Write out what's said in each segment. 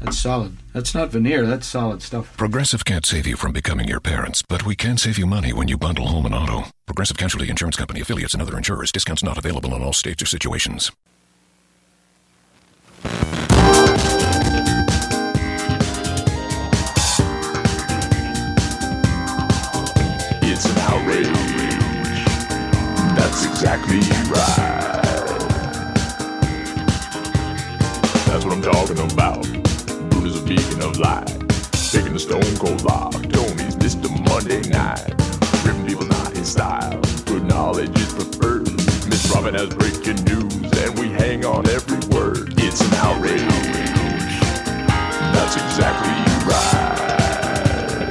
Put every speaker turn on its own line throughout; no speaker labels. That's solid. That's not veneer, that's solid stuff.
Progressive can't save you from becoming your parents, but we can save you money when you bundle home and auto. Progressive Casualty Insurance Company affiliates and other insurers. Discounts not available in all states or situations.
It's an outrage. That's exactly right. That's what I'm talking about. Buddha's a beacon of light. Taking the stone cold lock. Tony's Mr. Monday night. Ripping people not his style. Good knowledge is preferred. Miss Robin has breaking news, and we hang on every word. It's an outrage. That's exactly right.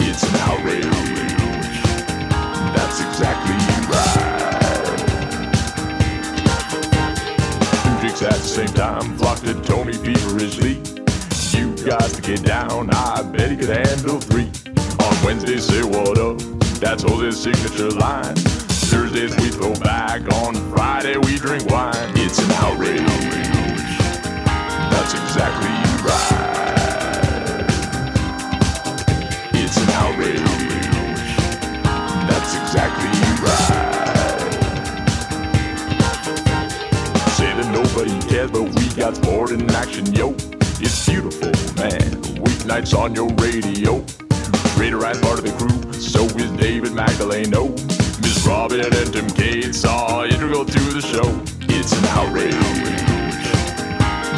It's an outrage. That's exactly right. Two chicks at the same time flocked to Tony feverishly. You guys to get down, I bet he could handle three. On Wednesday, say what up, that's Jose's signature line. Thursdays, we throw back, on Friday, we drink wine. It's an outrage. That's exactly right. It's an outrage. That's exactly right. Say that nobody cares, but we got sport in action, yo. It's beautiful, man. Weeknights on your radio. Raider Eyes part of the crew, so is David Magdaleno. Miss Robin and Tim Gates are integral to the show. It's an outrage.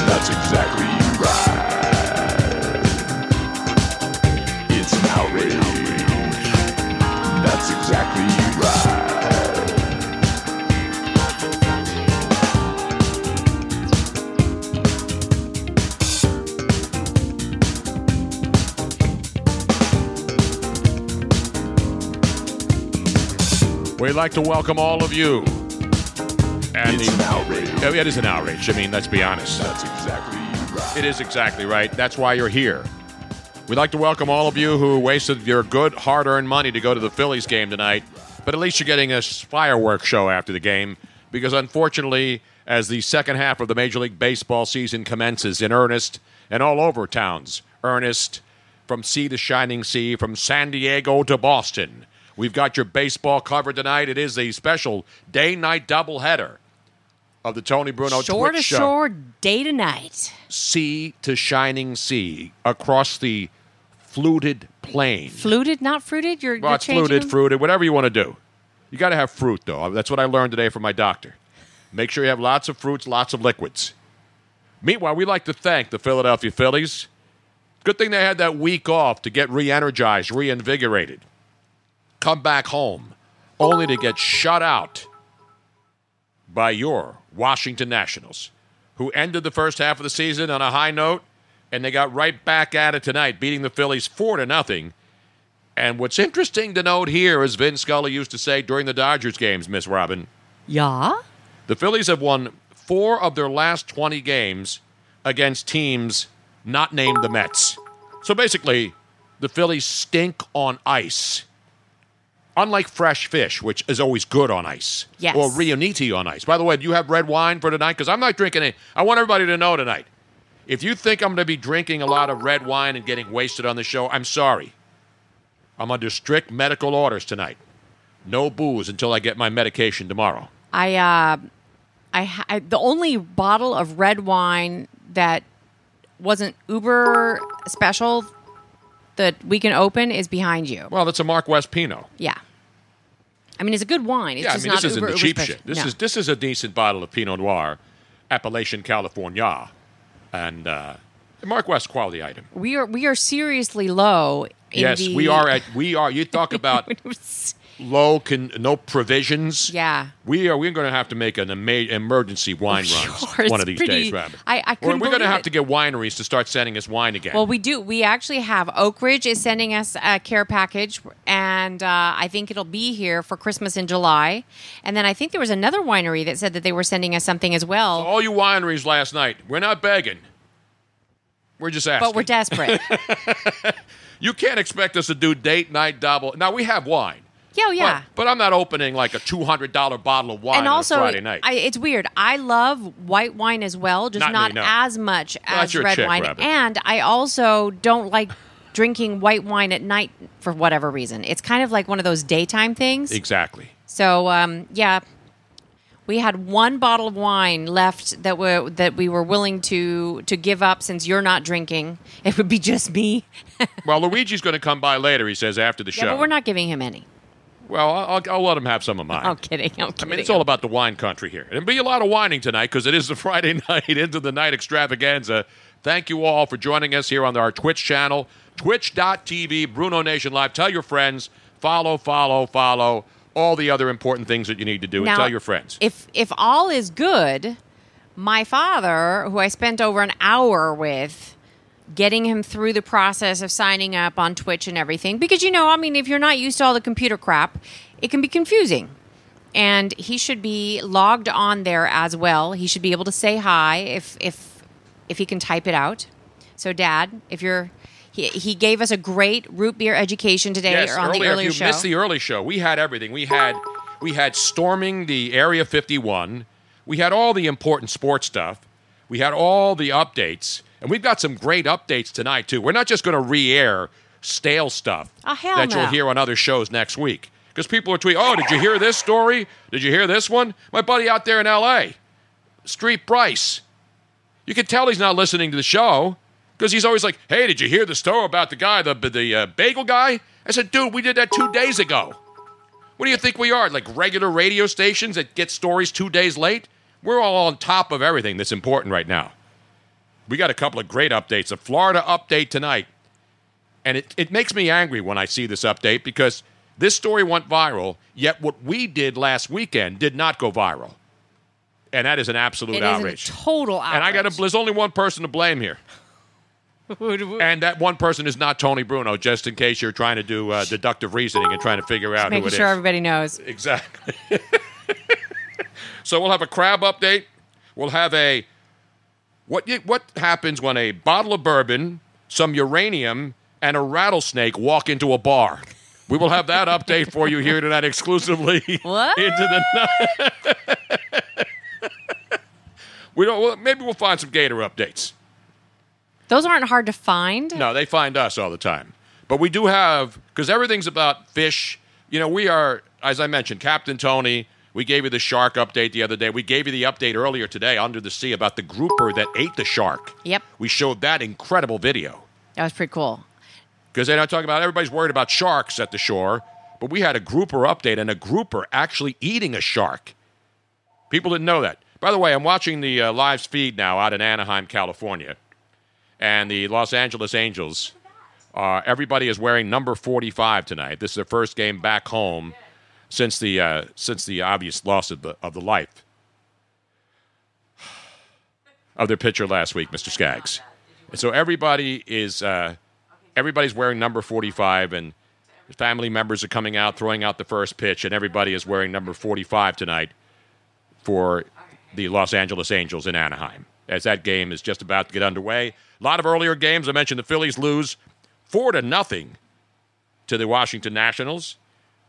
That's exactly right. It's an outrage. That's exactly right.
We'd like to welcome all of you. And
It's an
the,
outrage.
Yeah, it is an outrage. I mean, let's be honest.
That's exactly right.
It is exactly right. That's why you're here. We'd like to welcome all of you who wasted your good, hard earned money to go to the Phillies game tonight, but at least you're getting a fireworks show after the game because, unfortunately, as the second half of the Major League Baseball season commences in earnest and all over towns, earnest from sea to shining sea, from San Diego to Boston, we've got your baseball covered tonight. It is a special day night doubleheader of the Tony Bruno
shore
Twitch uh,
to
show
shore, day to night.
sea to shining sea across the fluted plain.
Fluted, not fruited. You're,
Well,
you're
it's
changing
fluted,
them?
fruited, whatever you want to do. You got to have fruit, though. That's what I learned today from my doctor. Make sure you have lots of fruits, lots of liquids. Meanwhile, we like to thank the Philadelphia Phillies. Good thing they had that week off to get re energized, reinvigorated, come back home, only to get shut out by your Washington Nationals, who ended the first half of the season on a high note, and they got right back at it tonight, beating the Phillies four to nothing. And what's interesting to note here is Vin Scully used to say during the Dodgers games, Miss Robin,
Yeah.
the Phillies have won four of their last 20 games against teams not named the Mets. So basically, the Phillies stink on ice. Unlike fresh fish, which is always good on ice.
Yes.
Or Rioniti on ice. By the way, do you have red wine for tonight? Because I'm not drinking it. I want everybody to know tonight. If you think I'm going to be drinking a lot of red wine and getting wasted on the show, I'm sorry. I'm under strict medical orders tonight. No booze until I get my medication tomorrow.
I, uh, I, ha- I, the only bottle of red wine that wasn't uber special that we can open is behind you.
Well, that's a Mark West Pinot.
Yeah. I mean, it's a good wine. It's
yeah, I
just
mean,
not
this isn't
uber,
the
uber
cheap
special.
shit. This
No.
is this is a decent bottle of Pinot Noir, Appellation California, and uh, Mark West quality item.
we are we are seriously low. In
yes,
the,
we are at we are. You talk about low, con- no provisions.
Yeah.
We are. We're going to have to make an ama- emergency wine
Sure,
run one
it's
of these
pretty-
days, Robin.
I- I
Or
couldn't
we're gonna
believe
have
it.
to get wineries to start sending us wine again.
Well, we do. We actually have Oak Ridge is sending us a care package, and uh, I think it'll be here for Christmas in July. And then I think there was another winery that said that they were sending us something as well.
all you wineries last night. We're not begging. We're just asking.
but we're desperate.
you can't expect us to do date night double. Now we have wine.
yeah, oh, yeah.
But, but I'm not opening like a two hundred dollar bottle of wine
and also,
on a Friday night.
I, it's weird. I love white wine as well, just
Not
not,
me, no.
as much
Well, that's
as
your
red
chick,
wine.
Robin.
And I also don't like drinking white wine at night for whatever reason. It's kind of like one of those daytime things.
exactly.
So um, yeah, we had one bottle of wine left that were that we were willing to to give up since you're not drinking. It would be just me.
Well, Luigi's going to come by later. He says after the
Yeah,
show.
but we're not giving him any.
Well, I'll, I'll let him have some of mine.
I'm kidding. I'm
I
kidding.
mean, it's all about the wine country here. It'll be a lot of whining tonight because it is the Friday night into the night extravaganza. Thank you all for joining us here on our Twitch channel, twitch.tv, Bruno Nation Live. Tell your friends, follow, follow, follow, all the other important things that you need to do, and
Now,
tell your friends.
If if all is good, my father, who I spent over an hour with getting him through the process of signing up on Twitch and everything because you know, I mean, if you're not used to all the computer crap, it can be confusing. And he should be logged on there as well. He should be able to say hi if if if he can type it out. So dad, if you're he, he gave us a great root beer education today
yes,
or on
earlier,
the earlier
if you
show.
missed the early show, we had everything. We had we had storming the Area 51. We had all the important sports stuff. We had all the updates, and we've got some great updates tonight too. We're not just going to re-air stale stuff
Oh, hell
that you'll
no.
hear on other shows next week because people are tweeting, "Oh, did you hear this story? Did you hear this one? My buddy out there in L.A., Street Bryce." You can tell he's not listening to the show because he's always like, "Hey, did you hear the story about the guy, the the uh, bagel guy?" I said, "Dude, we did that two days ago. What do you think we are? Like regular radio stations that get stories two days late? We're all on top of everything that's important right now. We got a couple of great updates. A Florida update tonight, and it it makes me angry when I see this update because this story went viral. Yet what we did last weekend did not go viral, and that is an absolute
It is a
outrage.
total outrage.
And I got to. There's only one person to blame here, and that one person is not Tony Bruno. Just in case you're trying to do uh, deductive reasoning and trying to figure out who
making
it is.
sure everybody knows.
Exactly. so we'll have a crab update. We'll have a what you, what happens when a bottle of bourbon, some uranium, and a rattlesnake walk into a bar. We will have that update for you here tonight exclusively
What?
into the night. we don't. Well, maybe we'll find some Gator updates.
Those aren't hard to find.
No, they find us all the time. But we do have because everything's about fish. You know, we are, as I mentioned, Captain Tony. We gave you the shark update the other day. We gave you the update earlier today, under the sea, about the grouper that ate the shark.
Yep.
We showed that incredible video
That was pretty cool.
because they're not talking about everybody's worried about sharks at the shore, but we had a grouper update and a grouper actually eating a shark. People didn't know that. By the way, I'm watching the uh, live feed now out in Anaheim, California, and the Los Angeles Angels. Uh, everybody is wearing number 45 tonight. This is their first game back home since the uh, since the obvious loss of the of the life of their pitcher last week, Mr. Skaggs. And so everybody is uh, everybody's wearing number 45 and family members are coming out throwing out the first pitch and everybody is wearing number 45 tonight for the Los Angeles Angels in Anaheim as that game is just about to get underway. A lot of earlier games I mentioned the Phillies lose 4 to nothing to the Washington Nationals.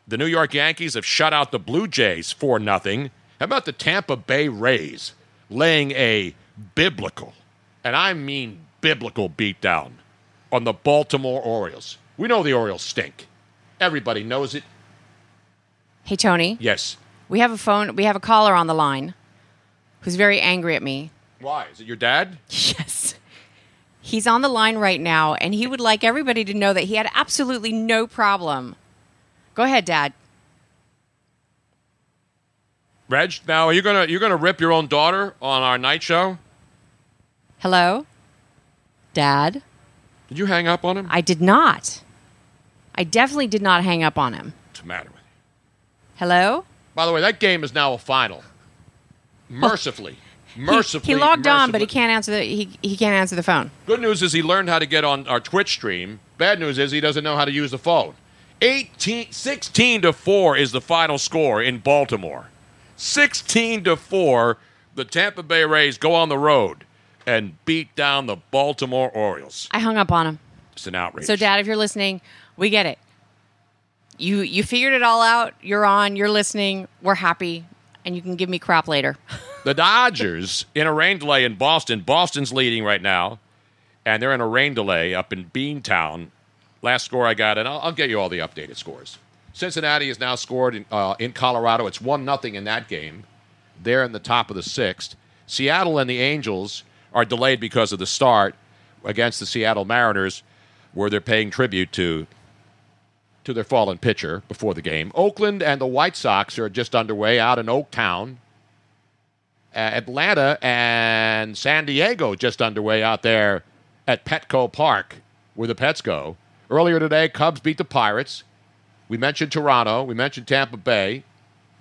The New York Yankees have shut out the Blue Jays 4 nothing. How about the Tampa Bay Rays laying a biblical, and I mean biblical beatdown on the Baltimore Orioles? We know the Orioles stink. Everybody knows it.
Hey Tony,
Yes.
we have a phone. We have a caller on the line who's very angry at me.
Why? Is it your dad?
Yes. He's on the line right now and he would like everybody to know that he had absolutely no problem. Go ahead, dad.
Reg, now are you gonna you're gonna rip your own daughter on our night show?
Hello? Dad?
Did you hang up on him?
I did not. I definitely did not hang up on him.
What's the matter with you?
Hello?
By the way, that game is now a final. Mercifully. mercifully.
He, he logged on, but he
mercifully.
can't answer the he, he can't answer the phone.
Good news is he learned how to get on our Twitch stream. Bad news is he doesn't know how to use the phone. 18, 16 to 4 is the final score in Baltimore. 16 to 4, the Tampa Bay Rays go on the road and beat down the Baltimore Orioles.
I hung up on him.
It's an outrage.
So, Dad, if you're listening, we get it. You you figured it all out. You're on. You're listening. We're happy, and you can give me crap later.
The Dodgers in a rain delay in Boston. Boston's leading right now, and they're in a rain delay up in Beantown. Last score I got, and I'll, I'll get you all the updated scores. Cincinnati has now scored in, uh, in Colorado. It's one nothing in that game. They're in the top of the sixth. Seattle and the Angels are delayed because of the start against the Seattle Mariners, where they're paying tribute to to their fallen pitcher before the game. Oakland and the White Sox are just underway out in Oaktown uh, Atlanta and San Diego just underway out there at Petco Park, where the Pets go. Earlier today, Cubs beat the Pirates. We mentioned Toronto. We mentioned Tampa Bay.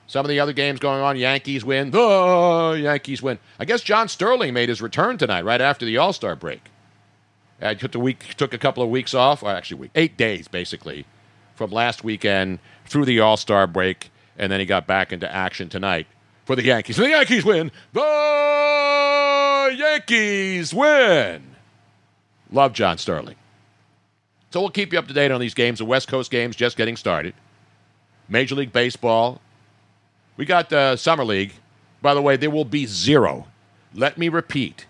Some of the other games going on, Yankees win. The Yankees win. I guess John Sterling made his return tonight, right after the All Star break. Uh, took the week, took a couple of weeks off, or actually, week eight days basically, from last weekend through the All Star break, and then he got back into action tonight for the Yankees. The Yankees win. The Yankees win. Love John Sterling. So we'll keep you up to date on these games. The West Coast games just getting started. Major League Baseball. We got the Summer League. By the way, there will be zero, let me repeat,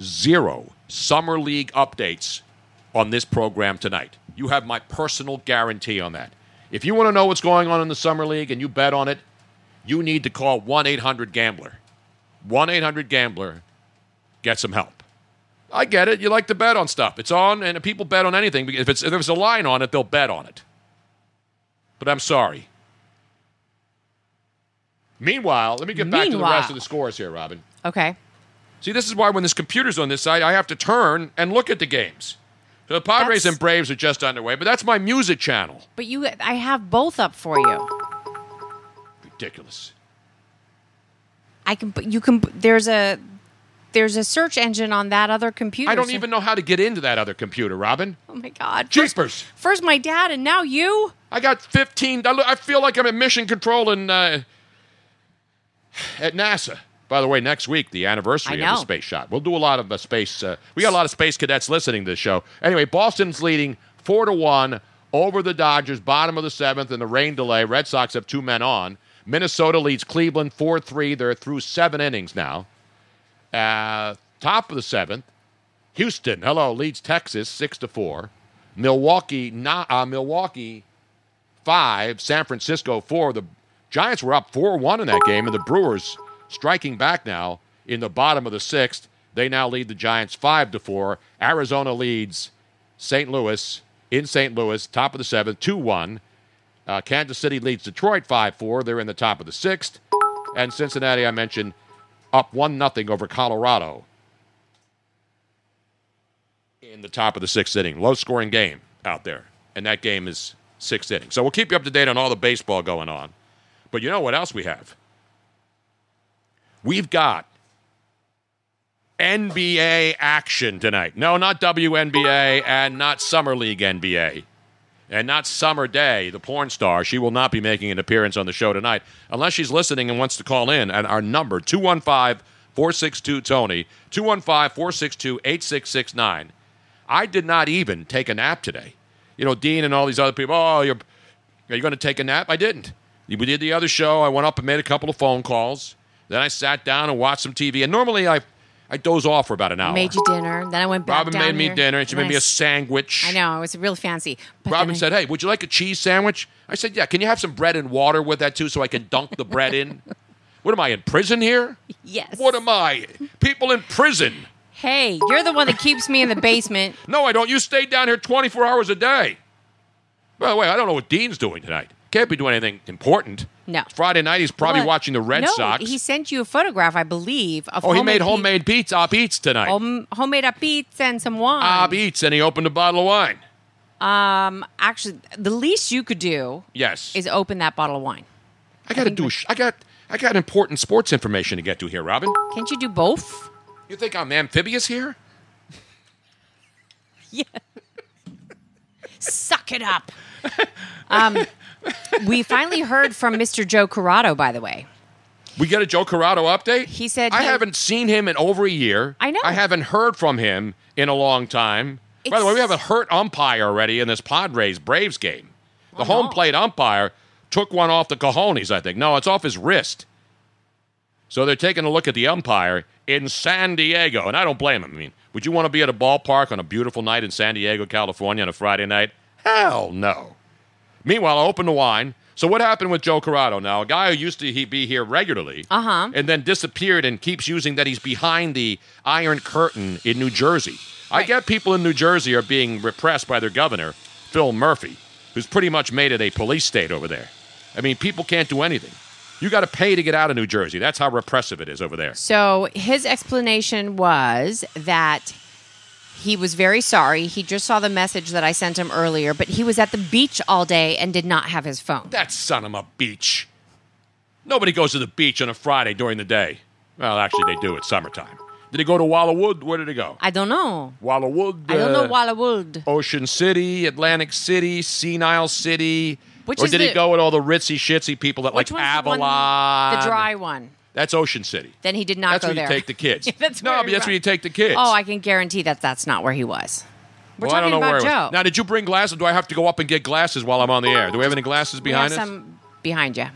zero Summer League updates on this program tonight. You have my personal guarantee on that. If you want to know what's going on in the Summer League and you bet on it, you need to call 1 800 Gambler. 1 800 Gambler, get some help. I get it. You like to bet on stuff. It's on, and people bet on anything. If, it's, if there's a line on it, they'll bet on it. But I'm sorry. Meanwhile, let me get back to the rest
Meanwhile.
of the scores here, Robin.
okay.
See, this is why when this computer's on this side, I have to turn and look at the games. So the Padres
That's-
and Braves are just underway, but that's my music channel.
But you, I have both up for you.
Ridiculous.
I can. but You can. There's a. There's a search engine on that other computer.
I don't
so-
even know how to get into that other computer, Robin.
Oh my god. First,
Jeepers.
first my dad, and now you.
I got 15. I lo- I feel like I'm at mission control in, uh, at NASA. By the way, next week, the anniversary
I
of
know.
the space shot. We'll do a lot of uh, space. Uh, we got a lot of space cadets listening to this show. Anyway, Boston's leading 4 to 1 over the Dodgers, bottom of the seventh, in the rain delay. Red Sox have two men on. Minnesota leads Cleveland 4 3. They're through seven innings now. Uh, top of the seventh, Houston, hello, leads Texas six to four. Milwaukee, not, uh, Milwaukee, five. San Francisco, four. The Giants were up four-one in that game, and the Brewers striking back now in the bottom of the sixth. They now lead the Giants five to four. Arizona leads St. Louis in St. Louis, top of the seventh, two-one. Uh, Kansas City leads Detroit 5 4. They're in the top of the sixth. And Cincinnati, I mentioned, up 1 0 over Colorado in the top of the sixth inning. Low scoring game out there. And that game is sixth inning. So we'll keep you up to date on all the baseball going on. But you know what else we have? We've got NBA action tonight. No, not WNBA and not Summer League NBA and not Summer Day, the porn star. She will not be making an appearance on the show tonight unless she's listening and wants to call in at our number 215 462 Tony, 215 462 8669. I did not even take a nap today. You know, Dean and all these other people, oh, you're, are you going to take a nap? I didn't. We did the other show. I went up and made a couple of phone calls. Then I sat down and watched some TV. And normally I, I doze off for about an hour.
Made you dinner. Then I went back
Oh. Robin
down
made me
here,
dinner and she made
I
me a
s-
sandwich.
I know it was real fancy. But
Robin
then I-
said, "Hey, would you like a cheese sandwich?" I said, "Yeah. Can you have some bread and water with that too, so I can dunk the bread in?" What am I in prison here?
"Yes."
What am I? People in prison?
Hey, you're the one that keeps me in the basement.
No, I don't. You stay down here twenty four hours a day. By the way, I don't know what Dean's doing tonight. Can't be doing anything important.
No.
It's Friday night, he's probably
What?
watching the Red
no,
Sox.
He sent you a photograph, I believe. Of
oh, he made
pe-
homemade beats, op eats tonight.
home- homemade up beats and some wine.
Op eats, and he opened a bottle of wine.
um, actually, the least you could do
Yes.
is open that bottle of wine.
I got to do. a Sh- I got. I got important sports information to get to here, Robin.
Can't you do both?
You think I'm amphibious here?
Yeah. Suck it up. Um, we finally heard from Mr. Joe Corrado, by the way.
We get a Joe Corrado update.
He said
I
he-
haven't seen him in over a year.
I know.
I haven't heard from him in a long time. By the way, we have a hurt umpire already in this Padres Braves game. The
Oh,
home plate umpire took one off the cojones, I think. No, it's off his wrist. So they're taking a look at the umpire in San Diego, and I don't blame him. I mean, would you want to be at a ballpark on a beautiful night in San Diego, California, on a Friday night? Hell no. Meanwhile, I opened the wine. So what happened with Joe Corrado? Now, a guy who used to he be here regularly, uh-huh. and then disappeared, and keeps using that he's behind the Iron Curtain in New Jersey. I get people in New Jersey are being repressed by their governor, Phil Murphy, who's pretty much made it a police state over there. I mean, people can't do anything. You got to pay to get out of New Jersey. That's how repressive it is over there.
So his explanation was that he was very sorry. He just saw the message that I sent him earlier, but he was at the beach all day and did not have his phone.
That son of a beach. Nobody goes to the beach on a Friday during the day. Well, actually, they do. It's summertime. Did he go to Walla Wood? Where did he go?
I don't know.
Walla Wood.
I don't know
uh,
Walla Wood.
Ocean City, Atlantic City, Senile City.
Which
or
is
did he
the-
go with all the ritzy shitsy people that
Which
like
one's the one-
Avalon?
The dry one.
That's Ocean City.
Then he did not
that's
go
where
there.
you take the kids.
Yeah, that's
no,
where
but
he
that's where
went.
you take the kids.
Oh, I can guarantee that that's not where he was. We're
Well, I
talking
don't know where
about
it
Joe.
was. Now, did you bring glasses? Do I have to go up and get glasses while I'm on the air? Do we have any glasses
we have
behind us?
some behind you.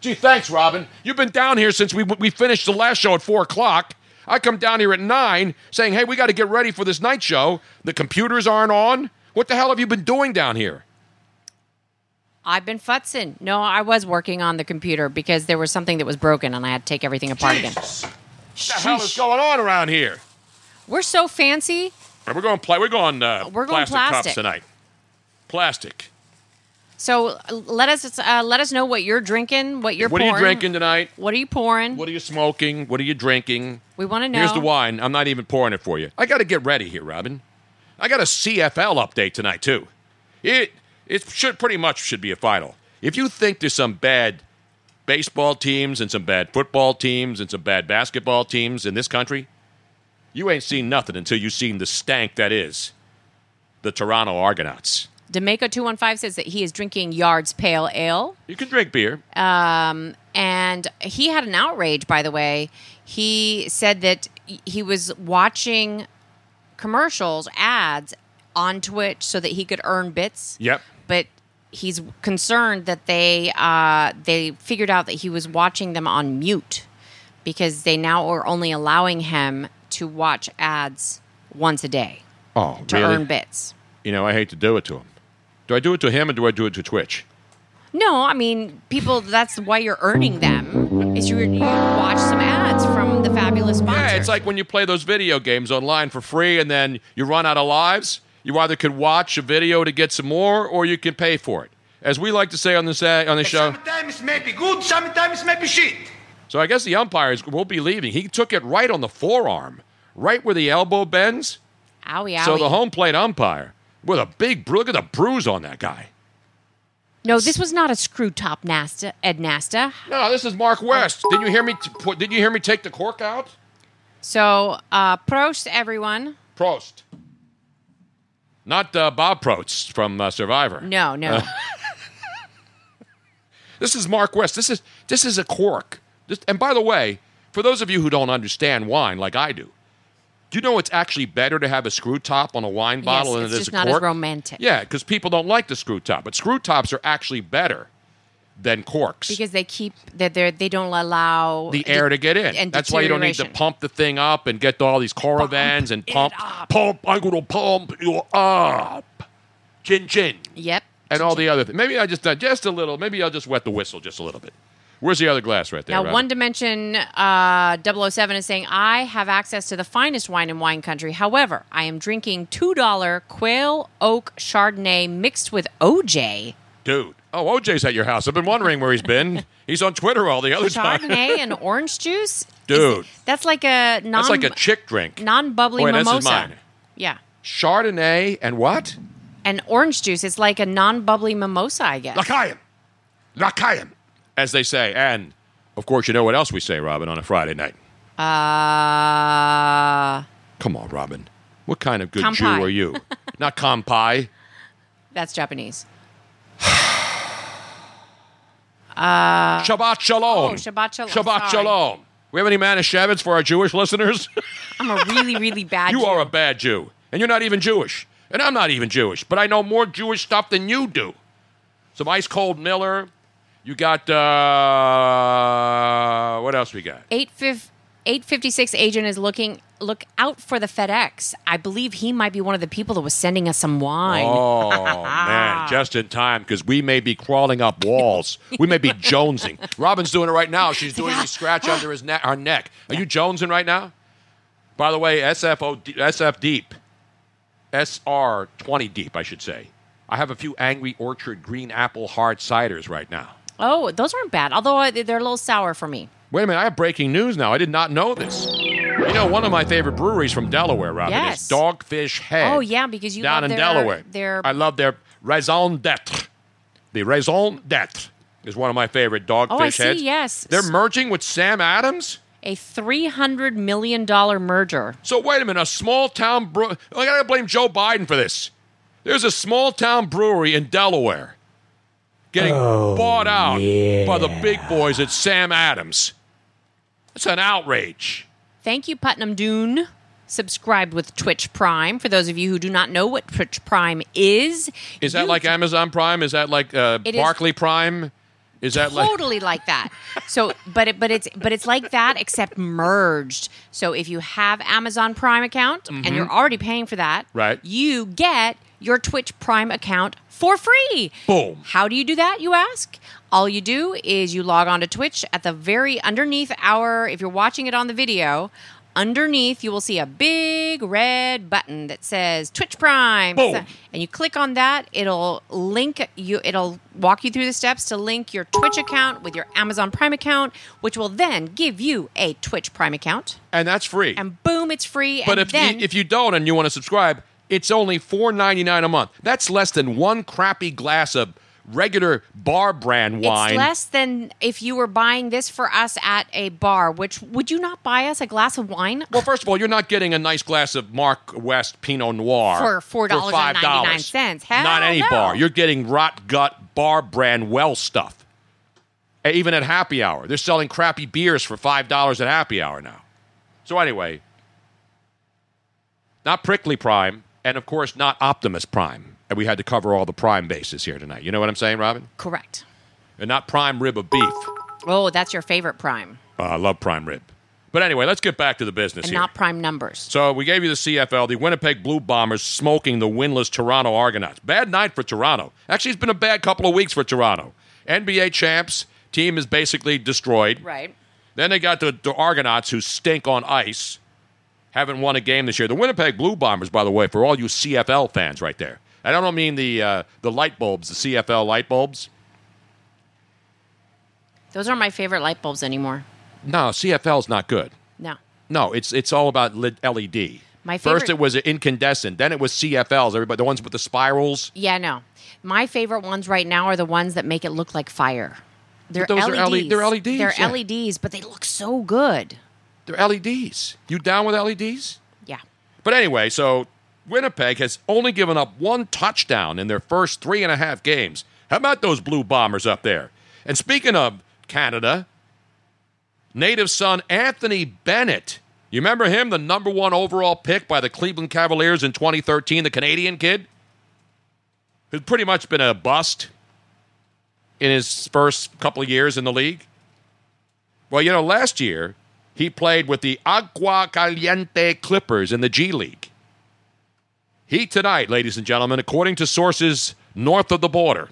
Gee, thanks, Robin. You've been down here since we we finished the last show at four o'clock. I come down here at nine, saying, "Hey, we got to get ready for this night show. The computers aren't on. What the hell have you been doing down here?"
I've been futzing. No, I was working on the computer because there was something that was broken and I had to take everything apart again.
What the hell is going on around here?
We're so fancy.
All right, we're going play. We're going. Uh,
We're going
plastic,
plastic.
cups tonight. Plastic.
So uh, let us uh, let us know what you're drinking, what you're
what
pouring.
are you drinking tonight?
What are you pouring?
What are you smoking? What are you drinking?
we want to know.
Here's the wine. I'm not even pouring it for you. I got to get ready here, Robin. I got a CFL update tonight too. It it should pretty much should be a final. If you think there's some bad baseball teams and some bad football teams and some bad basketball teams in this country, you ain't seen nothing until you seen the stank that is the Toronto Argonauts.
D'Amico215 says that he is drinking Yard's Pale Ale.
You can drink beer.
and he had an outrage by the way he said that he was watching commercials ads on twitch so that he could earn bits
Yep.
but he's concerned that they uh, they figured out that he was watching them on mute because they now are only allowing him to watch ads once a day
Oh,
to earn bits
You know, I hate to do it to him. Do I do it to him or do I do it to Twitch?
No, I mean, people, that's why you're earning them, is you, you watch some ads from the fabulous sponsor.
Yeah, it's like when you play those video games online for free and then you run out of lives. You either could watch a video to get some more or you can pay for it. As we like to say on this uh, on the show.
Sometimes it may be good, sometimes it may be shit.
So I guess the umpires won't be leaving. He took it right on the forearm, right where the elbow bends.
owie, owie.
So the home plate umpire with a big bru- look at the bruise on that guy.
no, this was not a screw top Nasta, Ed Nasta.
No, this is Mark West. Did you hear me? T- put, did you hear me take the cork out?
So, uh, prost, everyone.
Prost. Not uh, Bob Prost from uh, Survivor.
No, no.
Uh. This is Mark West. This is this is a cork. This, and by the way, for those of you who don't understand wine like I do, do you know it's actually better to have a screw top on a wine bottle than
it's
it is
just
a
not
cork?
as romantic.
Yeah, because people don't like the screw top, but screw tops are actually better than corks.
because they keep, that they're, they don't allow
the air to get in.
and
That's why you don't need to
deterioration.
pump the thing up and get all these caravans and pump, pump. I go to pump you up, chin chin
Yep.
and all the other things. Maybe I just done just a little. Maybe I'll just wet the whistle just a little bit. Where's the other glass right there?
Now,
Robin?
One Dimension uh, 007 is saying, I have access to the finest wine in wine country. However, I am drinking $2 Quail Oak Chardonnay mixed with OJ.
dude. Oh, OJ's at your house. I've been wondering where he's been. he's on Twitter all the other time.
Chardonnay and orange juice? Is-
Dude.
that's like a non,
That's like a chick drink.
non-bubbly
Wait, this is
mimosa.
mine.
Yeah.
Chardonnay and what?
And orange juice is like a non-bubbly mimosa, I guess.
Lacayim. Lacayim. as they say. And of course, you know what else we say, Robin, on a Friday night.
Uh,
Come on, Robin. What kind of good
Kampai.
Jew are you? Not kampai.
that's Japanese.
Shabbat shalom.
Oh, Shabbat shalom.
Shabbat
Sorry.
shalom. We have any Manischewitz for our Jewish listeners?
I'm a really, really bad.
you
Jew.
are a bad Jew, and you're not even Jewish, and I'm not even Jewish, but I know more Jewish stuff than you do. Some ice cold Miller. You got uh, what else? We got?
eight fif- 856 agent is looking look out for the FedEx. I believe he might be one of the people that was sending us some wine.
Oh man, just in time because we may be crawling up walls. We may be jonesing. Robin's doing it right now. She's doing the scratch under his neck, our neck. Are you jonesing right now? By the way, SFO, d- SF deep, SR twenty deep, I should say. I have a few Angry Orchard Green Apple Hard Ciders right now.
Oh, those aren't bad, although I, they're a little sour for me.
Wait a minute, I have breaking news now. I did not know this. You know, one of my favorite breweries from Delaware, Robin,
Yes.
is Dogfish Head.
Oh, yeah, because you
down
love
in
their-
Delaware.
their-
I love their raison d'être. The raison d'être is one of my favorite Dogfish
Oh, I see,
Heads.
yes.
they're merging with Sam Adams.
A $300 million merger.
So wait a minute, a small town brew. I gotta blame Joe Biden for this. There's a small town brewery in Delaware getting bought out by the big boys at Sam Adams. It's an outrage.
Thank you, Putnam Dune. Subscribed with Twitch Prime. For those of you who do not know what Twitch Prime is,
Is that
you
like Amazon Prime? Is that like uh,
It is-
Barclay Prime? Is that like
totally like that. So, but it, but it's but it's like that except merged. So if you have Amazon Prime account and you're already paying for that,
Mm-hmm. Right.
You get your Twitch Prime account for free.
Boom.
How do you do that? You ask. All you do is you log on to Twitch at the very underneath our. If you're watching it on the video. Underneath, you will see a big red button that says Twitch Prime,
Boom.
and you click on that it'll link you it'll walk you through the steps to link your twitch account with your amazon prime account which will then give you a twitch prime account
and that's free.
and boom it's free
but
and
if
then
you, if you don't and you want to subscribe, it's only $4.99 a month. That's less than one crappy glass of regular bar brand wine.
it's less than if you were buying this for us at a bar which would you not buy us a glass of wine
Well, first of all, you're not getting a nice glass of Mark West Pinot Noir
For $4.99. Hell
not any
no.
bar. You're getting rot gut bar brand well stuff. And Even at happy hour, they're selling crappy beers for five dollars at happy hour now. So anyway, not Prickly Prime, and of course not Optimus Prime. And we had to cover all the prime bases here tonight. You know what I'm saying, Robin?
correct
And not prime rib of beef.
oh that's your favorite prime
Uh, I love prime rib. But anyway, let's get back to the business
and
here.
not prime numbers
So we gave you the CFL, the Winnipeg Blue Bombers smoking the winless Toronto Argonauts. Bad night for Toronto. Actually, it's been a bad couple of weeks for Toronto. NBA champs, team is basically destroyed.
right
Then they got the, the Argonauts, who stink on ice, haven't won a game this year. The Winnipeg Blue Bombers, by the way, for all you CFL fans right there. And I don't mean the, uh, the light bulbs, the CFL light bulbs.
those aren't my favorite light bulbs anymore
No, CFL's not good.
no
No, it's it's all about lit- LED.
My
First
favorite-
it was incandescent, then it was CFLs, everybody the ones with the spirals.
yeah no my favorite ones right now are the ones that make it look like fire they're
those are
LEDs.
L E- they're LEDs,
They're
yeah.
LEDs, but they look so good.
They're LEDs. You down with LEDs?
Yeah.
But anyway, so Winnipeg has only given up one touchdown in their first three and a half games. How about those blue bombers up there? And speaking of Canada, native son Anthony Bennett. You remember him, the number one overall pick by the Cleveland Cavaliers in 2013, the Canadian kid? Who's pretty much been a bust in his first couple of years in the league. Well, you know, last year he played with the Agua Caliente Clippers in the G League. He tonight, ladies and gentlemen, according to sources north of the border,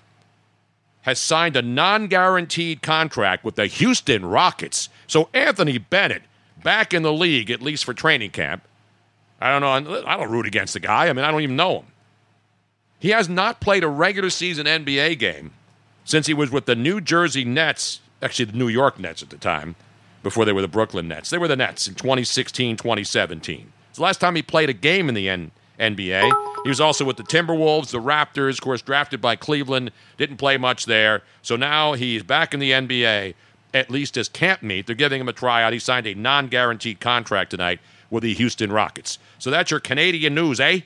has signed a non guaranteed contract with the Houston Rockets. So Anthony Bennett, back in the league, at least for training camp. I don't know. I don't root against the guy. I mean, I don't even know him. He has not played a regular season NBA game since he was with the New Jersey Nets, actually the New York Nets at the time, before they were the Brooklyn Nets. They were the Nets in 2016, 2017. It's the last time he played a game in the N- NBA. He was also with the Timberwolves, the Raptors, of course, drafted by Cleveland, didn't play much there. So now he's back in the NBA, at least as camp meet. They're giving him a tryout. He signed a non guaranteed contract tonight with the Houston Rockets. So that's your Canadian news, eh?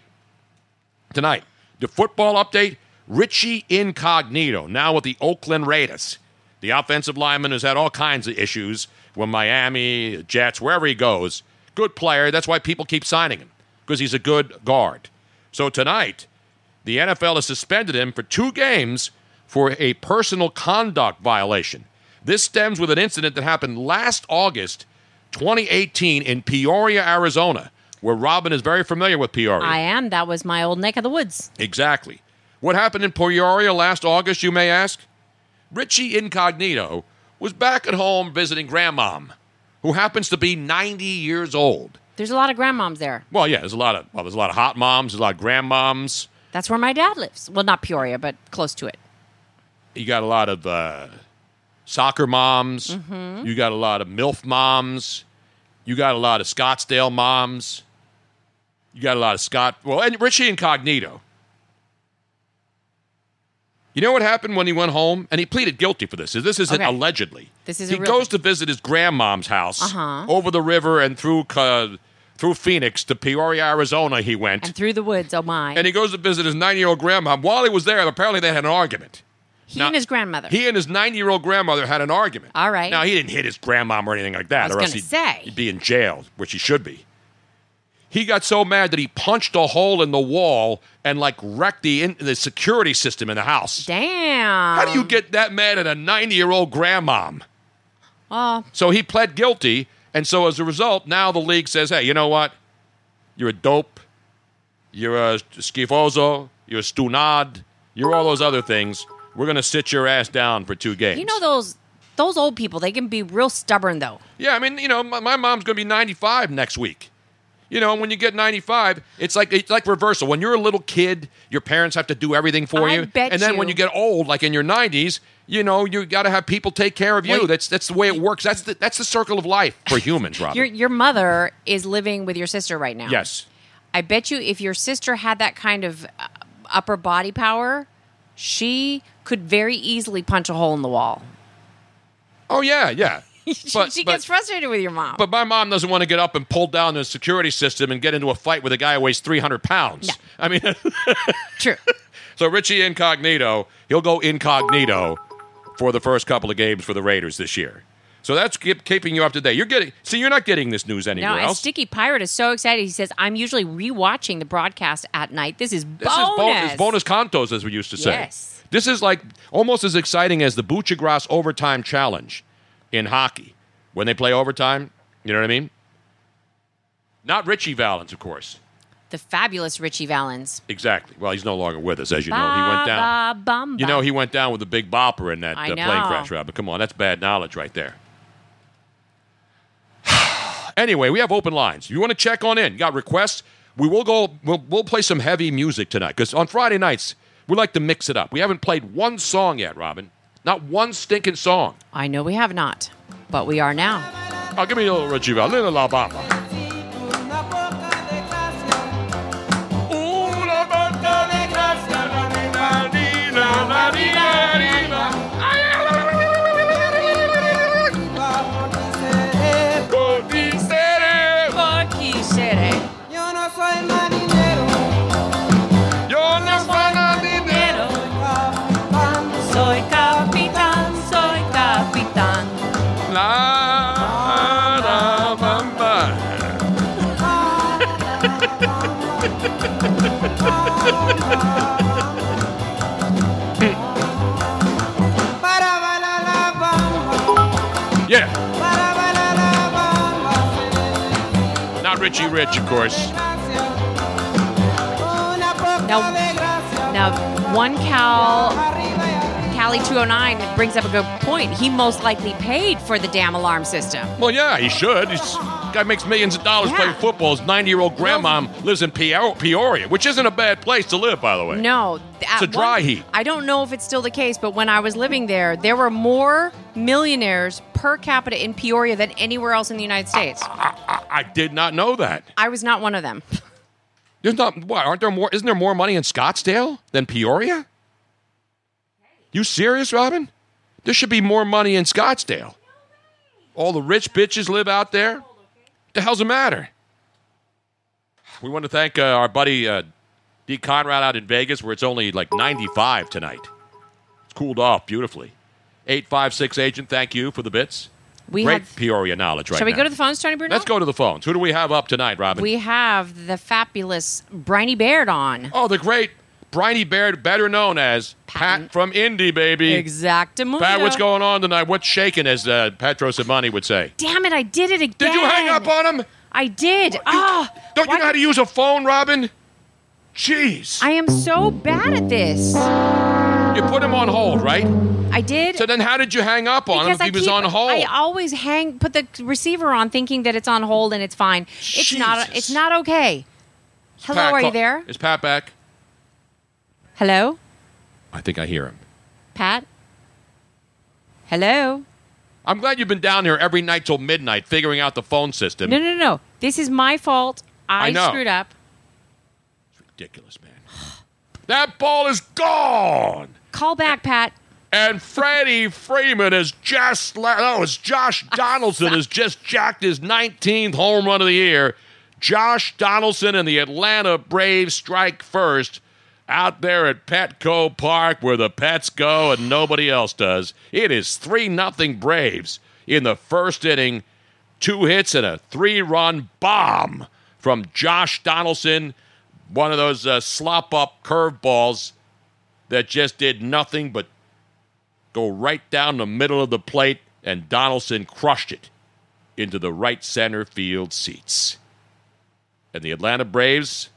tonight. The football update Richie Incognito, now with the Oakland Raiders. The offensive lineman has had all kinds of issues with Miami, Jets, wherever he goes. Good player. That's why people keep signing him, because he's a good guard. So tonight, the NFL has suspended him for two games for a personal conduct violation. This stems with an incident that happened last August 2018 in Peoria, Arizona, where Robin is very familiar with Peoria.
I am. That was my old neck of the woods.
Exactly. What happened in Peoria last August, you may ask? Richie Incognito was back at home visiting Grandmom, who happens to be 90 years old.
There's a lot of grandmoms there.
Well, yeah, there's a lot of well, there's a lot of hot moms, there's a lot of grandmoms.
That's where my dad lives. Well, not Peoria, but close to it.
You got a lot of uh, soccer moms.
Mm-hmm.
You got a lot of MILF moms. You got a lot of Scottsdale moms. You got a lot of Scott. Well, and Richie Incognito. You know what happened when he went home? And he pleaded guilty for this. This isn't
Okay.
allegedly.
This is a
he
real Uh-huh.
goes
thing.
to visit his grandmom's house over the river and through uh, through Phoenix to Peoria, Arizona. He went
And through the woods, oh my.
and he goes to visit his nine year old grandma. While he was there, apparently they had an argument.
he
Now-
and his grandmother.
He and his 90 year old grandmother had an argument.
All right.
Now, he didn't hit his grandmom or anything like that,
I was
or else
gonna
he'd,
say.
he'd be in jail, which he should be. He got so mad that he punched a hole in the wall and, like, wrecked the, in, the security system in the house.
Damn.
How do you get that mad at a 90 year old grandmom?
Oh,
So he pled guilty. And so as a result, now the league says, hey, you know what? You're a dope. You're a schifoso. You're a stunad. You're all those other things. We're going to sit your ass down for two games.
you know those those old people, they can be real stubborn though.
Yeah, I mean, you know, my, my mom's going to be 95 next week. You know, and when you get 95, it's like it's like reversal. When you're a little kid, your parents have to do everything for
I
you.
bet
and then when
you.
you get old, like in your 90s, you know, you got to have people take care of you.
Well,
that's that's the way it works. That's the that's the circle of life for humans, Robin.
Your your mother is living with your sister right now.
yes.
I bet you if your sister had that kind of uh, upper body power, she could very easily punch a hole in the wall.
Oh yeah, yeah.
she she gets frustrated with your mom.
But my mom doesn't want to get up and pull down the security system and get into a fight with a guy who weighs 300 pounds.
No.
I mean,
True.
So Richie Incognito, he'll go incognito for the first couple of games for the Raiders this year. So that's keep, keeping you up to date. You're getting see, you're not getting this news anywhere
Now, and
else.
Sticky Pirate is so excited. He says, "I'm usually rewatching the broadcast at night. This is bonus.
this is bonus, it's bonus contos, as we used to say.
Yes.
This is like almost as exciting as the Buchagras overtime challenge in hockey when they play overtime. You know what I mean? Not Richie Valens, of course.
The fabulous Richie Valens.
Exactly. Well, he's no longer with us, as you know. He
Ba,
went down.
ba, bum,
You know,
bum.
he went down with a big bopper in that uh,
I
plane
know.
crash, Robin. Come on, that's bad knowledge right there. anyway, we have open lines. If you want to check on in, you got requests, we will go. We'll, we'll play some heavy music tonight because on Friday nights we like to mix it up. We haven't played one song yet, Robin. Not one stinking song.
I know we have not, but we are now.
Oh, give me a little Reggie Val, little La Bamba.
Yo no soy marinero, capitán,
Soy capitán, soy capitán.
La, la Bamba.
para bailar la bamba,
Yeah,
para bailar la bamba,
not Richie Rich, of course.
gracias, una poca
Now-
de gracia,
Now, one Cal,
arriba y arriba.
Cali 209 brings up a good point. He most likely paid for the damn alarm system.
Well, yeah, he should. He's, guy makes millions of dollars
Yeah.
playing football. His 90 year old grandmom lives in Peor- Peoria, which isn't a bad place to live, by the way.
No, at
a dry
one-
heat.
I don't know if it's still the case, but when I was living there, there were more millionaires per capita in Peoria than anywhere else in the United States.
I did not know that.
I was not one of them.
There's not. Why aren't there more? Isn't there more money in Scottsdale than Peoria? You serious, Robin? There should be more money in Scottsdale. All the rich bitches live out there. The hell's the matter? We want to thank uh, our buddy uh, D. Conrad out in Vegas, where it's only like 95 tonight. It's cooled off beautifully. 856 agent, thank you for the bits.
We
Great
have-
Peoria knowledge right
Shall we
now.
go to the phones, Tony Bruno?
Let's go to the phones. Who do we have up tonight, Robin?
We have the fabulous Briny Baird on.
oh, the great Briny Baird, better known as Pat from Indy, baby.
Exactly.
Pat, what's going on tonight? What's shaking, as uh, Petros and Money would say?
Damn it! I did it again.
Did you hang up on him?
I did. Ah,
Don't
why
you know how to use a phone, Robin? Jeez.
I am so bad at this.
you put him on hold, right?
I did.
So then how did you hang up on
because
him
I
if he was
keep-
on hold?
I always hang put the receiver on, thinking that it's on hold and it's fine. It's not.
Jesus.
It's not okay. Hello,
Pat
are
call-
you there?
Is Pat back?
Hello,
I think I hear him.
Pat. Hello.
I'm glad you've been down here every night till midnight figuring out the phone system.
No, no, no. This is my fault. I,
I know.
screwed up.
Ridiculous, man. that ball is gone.
Call back, Pat.
And Freddie Freeman is just la- oh, it's Josh Donaldson has just jacked his 19th home run of the year. Josh Donaldson and the Atlanta Braves strike first out there at Petco Park where the Pets go and nobody else does. It is 3 nothing Braves in the first inning. Two hits and a three-run bomb from Josh Donaldson, one of those uh, slop-up curveballs that just did nothing but go right down the middle of the plate, and Donaldson crushed it into the right center field seats. And the Atlanta Braves,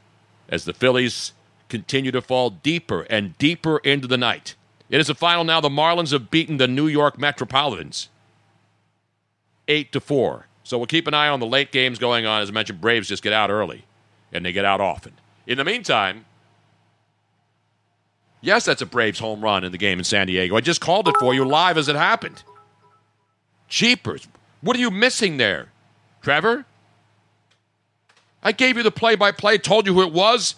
as the Phillies continue to fall deeper and deeper into the night. It is a final now. The Marlins have beaten the New York Metropolitans eight to four. So we'll keep an eye on the late games going on. As I mentioned, Braves just get out early, and they get out often. In the meantime, Yes, that's a Braves home run in the game in San Diego. I just called it for you live as it happened. Jeepers. What are you missing there, Trevor? I gave you the play by play, told you who it was,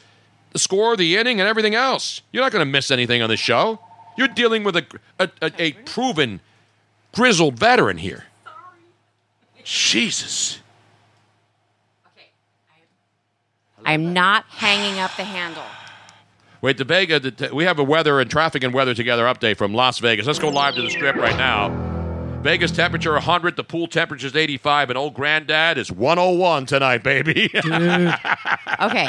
the score, the inning, and everything else. You're not going to miss anything on this show. You're dealing with a, a, a, a proven, grizzled veteran here. Jesus.
I'm not hanging up the handle.
Wait, the Vega. The, t- we have a weather and traffic and weather together update from Las Vegas. Let's go live to the strip right now. Vegas temperature 100. The pool temperature is 85, and old granddad is 101 tonight, baby. All
Okay,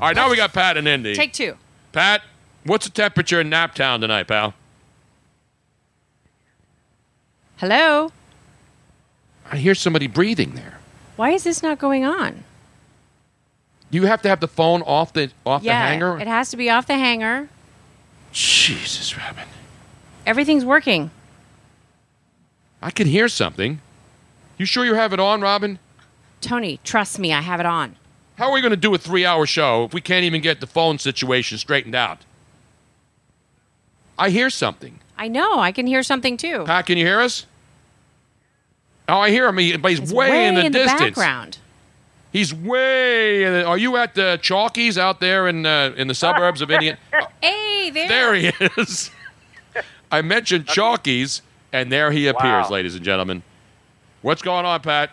right, now we got Pat and Indy.
take two.
Pat, what's the temperature in Naptown tonight, pal?
Hello.
I hear somebody breathing there.
Why is this not going on?
Do you have to have the phone off the off the hanger?
it has to be off the hanger.
Jesus, Robin.
Everything's working.
I can hear something. You sure you have it on, Robin?
Tony, trust me, I have it on.
How are we going to do a three hour show if we can't even get the phone situation straightened out? I hear something.
I know. I can hear something too.
Pat, can you hear us? Oh, I hear him, he- but he's
It's
way, in the distance.
background.
He's way in the, Are you at the Chalkies out there in, uh, in the suburbs of Indian? Oh,
Hey, there.
there he is. I mentioned Chalkies, and there he appears,
Wow.
ladies and gentlemen. What's going on, Pat?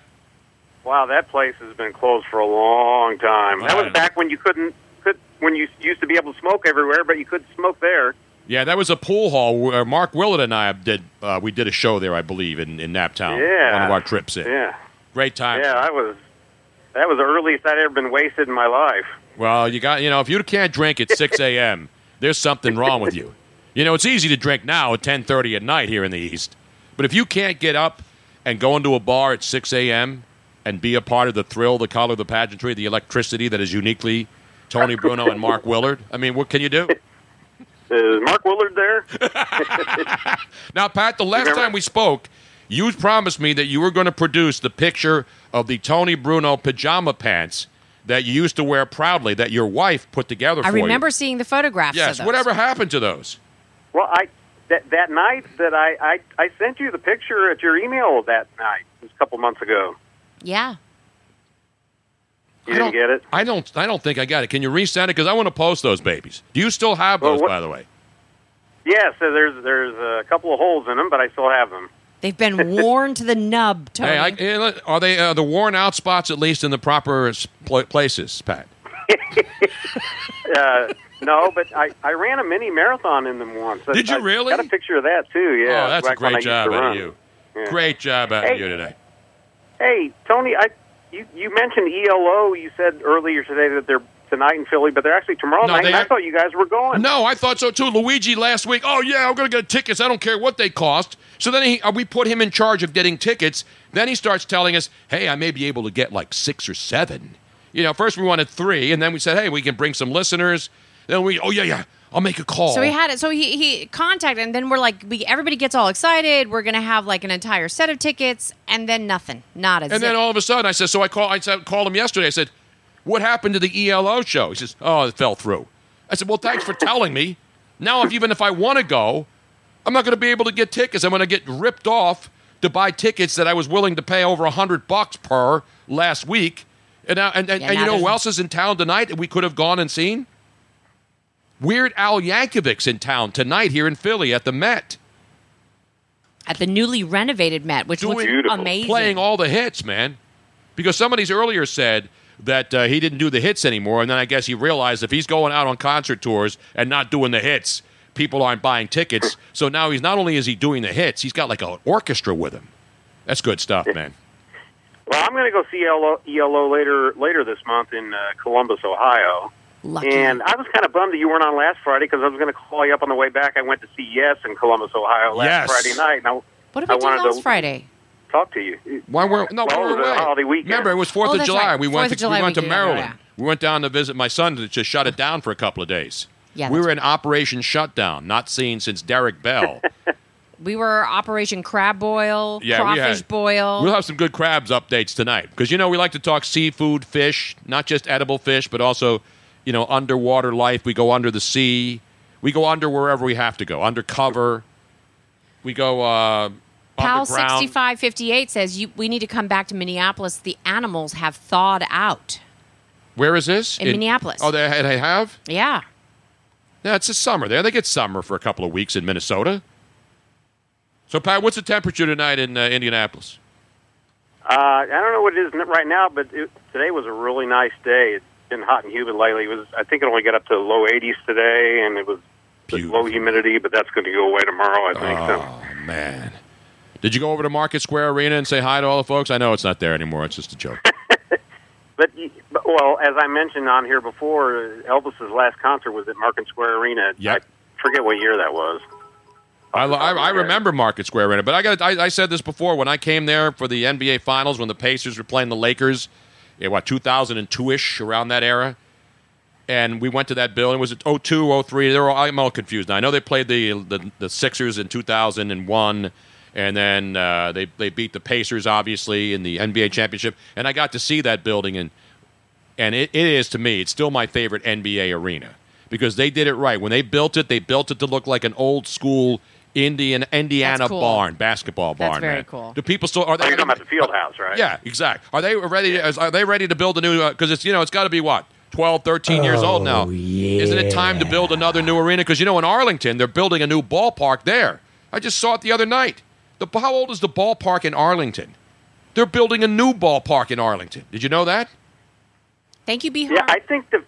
Wow, that place has been closed for a long time.
I
That
don't
was back when you couldn't could when you used to be able to smoke everywhere, but you could smoke there.
Yeah, that was a pool hall where uh, Mark Willard and I did. Uh, we did a show there, I believe, in, in Naptown.
Yeah.
One of our trips in.
Yeah,
Great time.
yeah, I was. That was the earliest I'd ever been wasted in my life.
Well, you got you know if you can't drink at 6 a.m., there's something wrong with you. You know it's easy to drink now at 10:30 at night here in the East, but if you can't get up and go into a bar at 6 a.m. and be a part of the thrill, the color, the pageantry, the electricity that is uniquely Tony Bruno and Mark Willard, I mean, what can you do?
Is Mark Willard there?
Now, Pat, the last
Remember-
time we spoke, you promised me that you were going to produce the picture of the Tony Bruno pajama pants that you used to wear proudly that your wife put together
I
for you.
remember seeing the photographs. of
Yes,
those.
whatever happened to those?
well, I that that night that I, I I sent you the picture at your email that night. It was a couple months ago.
Yeah.
You
I
didn't
don't
get it?
I don't. I don't think I got it. Can you resend it? Because I want to post those babies. Do you still have
Well,
those,
what-
by the way?
Yeah, so there's there's a couple of holes in them, but I still have them.
They've been worn to the nub, Tony.
Hey, I, eh, let- are they uh, the worn out spots at least in the proper s- pl- places, Pat?
Uh, no, but I, I ran a mini marathon in them once. I-
Did you
I
really?
Got a picture of that too. Yeah,
oh, that's a
back when I
great
used
job
to
out
run.
of you.
Yeah.
Great job out of
Hey.
you today.
Hey, Tony, I you, you mentioned ELO. You said earlier today that they're tonight in Philly, but they're actually tomorrow
No,
night.
they
and I
are-
thought you guys were going.
No, I thought so too. Luigi last week. Oh yeah, I'm gonna get tickets. I don't care what they cost. So then he, uh, we put him in charge of getting tickets. Then he starts telling us, "Hey, I may be able to get like six or seven. You know, first we wanted three, and then we said, "Hey, we can bring some listeners." Then we, oh yeah, yeah, I'll make a call.
So he had it. So he he contacted, and then we're like, we everybody gets all excited. We're gonna have like an entire set of tickets, and then nothing, not a zip.
And then all of a sudden, I said, so I call, I said, called him yesterday. I said, what happened to the ELO show? He says, oh, it fell through. I said, well, thanks for telling me. Now, if even if I want to go, I'm not going to be able to get tickets. I'm going to get ripped off to buy tickets that I was willing to pay over a hundred bucks per last week. And now, and, and,
Yeah,
and
now
you know who
there's-
else is in town tonight that we could have gone and seen? Weird Al Yankovic's in town tonight here in Philly at the Met.
at the newly renovated Met, which looks
Beautiful.
amazing.
playing all the hits, man. Because somebody's earlier said that uh, he didn't do the hits anymore, and then I guess he realized if he's going out on concert tours and not doing the hits, people aren't buying tickets. So now he's not only is he doing the hits, he's got like an orchestra with him. That's good stuff, man.
Well, I'm going to go see E ELO, ELO later later this month in uh, Columbus, Ohio.
Lucky.
And I was kind of bummed that you weren't on last Friday because I was going to call you up on the way back. I went to see Yes in Columbus, Ohio last
Yes.
Friday night, and I,
what did
I
we do
wanted
last
to
Friday?
talk to you.
Why weren't no?
Well,
we
it
were
was a
away.
holiday weekend.
Remember, it was Fourth
Oh,
of
that's
July.
right.
We
Fourth
went
of
to
July
we went to
weekend,
Maryland.
yeah.
We went down to visit my son to just shut it down for a couple of days.
Yeah,
we
that's
were in operation shutdown, not seen since Derek Bell.
We were Operation Crab Boil,
Yeah, we
Crawfish
had-
Boil.
We'll have some good crabs updates tonight because you know we like to talk seafood, fish, not just edible fish, but also you know underwater life. We go under the sea, we go under wherever we have to go, undercover. We go uh,
Pal
underground.
sixty five fifty eight says you, we need to come back to Minneapolis. The animals have thawed out.
Where is this?
In Minneapolis.
Oh, they, they have.
Yeah,
Yeah, it's the summer there. They get summer for a couple of weeks in Minnesota. So, Pat, what's the temperature tonight in uh, Indianapolis?
Uh, I don't know what it is n- right now, but it, today was a really nice day. It's been hot and humid lately. It was I think it only got up to low 80s today, and it was
Beautiful.
low humidity, but that's going to go away tomorrow, I think. so.
Oh man, did you go over to Market Square Arena and say hi to all the folks? I know it's not there anymore. It's just a joke.
But, y- but well, as I mentioned on here before, Elvis's last concert was at Market Square Arena.
Yep.
I forget what year that was.
I, lo- I, I remember Market Square Arena, but I got I, I said this before when I came there for the NBA Finals when the Pacers were playing the Lakers, yeah, what 2002 ish around that era, and we went to that building. Was it 02, 03? They're all, I'm all confused now. I know they played the the, the Sixers in 2001, and then uh, they they beat the Pacers obviously in the NBA championship, and I got to see that building and and it, it is to me it's still my favorite nba arena because they did it right when they built it they built it to look like an old school indian indiana
That's cool.
barn basketball barn
That's very
man.
cool.
do people still are they
Oh, You're talking about the field house, right?
yeah exactly are they ready is- are they ready to build a new because it's you know it's got to be what 12 13 years old now isn't it time to build another new arena because you know in arlington they're building a new ballpark there i just saw it the other night the how old is the ballpark in arlington they're building a new ballpark in arlington did you know that
thank you, B.
Yeah, I think the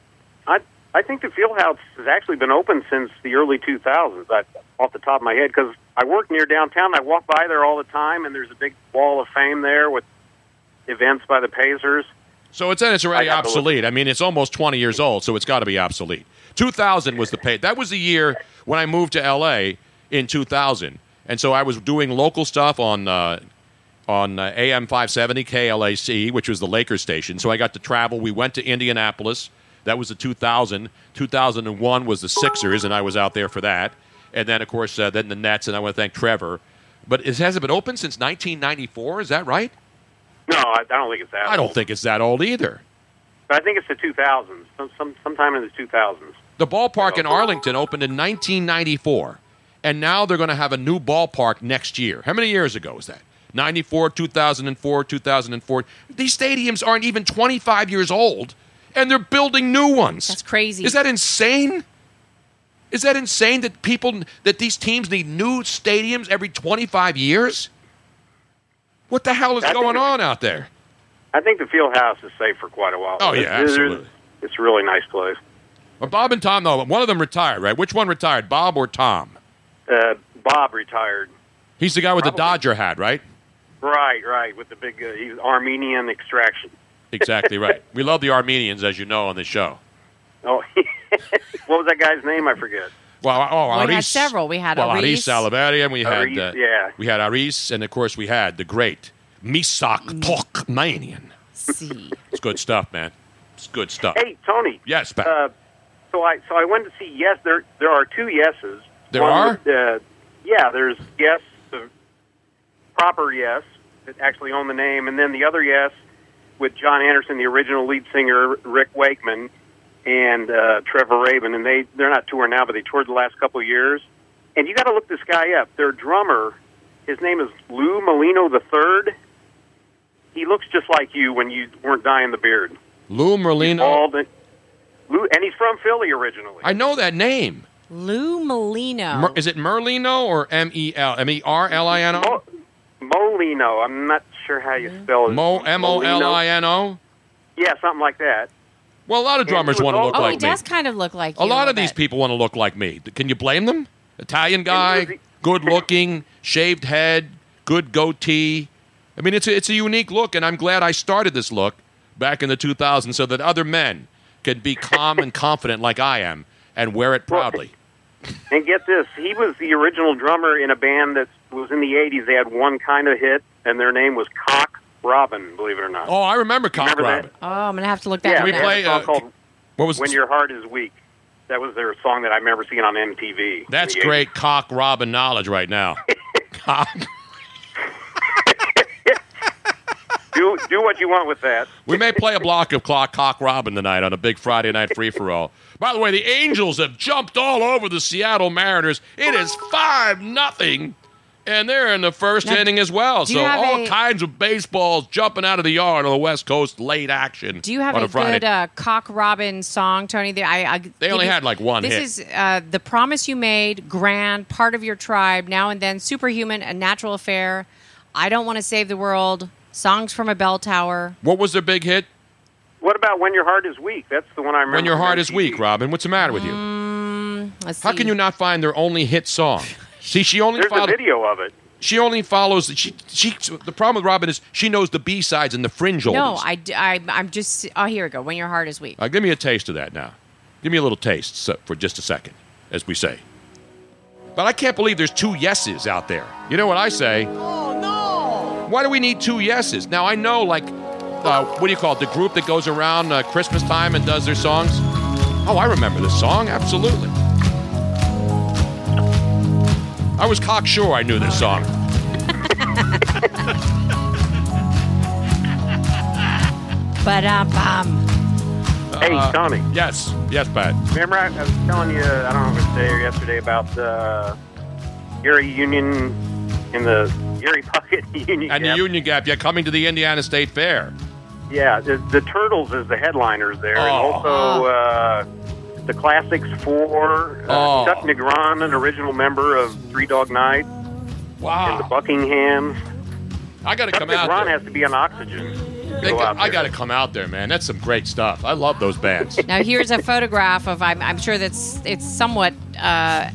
I I think the field house has actually been open since the early 2000s. I, off the top of my head, because I work near downtown, I walk by there all the time, and there's a big wall of fame there with events by the Pacers.
So it's and it's already
I have to look.
obsolete. I mean, it's almost 20 years old, so it's got to be obsolete. 2000 was the pay. That was the year when I moved to LA in 2000, and so I was doing local stuff on uh, on uh, AM 570 KLAC, which was the Lakers station. So I got to travel. We went to Indianapolis. That was the 2000. 2001 was the Sixers, and I was out there for that. And then, of course, uh, then the Nets, and I want to thank Trevor. But it hasn't been open since 1994. Is that right?
No, I, I don't think it's that.
I don't
old.
think it's that old either.
But I think it's the 2000s, some, some sometime in the 2000s.
The ballpark in Arlington opened in 1994, and now they're going to have a new ballpark next year. How many years ago was that? 94, 2004, 2004. These stadiums aren't even 25 years old, and they're building new ones.
That's crazy.
Is that insane? Is that insane that people that these teams need new stadiums every 25 years? What the hell is
That's-
going on out there?
I think the field house is safe for quite a while.
Oh, yeah,
It's-
absolutely.
It's a really nice place.
Well, Bob and Tom, though, one of them retired, right? Which one retired, Bob or Tom?
Uh, Bob retired.
He's the guy with the
Probably.
Dodger hat, right?
Right, right. With the big uh, he was Armenian extraction.
Exactly right. We love the Armenians, as you know, on this show.
Oh, what was that guy's name? I forget.
Well, oh,
We had
Aris-
several. We had
well,
Aris.
Aris Salivarian. We had
Aris,
uh,
yeah.
we had Aris, and of course we had the great
Mm.
Misak Tokmanian.
See.
It's good stuff, man. It's good stuff.
Hey, Tony.
yes, Pat.
Uh, so I so I went to see yes. There there are two yeses.
There
One
are?
with, uh, yeah, there's yes, the proper yes that actually own the name, and then the other yes with John Anderson, the original lead singer, Rick Wakeman, and uh, Trevor Rabin, and they they're not touring now, but they toured the last couple of years. And you got to look this guy up. Their drummer, his name is Lou Molino the Third. He looks just like you when you weren't dyeing the beard.
Lou Merlino.
Bald and, Lou, and he's from Philly originally.
I know that name.
Lou Molino.
Mer- is it Merlino or M E L M E R L I N O?
Mo, Molino. I'm not sure how you spell it.
Mo M O L I N O.
Yeah, something like that.
Well, a lot of
Yeah,
drummers
he was
want to
all-
look
oh,
like
he
me.
does kind of look like
A
you
lot of
bit.
these people want to look like me. Can you blame them? Italian guy,
And Lizzie-
good looking, shaved head, good goatee. I mean, it's a, it's a unique look, and I'm glad I started this look back in the 2000s so that other men could be calm and confident like I am and wear it proudly.
And get this, he was the original drummer in a band that was in the 80s. They had one kind of hit, and their name was Cock Robin, believe it or not.
Oh, I remember Cock
Remember that?
Robin.
Oh, I'm gonna have to look that.
yeah,
up
we
they had
now.
a
play,
song
uh,
called
What was
When Your Heart Is Weak. That was their song that I remember seeing on MTV. in
That's
the 80s.
great Cock Robin knowledge right now. Cock.
Do, do what you want with that.
We may play a block of clock cock robin tonight on a big Friday night free for all. By the way, the Angels have jumped all over the Seattle Mariners. It is five nothing, and they're in the first
Now,
inning as well.
do you
So
have
all
a-
kinds of baseballs jumping out of the yard on the West Coast late action.
Do you have
on
a,
a, Friday?
good uh, cock robin song, Tony? That I, I
They
give
only
you-
had, like, one
This
hit.
is uh, the promise you made, grand, part of your tribe, now and then, superhuman, a natural affair. I don't want to save the world. Songs from a bell tower.
what was their big hit?
What about When Your Heart Is Weak? That's the one I remember.
When your
from
heart is
MTV.
weak, Robin. What's the matter with you?
Mm. Let's
How
see.
can you not find their only hit song? See, she only
There's a
followed.
video of it.
She only follows. She, she. The problem with Robin is she knows the B sides and the fringe.
No,
oldies.
I, d- I, am just. Oh, here we go. When your heart is weak.
Uh, give me a taste of that now. Give me a little taste so, for just a second, as we say. But I can't believe there's two yeses out there. You know what I say? Oh, no! Why do we need two yeses? Now, I know, like, uh, what do you call it? The group that goes around uh, Christmas time and does their songs. Oh, I remember this song, absolutely. I was cocksure I knew this song.
But um, bum.
Hey,
Uh,
Tony.
Yes, yes, Pat.
Remember, I, I was telling you, I don't know if it was today or yesterday, about uh, Gary Union in the Gary Pocket Union.
And
Gap.
the Union Gap, yeah, coming to the Indiana State Fair.
Yeah, the, the Turtles is the headliners there. And
Oh.
also uh, the Classics 4, uh,
Oh.
Chuck Negron, an original member of Three Dog Night, and the
Wow.
Buckingham.
I got to
Chuck
Ah. come out.
Negron
there.
has to be on oxygen. to
They
go out
got- I
there.
got to come out there, man. That's some great stuff. I love those bands.
Now here's a photograph of. I'm, I'm sure that's it's somewhat. Uh,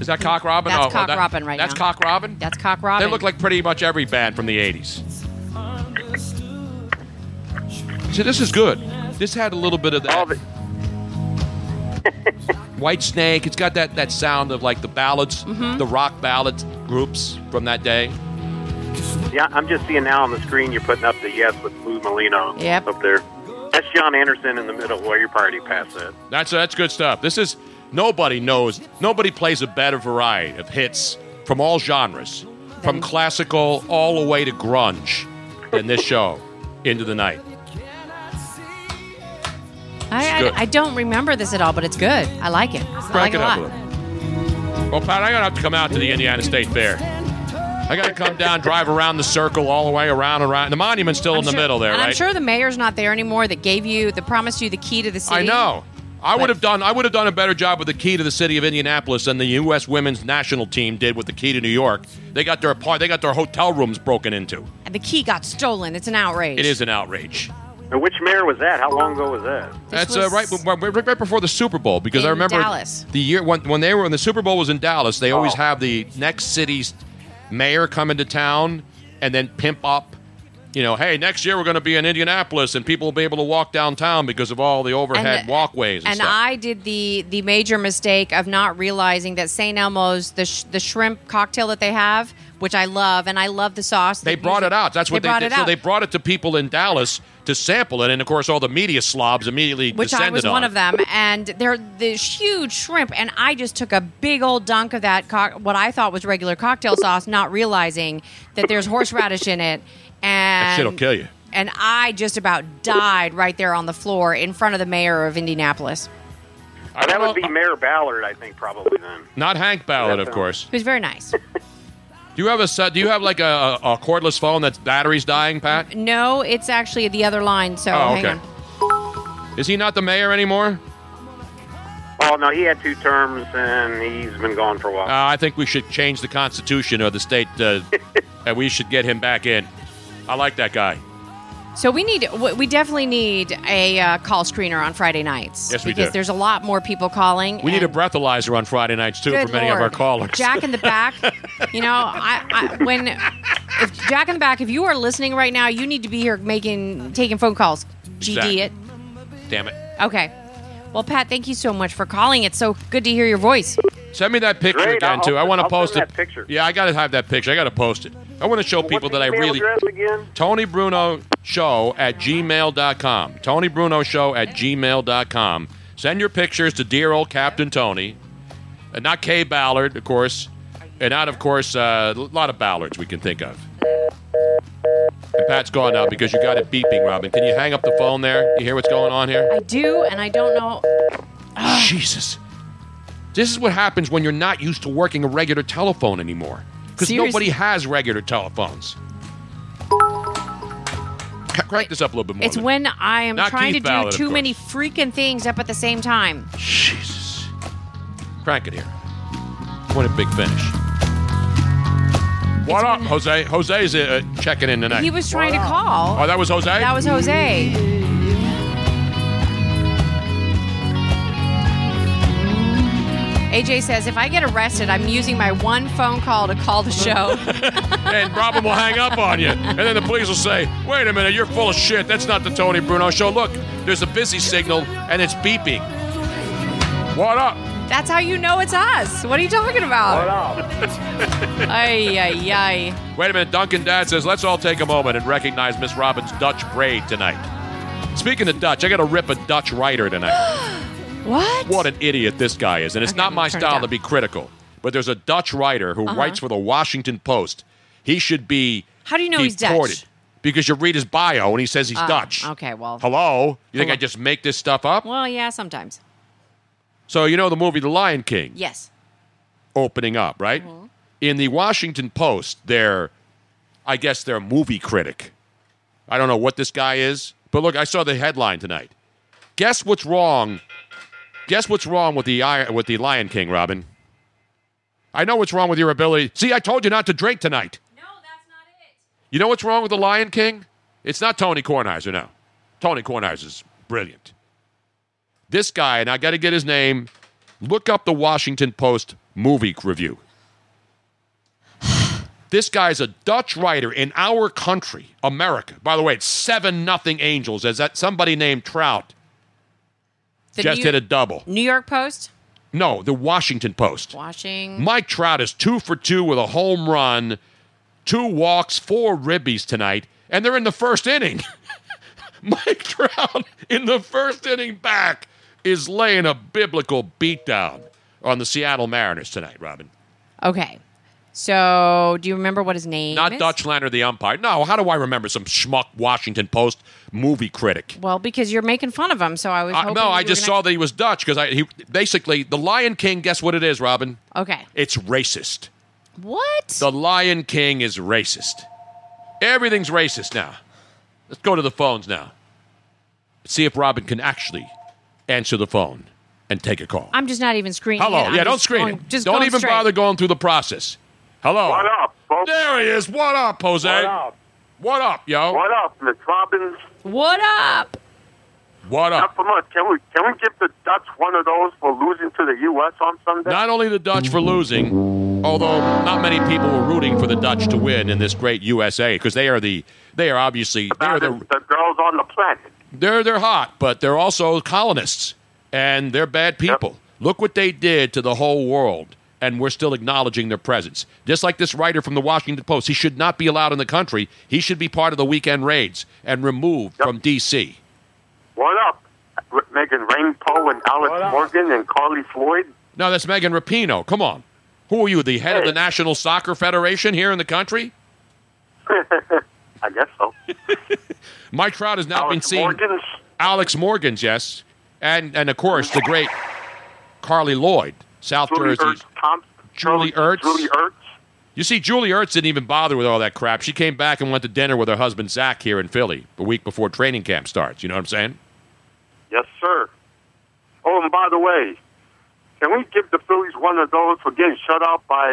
Is that Cock Robin?
That's
oh,
Cock
that-
Robin right
That's
now.
Cock Robin.
that's cock robin.
They look like pretty much every band from the '80s. See, this is good. This had a little bit of
All
that
the,
White Snake. It's got that that sound of like the ballads,
Mm-hmm.
the rock ballad groups from that day.
yeah, I'm just seeing now on the screen you're putting up the yes with Lou Molino
Yep.
up there. That's John Anderson in the middle where you're probably past that.
That's that's good stuff. This is nobody knows. Nobody plays a better variety of hits from all genres, from classical all the way to grunge, than this show, Into the Night.
I,
good.
I, I don't remember this at all, but it's good. I like it. I like
Crank
it a
it
lot.
up a little. Well, Pat, I'm gonna have to come out to the Indiana State Fair. I got to come down, drive around the circle, all the way around and around. The monument's still in the
sure-
middle there,
and
right?
I'm sure the mayor's not there anymore that gave you, that promised you the key to the city.
I know. I would have done. I would have done a better job with the key to the city of Indianapolis than the U.S. Women's National Team did with the key to New York. They got their apart. They got their hotel rooms broken into.
And the key got stolen. It's an outrage.
It is an outrage.
And which mayor was that? How long ago was that?
This
That's uh,
was-
right, b- b- right before the Super Bowl because I
In
remember
Dallas. Oh.
the year when, when they were when the Super Bowl was in Dallas. They always have the next city's mayor come into town and then pimp up. You know, hey, next year we're going to be in Indianapolis and people will be able to walk downtown because of all the overhead walkways and,
and
stuff.
I did the the major mistake of not realizing that St. Elmo's the sh- the shrimp cocktail that they have, which I love, and I love the sauce.
they
that
brought
usually-
it out. That's what they,
brought
did.
It
So
out,
they brought it to people in Dallas to sample it, and of course, all the media slobs immediately
which
descended
I was
on
one
it.
of them, and they're this huge shrimp, and I just took a big old dunk of that cock what I thought was regular cocktail sauce, not realizing that there's horseradish in it, and
That shit'll kill you.
And I just about died right there on the floor in front of the mayor of Indianapolis,
I
Oh, that
don't
would be
know-
Mayor Ballard, I think, probably then.
not Hank Ballard, of
That's, um,
course.
who's very nice.
Do you have a set? Do you have like a, a cordless phone that's batteries dying, Pat?
No, it's actually the other line. So
Oh,
hang
okay.
on.
Is he not the mayor anymore?
Oh no, he had two terms and he's been gone for a while.
Uh, I think we should change the constitution of the state, uh, and we should get him back in. I like that guy.
So we need, w- we definitely need a uh, call screener on Friday nights.
Yes, we
because
do.
there's a lot more people calling.
We need a
and-
breathalyzer on Friday nights too
Good
for many of our
Lord.
callers.
Jack in the back. You know, I, I when if Jack in the back, if you are listening right now, you need to be here making taking phone calls. GD
Exactly.
it.
Damn it!
Okay. Well, Pat, thank you so much for calling. It's so good to hear your voice.
Send me that picture
Great,
again
I'll-
too. I want to
I'll
post
send
it.
that picture.
Yeah, I gotta have that picture. I gotta post it. I want to show people
What's
that I
his email
really.
address again?
Tony Bruno Show at gmail.com. Tony Bruno Show at gmail.com. Send your pictures to dear old Captain Tony. And not Kay Ballard, of course. And not, of course, uh, a lot of Ballards we can think of. And Pat's gone now because you got it beeping, Robin. Can you hang up the phone there? You hear what's going on here?
I do, and I don't know.
Jesus. This is what happens when you're not used to working a regular telephone anymore. Because
Seriously.
nobody has regular telephones. C- Crank this up a little bit more.
It's
man.
when I am
Not
trying
Keith
to
Ballard, of
do too
course.
many freaking things up at the same time.
Jesus. Crank it here. What a big finish. What up, Jose? Jose's uh, checking in tonight.
He was trying to call.
oh, that was Jose?
That was Jose. AJ says, if I get arrested, I'm using my one phone call to call the show.
and Robin will hang up on you. And then the police will say, wait a minute, you're full of shit. That's not the Tony Bruno show. Look, there's a busy signal and it's beeping. What up?
That's how you know it's us. What are you talking about? Ay, ay, ay.
Wait a minute, Duncan Dad says, let's all take a moment and recognize Miss Robin's Dutch braid tonight. Speaking of Dutch, I got to rip a Dutch writer tonight.
What?
what an idiot this guy is. And it's
Okay,
not my
turn it
style
down.
to be critical, but there's a Dutch writer who writes for the Washington Post. He should be.
How do you know he's Dutch? Ah,
deported Because you read his bio and he says he's Dutch.
Uh, okay, well-
Hello? You think
Hello.
I just make this stuff up?
Well, yeah, sometimes.
So, you know the movie The Lion King?
Yes.
opening up, right? In the Washington Post, their, I guess their movie critic. I don't know what this guy is, but look, I saw the headline tonight. Guess what's wrong? Guess what's wrong with the I- with the Lion King, Robin? I know what's wrong with your ability. See, I told you not to drink tonight.
No, that's not it.
You know what's wrong with the Lion King? It's not Tony Kornheiser now. Tony Kornheiser's brilliant. This guy, and I got to get his name. Look up the Washington Post movie review. This guy's a Dutch writer in our country, America. By the way, it's seven nothing Angels. As that somebody named Trout
The
just
New,
hit a double.
New York Post?
No, the Washington Post.
Watching.
Mike Trout is two for two with a home run, two walks, four ribbies tonight, and they're in the first inning. Mike Trout in the first inning back is laying a biblical beatdown on the Seattle Mariners tonight, Robin.
Okay. So, do you remember what his name
Not
is?
Dutch Lander the umpire. No, how do I remember some schmuck Washington Post movie critic?
Well, because you're making fun of him, so I was.
I,
hoping
Uh, no,
you
I
were
just
gonna-
saw that he was Dutch because I he, basically the Lion King. Guess what it is, Robin?
Okay.
It's racist.
What?
The Lion King is racist. Everything's racist now. Let's go to the phones now. See if Robin can actually answer the phone and take a call.
I'm just not even screening.
Hello.
it. I'm
yeah, don't
just
screen
going-
it.
Just
don't
going
even
straight.
bother going through the process. Hello.
What up, folks?
There he is. What up, Jose?
What up?
What up, yo?
What up, Miss Robbins?
What up?
What up?
Not for much. Can we can we give the Dutch one of those for losing to the U.S. on Sunday?
Not only the Dutch for losing, although not many people were rooting for the Dutch to win in this great USA because they are the they are obviously they are
About
the,
the, the girls on the planet.
they're they're hot, but they're also colonists and they're bad people. Look what they did to the whole world, and we're still acknowledging their presence. Just like this writer from the Washington Post, he should not be allowed in the country. He should be part of the weekend raids and removed from D.C.
What up, R- Megan Rainbow and Alex Morgan and Carly Floyd?
No, that's Megan Rapino. Come on, who are you, the head of the
Hey.
National Soccer Federation here in the country?
I guess so.
Mike Trout has now been
Alex
seen.
Morgan's.
Alex Morgan's, yes, and and of course the great Carly Lloyd, South
Julie
Jersey.
Ertz Thompson.
Julie Ertz.
Julie Ertz.
You see, Julie Ertz didn't even bother with all that crap. She came back and went to dinner with her husband Zach here in Philly a week before training camp starts. You know what I'm saying?
Yes, sir. Oh, and by the way, can we give the Phillies one of those for getting shut out by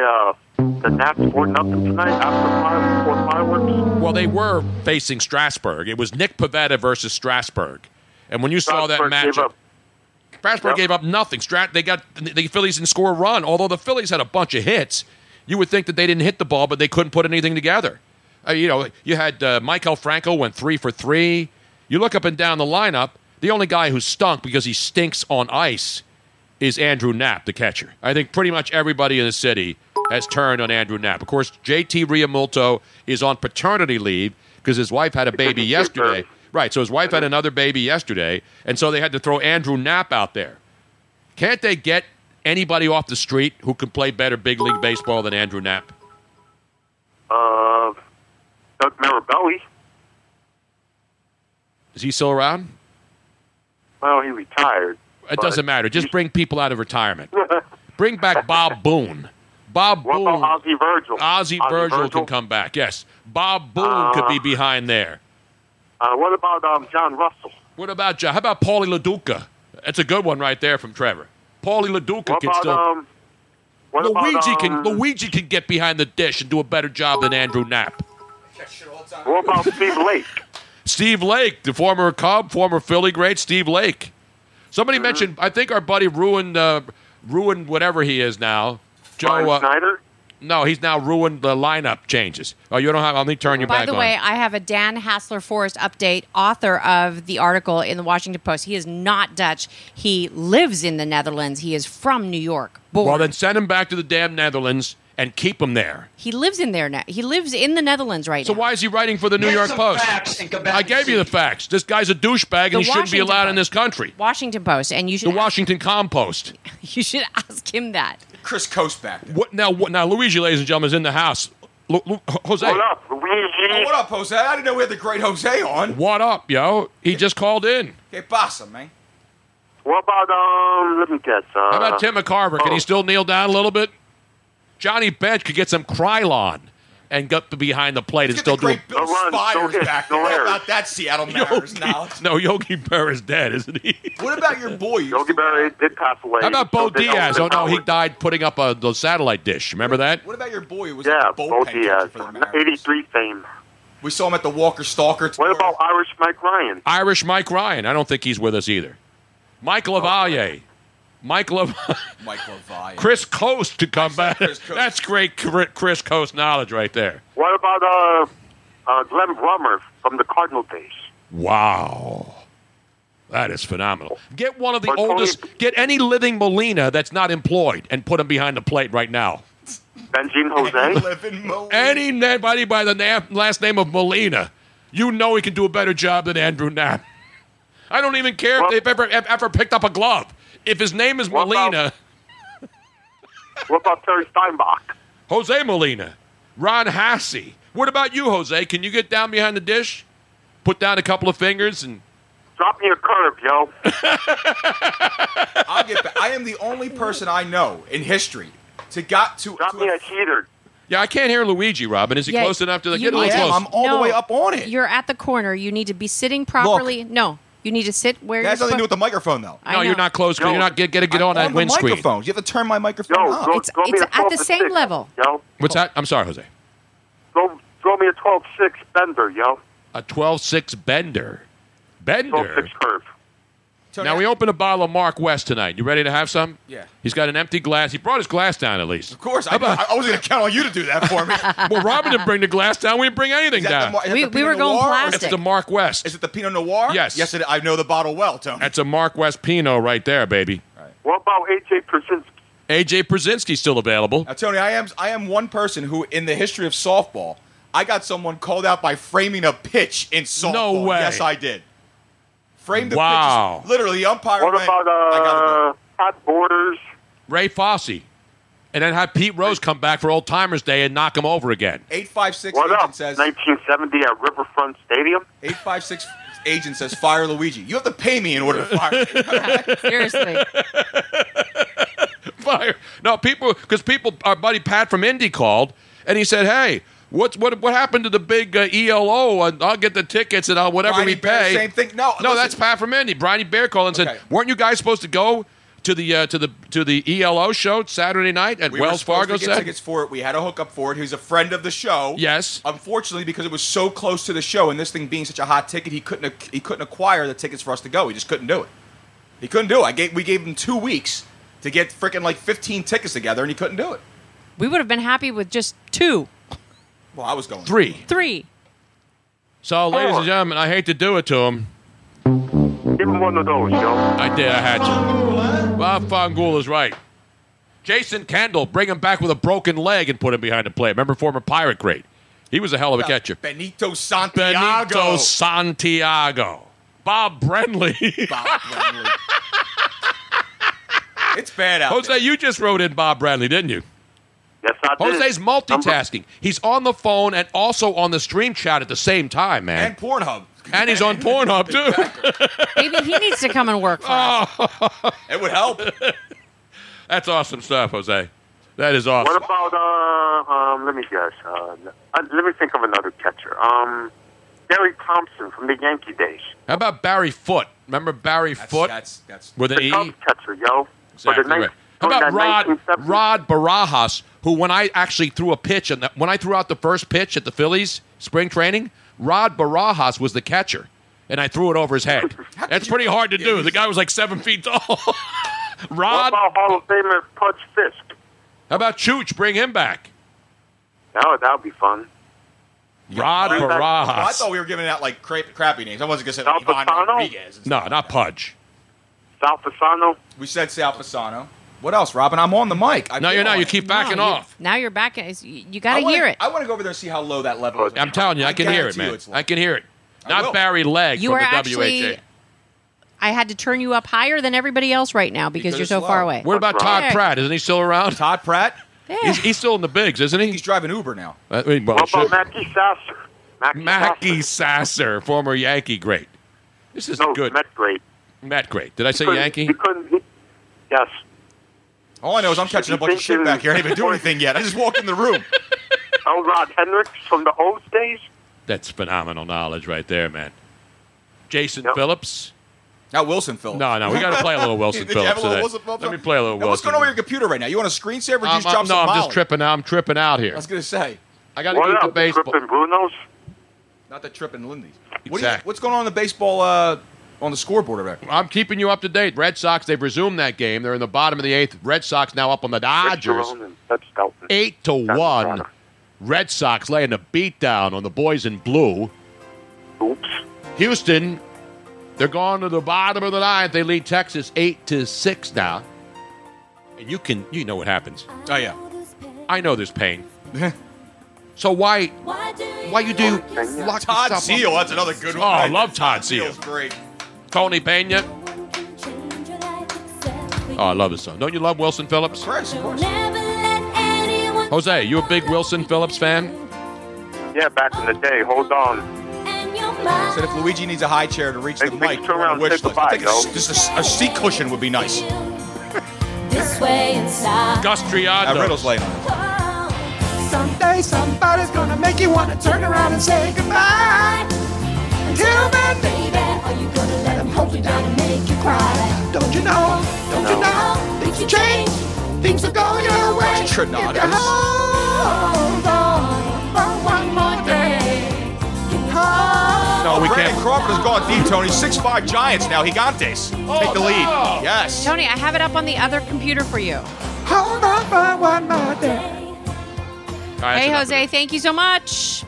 uh, the Nats for nothing tonight after five, four fireworks?
Well, they were facing Strasburg. It was Nick Pavetta versus Strasburg, and when you saw that
Strasburg gave
matchup,
up.
Strasburg
Yep.
gave up nothing. Strat they got the Phillies didn't score a run. Although the Phillies had a bunch of hits, you would think that they didn't hit the ball, but they couldn't put anything together. Uh, you know, you had uh, Michael Franco went three for three. You look up and down the lineup. The only guy who stunk because he stinks on ice is Andrew Knapp, the catcher. I think pretty much everybody in the city has turned on Andrew Knapp. Of course, JT Riamulto is on paternity leave because his wife had a baby
Because he's
yesterday.
dirt.
Right, so his wife had another baby yesterday, and so they had to throw Andrew Knapp out there. Can't they get anybody off the street who can play better big league baseball than Andrew Knapp?
Uh, Doug Marabelli.
Is he still around?
Well, he retired.
It
but-
doesn't matter. Just bring people out of retirement. bring back Bob Boone. Bob
What
Boone.
about Ozzy Virgil?
Ozzie Virgil, can come back. Yes, Bob Boone could
Ah.
be behind there.
Uh, what about um, John Russell?
What about Jo- how about Paulie LaDuca? That's a good one right there from Trevor. Paulie LaDuca
What
can
about
still.
um? What
Luigi
about,
can
um,
Luigi can get behind the dish and do a better job than Andrew Knapp.
What about Steve Lake?
Steve Lake, the former Cub, former Philly great, Steve Lake.
Mm-hmm.
Somebody mentioned, I think our buddy ruined uh, ruined whatever he is now.
Brian
Joe, uh,
Snyder.
no, he's now ruined the lineup changes. Oh, you don't have. Let me turn you
By
back
the
on.
way, I have a Dan Hassler Forrest update, author of the article in the Washington Post. He is not Dutch. He lives in the Netherlands. He is from New York. Born.
well, then send him back to the damn Netherlands and keep him there.
he lives in there now. He lives in the Netherlands right
So
now.
why is he writing for the New
Get
York
some
Post?
facts and come back
I
and
gave you the
see.
facts. This guy's a douchebag and
The
he shouldn't be
Washington
allowed
Post.
in this country.
Washington Post, and you
The
should
Washington Compost.
you should ask him that.
Chris Coast back there.
What now? What now? Luigi, ladies and gentlemen, is in the house. Lu- Lu- Jose,
What up, Luigi?
Oh, what up, Jose? I didn't know we had the great Jose on.
what up, yo? He just called in.
Que pasa, man?
What about um? Let me guess. Uh,
How about Tim McCarver? Can he
oh.
still kneel down a little bit? Johnny Bench could get some Krylon and get behind the plate and
Get
still
the
do.
great Bill
Don't run, don't
Spires
hit,
back there.
don't
What
hit.
about that Seattle Mariners knowledge?
No, Yogi Berra is dead, isn't he?
What about your boy? you
Yogi Berra did pass away.
How about
So
Bo
did
Diaz? Oh
Elton
no, he
Howard.
died putting up a the satellite dish. Remember that?
What about your boy who was
Yeah,
like the
Bo
bullpen catcher
Diaz,
for the Mariners?
'83 fame.
We saw him at the Walker Stalker. Tour.
What about Irish Mike Ryan?
Irish Mike Ryan. I don't think he's with us either. Mike Lavalle. Mike Lavalle.
Mike Levi?
Chris Coast to come back.
Chris Coast.
That's great Cri- Chris Coast knowledge right there.
What about uh, uh, Glenn Brummer from the Cardinal days?
Wow. That is phenomenal. Get one of the
But Tony-
oldest, get any living Molina that's not employed and put him behind the plate right now.
Benjamin Jose.
Living Moe.
Any anybody by the na- last name of Molina, you know he can do a better job than Andrew Knapp. I don't even care
Well-
if they've ever, have ever picked up a glove. If his name is
What about-
Molina,
what about Terry Steinbach?
Jose Molina, Ron Hassey. What about you, Jose? Can you get down behind the dish, put down a couple of fingers, and
Drop me a curve, yo.
I'll get back. I am the only person I know in history to got to,
Drop
to
me
a,
a heater.
Yeah, I can't hear Luigi, Robin. Is he
Yeah,
close enough to the
you
get a little
need
close?
to-
I'm all the
No,
way up on it.
You're at the corner. You need to be sitting properly. No, you need to sit where
That has
you're
nothing to do with
supposed-
the microphone, though.
I
no, you're
know.
not close. 'cause You're not get get, get on that
the
windscreen.
microphones. You have to turn my microphone
Yo,
up.
go,
It's-
throw me
it's
a
at the
12 to
same
6,
level.
Yo,
What's that? I'm sorry, Jose.
go, throw me a 12 6 bender, yo.
A 12-6 bender.
12
Bender.
6 curve.
Turn
Now
it-
we opened a bottle of Mark West tonight. You ready to have some?
Yeah.
He's got an empty glass. He brought his glass down at least.
Of course, I, I, I was going to count on you to do that for me. Is
well, Robin didn't bring the glass down. We didn't bring anything
that the
down.
mar- is that
We-
the
we were
Pinot
going
Noir, or
plastic.
That's the Mark West.
Is it the Pinot Noir?
Yes.
Yes, it, I know the bottle well, Tony.
That's a Mark West Pinot right there, baby.
What about AJ Persinski?
AJ Brzezinski's still available.
Now, Tony, I am I am one person who, in the history of softball, I got someone called out by framing a pitch in softball.
way.
Yes, I did. Framed the
Wow.
pitch. Literally, umpire.
What
went,
about
I gotta
uh,
go.
Todd Borders?
Ray Fossey. And then have Pete Rose come back for Old Timers Day and knock him over again.
Eight five six
What
agent
up?
says.
1970 at Riverfront Stadium?
Eight five six agent says fire Luigi. You have to pay me in order to fire. me.
Seriously.
fire. No, people, because people, our buddy Pat from Indy called and he said, "Hey, what's what what happened to the big uh, ELO? And I'll get the tickets and I'll whatever
Briney
we
Bear,
pay."
same thing. No,
no,
listen.
that's Pat from Indy. Briney Bear called and
Okay.
said, "Weren't you guys supposed to go to the uh, to the to the ELO show Saturday night at
We were
Wells
supposed
Fargo?"
to get
said?
tickets for it. We had a hookup for it. He was a friend of the show.
Yes.
Unfortunately, because it was so close to the show, and this thing being such a hot ticket, he couldn't ac- he couldn't acquire the tickets for us to go. He just couldn't do it. He couldn't do it. I gave, we gave him two weeks to get freaking like fifteen tickets together, and he couldn't do it.
we would have been happy with just two,
Well, I was going
Three.
three.
Oh.
So, ladies and gentlemen, I hate to do it to him.
Give him one of those, yo.
I did. I had to. Bob Fongool is right. Jason Kendall, bring him back with a broken leg and put him behind the plate. Remember, former Pirate great. He was a hell of a catcher.
Benito Santiago.
Benito Santiago. Bob Brenly.
Bob Bradley. it's bad out
Jose,
there.
you just wrote in Bob Bradley, didn't you?
Yes, I
Hmm.
did.
Jose's multitasking. He's on the phone and also on the stream chat at the same time,
and
man.
Pornhub.
And, he's on Pornhub, too.
Maybe he needs to come and work for
Oh,
us.
It would help.
That's awesome stuff, Jose. That is awesome.
What about uh? Um, let me guess. Uh, uh, let me think of another catcher. Um, Gary Thompson from the Yankee days,
How about Barry Foot? Remember Barry
That's,
Foot
That's that's.
with an
the
E?
Cubs catcher, yo. For
Exactly
the
right. How about Rod Rod Barajas, who when I actually threw a pitch and when I threw out the first pitch at the Phillies spring training, Rod Barajas was the catcher, and I threw it over his head. That's pretty hard to do. The guy was like seven feet tall.
What
Rod, how
about Hall of Famer Pudge Fisk?
about Chooch? Bring him back.
No, that would be fun.
Rod
Bring back-
I thought
Barajas.
we were giving out like cra- crappy names. I wasn't gonna say like,
Al
Ivan
Pacano?
Rodriguez. and
No, not Pudge.
Sal Fasano.
We said Sal Fasano. What else, Robin? I'm on the mic. I
No,
feel
you're not.
on
You
it.
keep backing
No, you-
off.
Now you're back. You, you got
I
to
wanna,
hear it.
I want to go over there and see how low that level is.
I'm telling you, I can hear it,
guarantee you
man.
it's low.
I can hear it.
I will.
Not Barry Leg
you are
from the
actually.
WHA.
I had to turn you up higher than everybody else right now because,
Because
you're
it's
so
low.
far away.
What about Todd
There.
Pratt? Isn't he still around?
Todd Pratt.
There.
He's, he's still in the bigs, isn't he?
He's driving Uber now.
I mean, Uh, well,
What
sure.
about Mackey Sasser? Mackey,
Mackie
Sasser.
Sasser, former Yankee great. This is
No,
good. Met,
Met great.
great. Did I say
Couldn't-
Yankee?
He couldn't. He, yes.
All I know is I'm catching a bunch of shit back here. I ain't even doing anything yet. I just walked in the room.
L. Rod Hendricks from the old days.
That's phenomenal knowledge right there, man. Jason
Yep.
Phillips?
Now Wilson Phillips.
No, no, we got to play a little Wilson
Did you have
Phillips
a little
today.
Wilson Phillips?
Let me play a little
Now, What's
Wilson.
going on with your computer right now? You on a screensaver? Or you
I'm-
just drop
I'm- no,
some
I'm just
knowledge?
tripping out. I'm tripping out
I
here.
was gonna say,
I got to
What
keep the
up,
baseball.
Griffin Brunos?
not the tripping Lindy. What do you,
Exactly.
what's going on in the baseball uh, on the scoreboard over there?
I'm keeping you up to date. Red Sox, they've resumed that game. They're in the bottom of the eighth. Red Sox now up on the Dodgers.
Rick Barone and Ted Skelton.
Eight to
That's
one.
Toronto.
Red Sox laying a beatdown on the boys in blue.
Oops.
Houston, they're going to the bottom of the ninth. They lead Texas eight to six now. And you can you know what happens.
Oh yeah.
I know there's pain. So why why you do
Pena.
lock
Todd
yourself up?
Seal. That's another good one.
Oh, I
right
love
there.
Todd
Seal's
Seal.
great.
Tony Pena. Oh, I love his son. Don't you love Wilson Phillips?
Chris, of course.
Jose, you a big Wilson Phillips fan?
Yeah, back in the day. Hold on.
Said if Luigi needs a high chair to reach
Hey,
the
hey,
mic,
turn
we're on
around,
a wish
say
list.
goodbye,
I think
yo.
a, just a, a seat cushion would be nice.
This way inside.
Gus
That
Triando.
riddle's laying on. it.
Someday somebody's gonna make you wanna turn around and say goodbye. Until then, baby, are you gonna let them hold you down and make you cry? Don't you know? Don't you know? Things will change. Things will go your way.
Sure not.
If you hold on for one more day. You hold
No, we
Brandon
can't.
Crawford has gone deep, Tony. 6'5 Giants now. Gigantes.
Oh,
Take the lead. Yes.
Tony, I have it up on the other computer for you.
Hold on for one more day.
All right,
Hey,
that's enough of
Jose, thank you so much.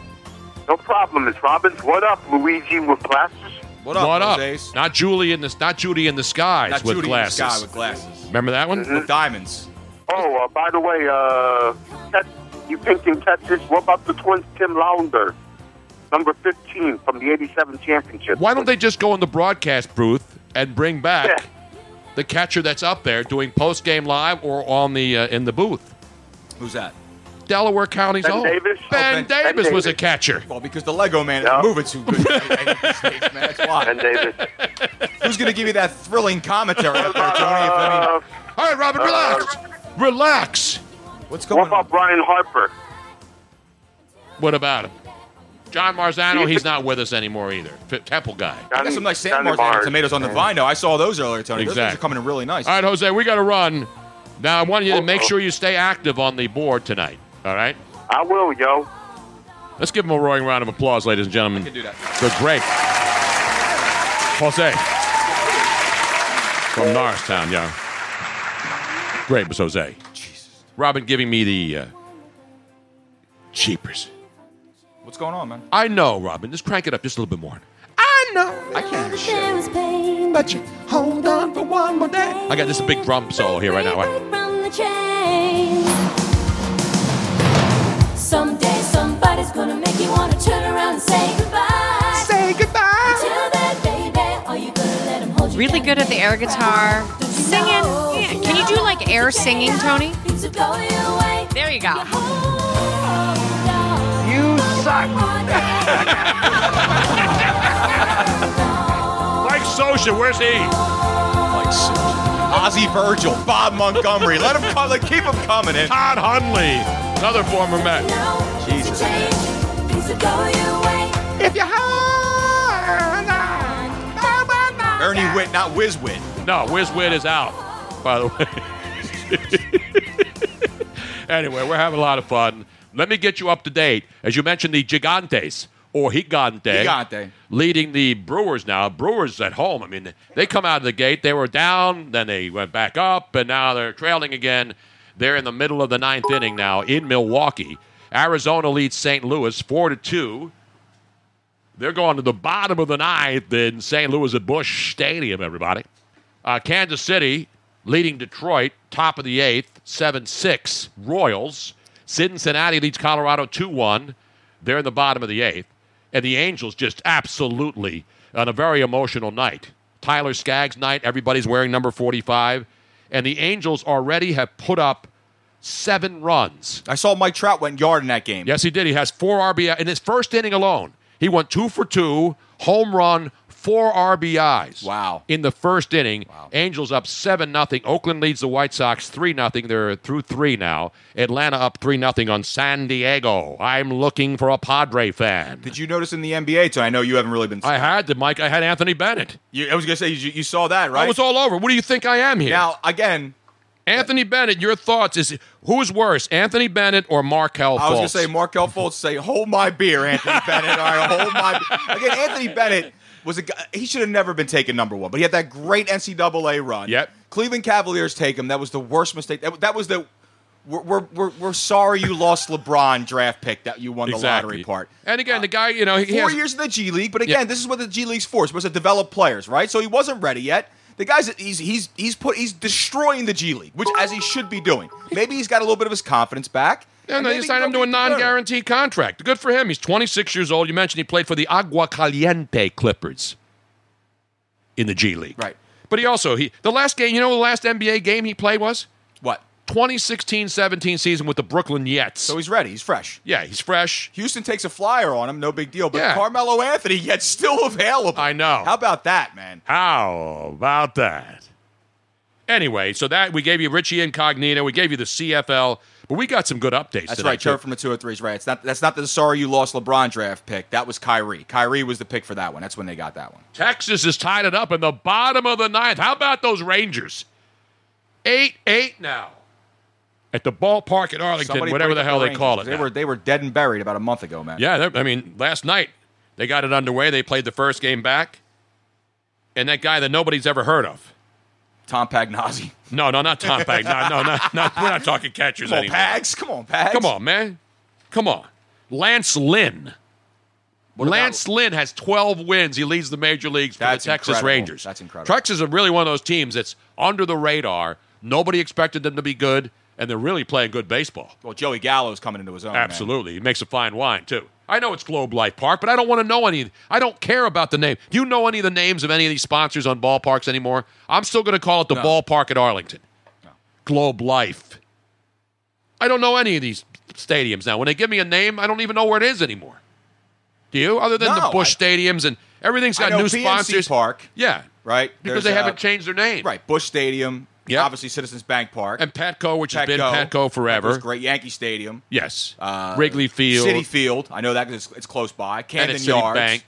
No problem, Miss Robbins. What up, Luigi with glasses?
What
it.
up,
What up?
Jose's?
Not Julie in the not Judy in the skies
Not
with
Judy in the
glasses.
sky with glasses.
Remember that one?
With diamonds.
Oh, uh, by the way, uh, cat, you picked and catch this. What about the twins, Tim Launder, number 15 from the 87 championship?
Why don't they just go in the broadcast booth and bring back
Yeah.
the catcher that's up there doing post game live or on the uh, in the booth?
Who's that?
Delaware County's
Ben
own
Davis?
Ben,
Oh, Ben-
Davis
Ben
was a
Davis.
catcher.
Well, because the Lego man
Yeah.
is moving too good. I hate these things, man. That's why.
uh,
And Davis.
Who's going to give you that thrilling commentary up there, Tony? If, I
uh,
All right, Robin, relax, relax.
mean, what's
what
going on?
about Brian Harper?
What about him? John Marzano,
He's-
he's not with us anymore either. F- Temple guy.
I got some nice San Marzano tomatoes on the vine, though. I saw those earlier, Tony. Those things
Exactly.
are coming in really nice.
All right, Jose, we got to run. Now, I want you to make
Uh-oh.
sure you stay active on the board tonight. All right?
I will, yo.
Let's give him a roaring round of applause, ladies and gentlemen.
can do that.
The great Jose from Norristown, yeah. Great was Jose.
Jesus.
Robin giving me the uh, cheapers.
What's going on, man?
I know, Robin. Just crank it up just a little bit more.
I can't. Shit.
But you hold on for one more day.
I got this big drum solo here right now. All right.
Someday somebody's gonna make you wanna turn around and say goodbye.
Say goodbye.
Till then, baby, are you gonna let 'em hold you
Really
down
good at
and
the
make
air
you cry?
guitar.
Don't you
Singing.
know,
Yeah.
you
Can you do
know,
like air
if you
singing,
can't,
Tony?
things will go your way.
There you go.
You suck.
Mike Sosa, where's he?
Like shit. Ozzy Virgil, Bob Montgomery. Let him come. Like, keep him coming in.
Todd Hunley, another former Met.
Jesus.
If you hold on for one more
Ernie Witt, not Wiz Witt.
No, Wiz Wit is out, by the way. anyway, we're having a lot of fun. Let me get you up to date. As you mentioned, the Gigantes or Gigante,
Gigante.
leading the Brewers now. Brewers at home. I mean, they come out of the gate. They were down, then they went back up, and now they're trailing again. They're in the middle of the ninth inning now in Milwaukee. Arizona leads St. Louis four to two. They're going to the bottom of the ninth in St. Louis at Bush Stadium, everybody. Uh, Kansas City leading Detroit, top of the eighth, 7 6, Royals. Cincinnati leads Colorado 2 1. They're in the bottom of the eighth. And the Angels just absolutely on a very emotional night. Tyler Skaggs night, everybody's wearing number 45. And the Angels already have put up seven runs.
I saw Mike Trout went yard in that game.
Yes, he did. He has four RBI in his first inning alone. He went two for two, home run, four RBIs.
Wow.
In the first inning, Angels up seven nothing. Oakland leads the White Sox three nothing. They're through three now. Atlanta up three nothing on San Diego. I'm looking for a Padre fan.
Did you notice in the NBA tonight? I know you haven't really been.
I had to, Mike. I had Anthony Bennett.
you, I was gonna say you, you saw that, right?
I was all over. What do you think I am here?
now again,
Anthony Bennett. Your thoughts is who's worse, Anthony Bennett or Markel?
I was gonna
Fultz?
say Markel Fultz say, "Hold my beer, Anthony Bennett." All right, hold my again. Anthony Bennett was a guy. He should have never been taken number one, but he had that great NCAA run.
Yep.
Cleveland Cavaliers take him. That was the worst mistake. That, that was the. We're, we're, we're, we're sorry you lost LeBron draft pick that you won the
exactly.
lottery part. Uh,
And again, the guy, you know, he
four
has,
years in the G League, but again, this is what the G League's for. It's supposed to develop players, right? So he wasn't ready yet. The guy's he's he's he's put he's destroying the G League, which as he should be doing. Maybe he's got a little bit of his confidence back.
Yeah,
and
no, you
maybe
signed him to a
he'll be better.
non-guarantee contract. Good for him. He's 26 years old. You mentioned he played for the Agua Caliente Clippers in the G League.
Right.
But he also he the last game, you know, the last NBA game he played was
What?
2016-17 season with the Brooklyn Nets.
So he's ready. He's fresh.
yeah, he's fresh.
Houston takes a flyer on him, no big deal. But
Yeah.
Carmelo Anthony yet still available.
I know.
How about that, man?
How about that? Anyway, so that we gave you Richie Incognito, we gave you the CFL, but we got some good updates.
That's
today,
right.
too.
Turn from the two or threes. Right. It's not. That's not the sorry you lost LeBron draft pick. That was Kyrie. Kyrie was the pick for that one. That's when they got that one.
Texas is tied it up in the bottom of the ninth. How about those Rangers? 8 8 now at the ballpark at Arlington,
Somebody
whatever
break
the
up
hell they
Rangers.
call it.
They
now.
were they were dead and buried about a month ago, man.
Yeah, they're- I mean, last night they got it underway. They played the first game back, and that guy that nobody's ever heard of.
Tom Pagnozzi.
No, no, not Tom Pag. No, no, not, not, we're not talking catchers
Come on,
anymore.
Pags. Come on, Pags.
Come on, man. Come on. Lance Lynn. Lance Lynn has 12 wins. He leads the major leagues for
That's
the Texas
incredible.
Rangers.
That's incredible.
Texas are really one of those teams that's under the radar. Nobody expected them to be good, and they're really playing good baseball.
Well, Joey Gallo's coming into his own. Oh, man.
Absolutely. He makes a fine wine, too. I know it's Globe Life Park, but I don't want to know any. I don't care about the name. Do you know any of the names of any of these sponsors on ballparks anymore? I'm still going to call it the ballpark at Arlington. Globe Life. I don't know any of these stadiums now. When they give me a name, I don't even know where it is anymore. Do you? Other than the
No,
Bush
I-
stadiums and everything's
I
got
know
new
PNC
sponsors.
Park,
Yeah.
right?
Because
There's,
they
uh,
haven't changed their name.
Right. Bush Stadium.
Yep.
Obviously, Citizens Bank Park.
And Petco, which has been
Petco.
Petco
That
forever.
was great. Yankee Stadium.
Yes.
Uh,
Wrigley Field.
City Field. I know that because it's, it's close by.
and
Camden
at
Yards.
Citibank.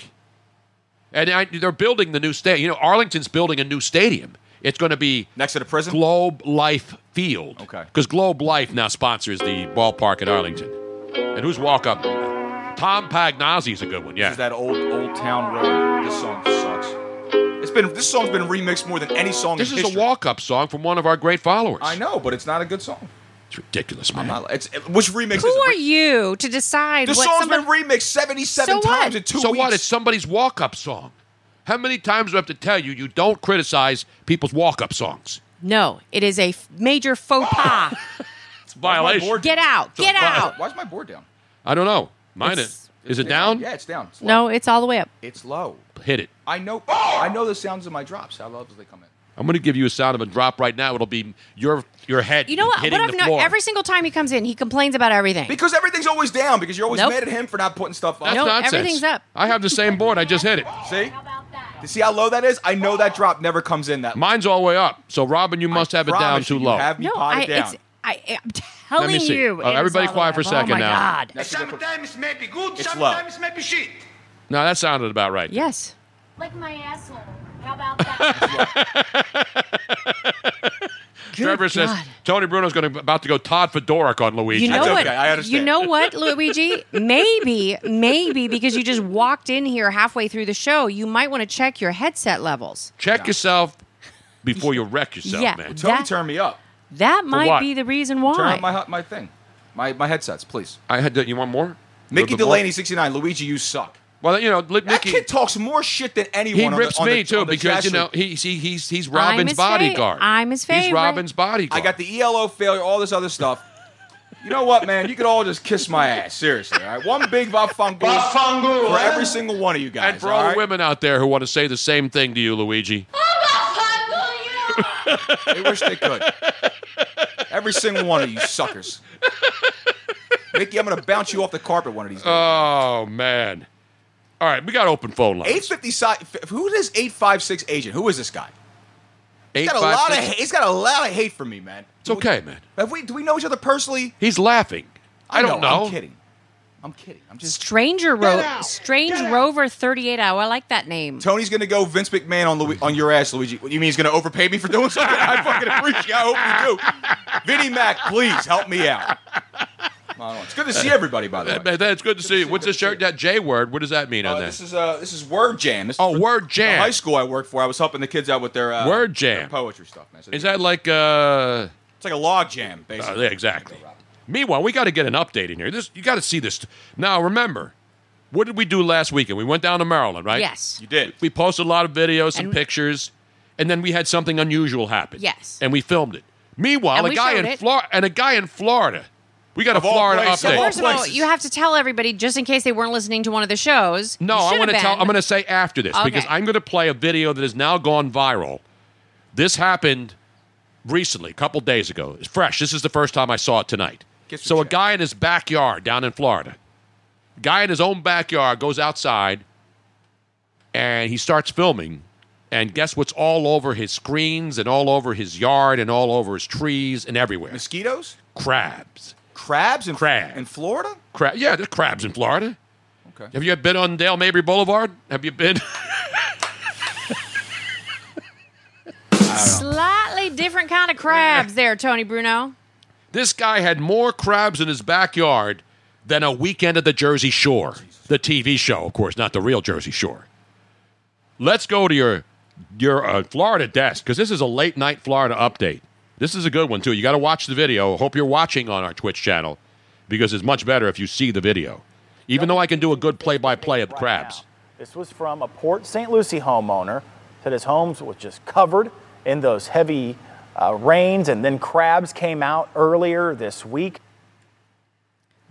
And I, they're building the new stadium. You know, Arlington's building a new stadium. It's going to be
Next to the prison.
Globe Life Field.
Okay.
Because Globe Life now sponsors the ballpark at Arlington. And who's walk up? Tom Pagnozzi's a good one.
This
Yeah.
is that old old town road. This song sucks. It's been this song's been remixed more than any song.
this
in
is a
history.
walk up song from one of our great followers.
I know, but it's not a good song.
It's ridiculous,
I'm
man.
not- it's- it- which remix?
Who
is
are
it?
you to decide
The
what
song's
somebody-
been remixed
So
77
what?
times in two
so
weeks.
what? It's somebody's walk up song. How many times do I have to tell you you don't criticize people's walk up songs?
No, it is a f- major faux
Ah!
pas.
It's a
Why is my
violation.
board-
Get out. Get out.
Why's my board down?
I don't know. Mine
It's-
is. Is it down?
Yeah, it's down. It's low.
No, it's all the way up.
It's low.
Hit it.
I know. I know the sounds of my drops. How low do they come in?
I'm going to give you a sound of a drop right now. It'll be your your head.
You know what? What
Hitting
I've
the
no-
floor.
every single time he comes in, he complains about everything.
Because everything's always down. Because you're always
Nope.
mad at him for not putting stuff up.
That's
No,
nonsense.
everything's up.
I have the same board. I just hit it.
See? You see how low that is? I know that drop never comes in that. low.
Mine's all the way up. So Robin, you must have it down
Promise
too
you, you
low.
Have me
no,
potted
I,
down.
it's, I, I'm
Let me
telling
see.
you.
Oh,
it is
everybody
all the
quiet
way
for a
up.
second
oh my
now.
God.
That's a good-
it may be good,
It's low.
it may be shit.
no, that sounded about right.
Yes.
Lick my asshole. How about that?
Trevor says
God.
Tony Bruno's going to about to go Todd Fedoric on Luigi.
You know
That's
what?
okay, I understand.
You know what, Luigi? maybe, maybe because you just walked in here halfway through the show, you might want to check your headset levels.
Check yourself before you wreck yourself,
Yeah.
man.
Tony
that-
turned me up.
That might
what?
be the reason
Turn
why.
up my my thing, my my headsets, please.
I had. To, you want more?
Mickey
A little bit more?
Delaney, sixty nine. Luigi, you suck.
Well, you know, li-
That
Mickey.
kid talks more shit than anyone.
He
on the-
rips
on the,
me too
on the
because
Jazz
you know
show.
he's he, he's he's
I'm
Robin's
his fa-
bodyguard.
I'm his
He's
favorite.
Robin's bodyguard.
I got the ELO failure, all this other stuff. You know what, man? You could all just kiss my ass, seriously. All right, one big vafangu
Vafangu,
for
eh?
every single one of you guys.
And for all
right?
the women out there who want to say the same thing to you, Luigi,
They wish they could. Every single one of you suckers. Mickey, I'm going to bounce you off the carpet one of these days.
Oh man! All right, we got open phone lines.
Eight fifty side. Who is this eight five six agent? Who is this guy?
Eight
He's got a
five
lot of.
six-
ha- He's got a lot of hate for me, man.
It's okay, man.
Have we? Do we know each other personally?
He's laughing. I, don't know.
I'm kidding. I'm kidding. I'm just.
Stranger Ro- Strange Rover 38 Hour. I like that name.
Tony's gonna go Vince McMahon on Lu- on your ass, Luigi. What, you mean he's gonna overpay me for doing something? I fucking appreciate. I hope you do. Vinnie Mac, please help me out. I don't know. It's good to see everybody, by the way.
That- that- that's good to see you. What's the shirt? That J word. What does that mean on
Uh,
that?
this is uh, this is Word Jam. This is
oh,
for
word
the
jam.
high school I worked for. I was helping the kids out with their uh,
Word
their
Jam.
poetry stuff, man. So
Is
they-
that like? uh
it's like a log jam,
oh,
basically?
yeah, exactly. Meanwhile, we got to get an update in here. This you got to see this. Now, remember, what did we do last weekend? We went down to Maryland, right?
Yes.
You did.
We posted a lot of videos and,
And-
pictures, and then we had something unusual happen.
Yes.
and we filmed it. Meanwhile,
And
a
we
guy
showed
in
it.
Florida and a guy in Florida. We got
Of
a
all
Florida
places,
update.
of all
First of all,
places.
you have to tell everybody just in case they weren't listening to one of the shows.
No,
You
I
should
want to
have
tell.
been.
I'm going to say after this because
Okay.
I'm going to play a video that has now gone viral. This happened recently, a couple days ago. It's fresh. This is the first time I saw it tonight.
Guess
So
we
a
checked.
guy in his backyard down in Florida, guy in his own backyard goes outside, and he starts filming And guess what's all over his screens and all over his yard and all over his trees and everywhere?
Mosquitoes?
crabs.
Crabs in,
Crab.
in Florida?
Crab. Yeah, there's crabs in Florida.
Okay.
Have you been on Dale Mabry Boulevard? Have you been?
Slightly different kind of crabs there, Tony Bruno.
This guy had more crabs in his backyard than a weekend at the Jersey Shore, the TV show, of course, not the real Jersey Shore. Let's go to your your uh, Florida desk because this is a late night Florida update. This is a good one too. You got to watch the video. Hope you're watching on our Twitch channel because it's much better if you see the video. Even though I can do a good play by play of crabs.
This was from a Port St. Lucie homeowner. Said his homes was just covered in those heavy uh, rains, and then crabs came out earlier this week.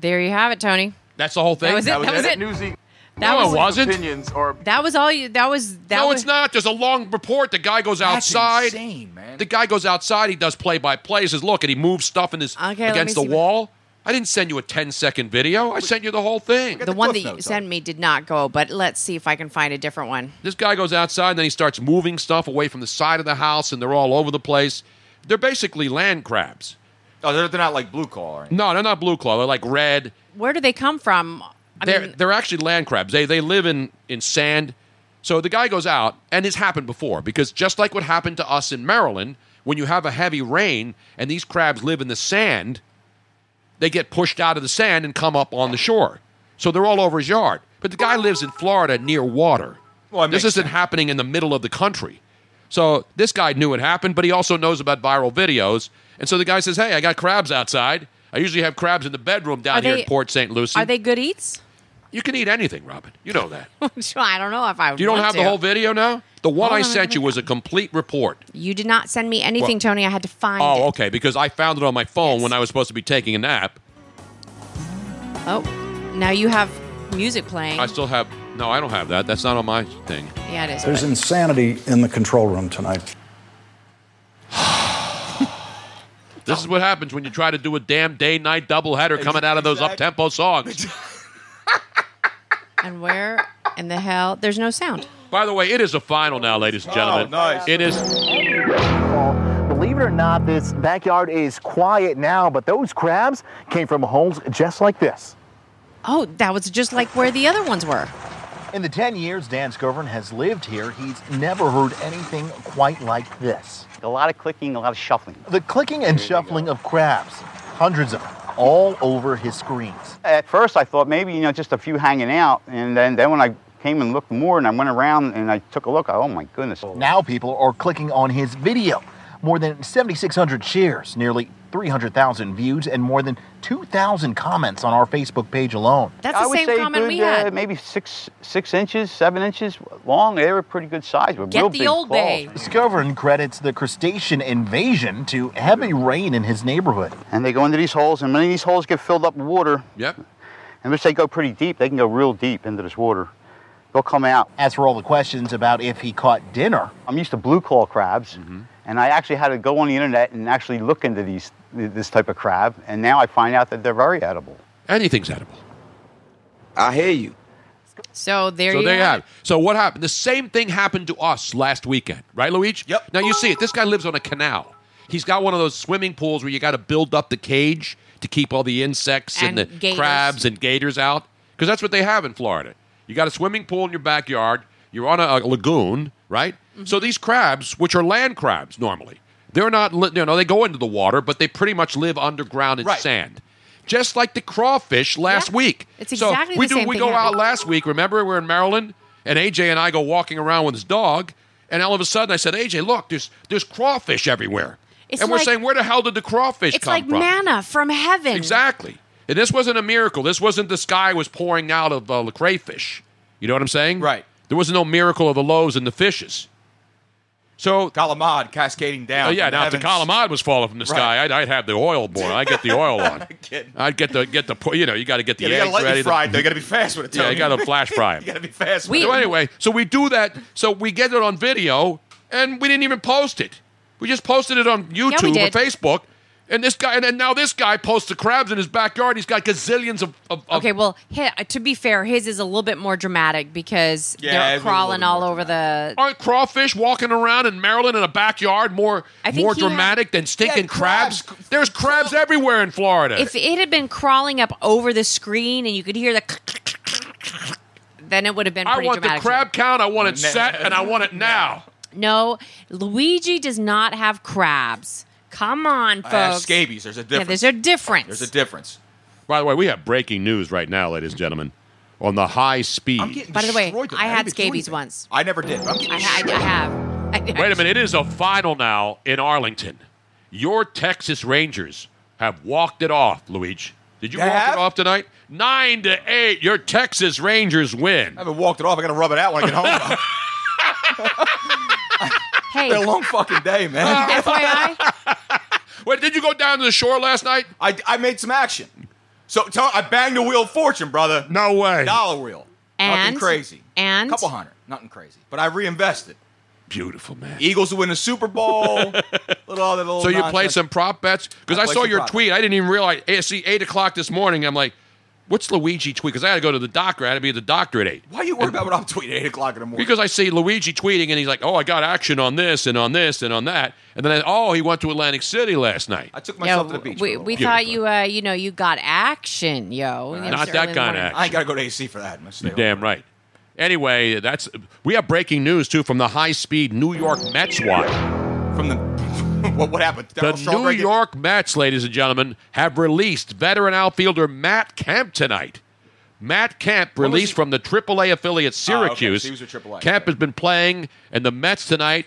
There you have it, Tony.
That's the whole thing.
That was it. That was, it. That
no,
was
it wasn't.
Opinions are
That was all you. That was that.
no,
was,
it's not. There's a long report. The guy goes outside.
insane, man.
The guy goes outside. He does play by play. Says, "Look," and he moves stuff in his
Okay, let
against the
me see what-
wall. I didn't send you a 10 second video. I sent you the whole thing.
The one
cliff
that you
notes
sent me did not go, but let's see if I can find a different one.
This guy goes outside, and then he starts moving stuff away from the side of the house, and they're all over the place. They're basically land crabs.
Oh, they're, they're not like blue collar. or anything.
No, they're not blue claw. They're like red.
Where do they come from? I
they're
mean,
they're actually land crabs. They they live in in sand. So the guy goes out, and it's happened before because just like what happened to us in Maryland, when you have a heavy rain and these crabs live in the sand, they get pushed out of the sand and come up on the shore. So they're all over his yard. But the guy lives in Florida near water.
Well, it
this
makes
isn't happening in the middle of the country. So this guy knew it happened, but he also knows about viral videos. And so the guy says, "Hey, I got crabs outside. I usually have crabs in the bedroom down
Are
here
they-
in Port St. Lucie."
are they good eats?
You can eat anything, Robin. You know that.
I don't know if I.
You don't
want
have
to.
the whole video now? The one
Hold
I
on,
sent
let
you
me-
was a complete report.
You did not send me anything,
What?
Tony. I had to find it.
Oh, okay, because I found it on my phone
Yes.
when I was supposed to be taking a nap.
Oh, now you have music playing.
I still have No, I don't have that. That's not on my thing.
yeah, it is.
There's insanity in the control room tonight.
This is what happens when you try to do a damn day night doubleheader coming out of those up
Exact-
tempo songs.
and where in the hell? There's no sound.
By the way, it is a final now, ladies and gentlemen.
Oh, nice.
It is
Believe it or not, this backyard is quiet now, but those crabs came from holes just like this.
Oh, that was just like where the other ones were.
In the 10 years Dan Scovern has lived here, he's never heard anything quite like this.
a lot of clicking, a lot of shuffling.
The clicking and shuffling of crabs, hundreds of them, all over his screens.
At first, I thought maybe you know just a few hanging out, and then then when I came and looked more, and I went around and I took a look. I, oh my goodness!
Now people are clicking on his video. More than 7,600 shares, nearly 300,000 views, and more than 2,000 comments on our Facebook page alone.
That's
I
the
would
same
say
comment
good,
we
uh,
had.
maybe six six inches, seven inches long. They were pretty good size. With
Get
real
the
big
old
claws.
bay.
Scovern credits the crustacean invasion to heavy rain in his neighborhood.
And they go into these holes, and many of these holes get filled up with water.
Yep.
And if they go pretty deep, they can go real deep into this water. They'll come out.
As for all the questions about if he caught dinner, Mm-hmm.
I'm used to blue claw crabs, and I actually had to go on the internet and actually look into these th- this type of crab, and now I find out that they're very edible.
anything's edible.
I hear you.
So there
So
you
there you
have
have.
it.
it. So what happened? The same thing happened to us last weekend, right, Luigi?
Yep.
Now you see it. This guy lives on a canal. He's got one of those swimming pools where you got to build up the cage to keep all the insects
And
and, the
gators.
crabs and gators out, because that's what they have in Florida. You got a swimming pool in your backyard. You're on a, a lagoon, right?
Mm-hmm.
So these crabs, which are land crabs normally, they're not. Li- you know, they go into the water, but they pretty much live underground in
Right.
sand, just like the crawfish last
Yeah.
week.
It's
So
exactly
we
the
do.
same
we
thing
go out
happened.
last week. Remember, we are in Maryland, and AJ and I go walking around with his dog, and all of a sudden I said, "AJ, look, there's there's crawfish everywhere,"
It's
and we're
like-
saying, "Where the hell did the crawfish
It's
come
like
from?"
manna from heaven.
Exactly. And this wasn't a miracle. This wasn't the sky was pouring out of uh, the crayfish. You know what I'm saying?
Right.
There was no miracle of the loaves and the fishes. So
Calamad cascading down.
Oh yeah,
from the
now if the
heavens.
Kalamad was falling from the sky, I'd, I'd have the oil boil. I'd get the oil on.
Kidding.
I'd get the get the po- you know you got to get the
Yeah, they
eggs
gotta let
ready.
you
the-
fry. it, They gotta be fast with it.
yeah, you
Tony.
got to flash fry 'em.
You gotta be fast.
We-
with
So
it.
anyway, so we do that. So we get it on video, and we didn't even post it. We just posted it on YouTube
did.
or Facebook. And this guy, and then now this guy posts the crabs in his backyard. He's got gazillions of, of, of
Okay, well, hi- to be fair, his is a little bit more dramatic because
Yeah,
they're
it's a little
crawling all over the.
aren't crawfish walking around in Maryland in a backyard more
I think
more
he had-
dramatic than stinking
Yeah,
crabs? There's crabs everywhere in Florida.
If it had been crawling up over the screen and you could hear the, then it would have been.
I
pretty
want the
dramatic.
crab count. I want it
Nah.
set, and I want it now.
No, Luigi does not have crabs. Come on, folks.
I have scabies. There's a difference.
Yeah, there's a difference.
difference.
By the way, we have breaking news right now, ladies and gentlemen, on the high speed.
By the way, I had scabies once.
I never did.
I, ha- I, I have. I,
Wait a minute. It is a final now in Arlington. Your Texas Rangers have walked it off, Luigi. Did you
They
walk
have?
it off tonight? Nine to eight. Your Texas Rangers win.
I haven't walked it off. I got to rub it out when I get home.
hey,
been a long fucking day, man.
FYI,
wait. Did you go down to the shore last night?
I, I made some action. So tell, I banged a wheel of fortune, brother.
No way.
Dollar wheel.
And-
nothing crazy.
and-
couple hundred. Nothing crazy. But I reinvested.
Beautiful man.
Eagles win the Super Bowl. little, other little
So you
nonsense.
played some prop bets because
I
I,
played
saw
some
your
prop
tweet. I didn't even realize. eh, See, eight o'clock this morning. I'm like, what's Luigi tweet? Because I had to go to the doctor. I had to be at the doctor at eight.
Why are you worried about what I'm tweeting at eight o'clock in the morning?
Because I see Luigi tweeting and he's like, oh, I got action on this and on this and on that. And then, I, oh, he went to Atlantic City last night. I
took
yo, we, we thought you, uh, you know, you got action, yo. It was early
Not
in
that
the
kind of
morning.
action. I ain't
got to go to AC for that. Must
You're damn right. Anyway, that's we have breaking news too from the high speed New York Mets wire.
From the what, what happened?
The
Darryl Strawberry
New
get-
York Mets, ladies and gentlemen, have released veteran outfielder Matt Kemp tonight. Matt Kemp,
When was
released
he-
from the AAA affiliate
Oh, okay,
Syracuse.
so he was with AAA,
Kemp has been playing, and the Mets tonight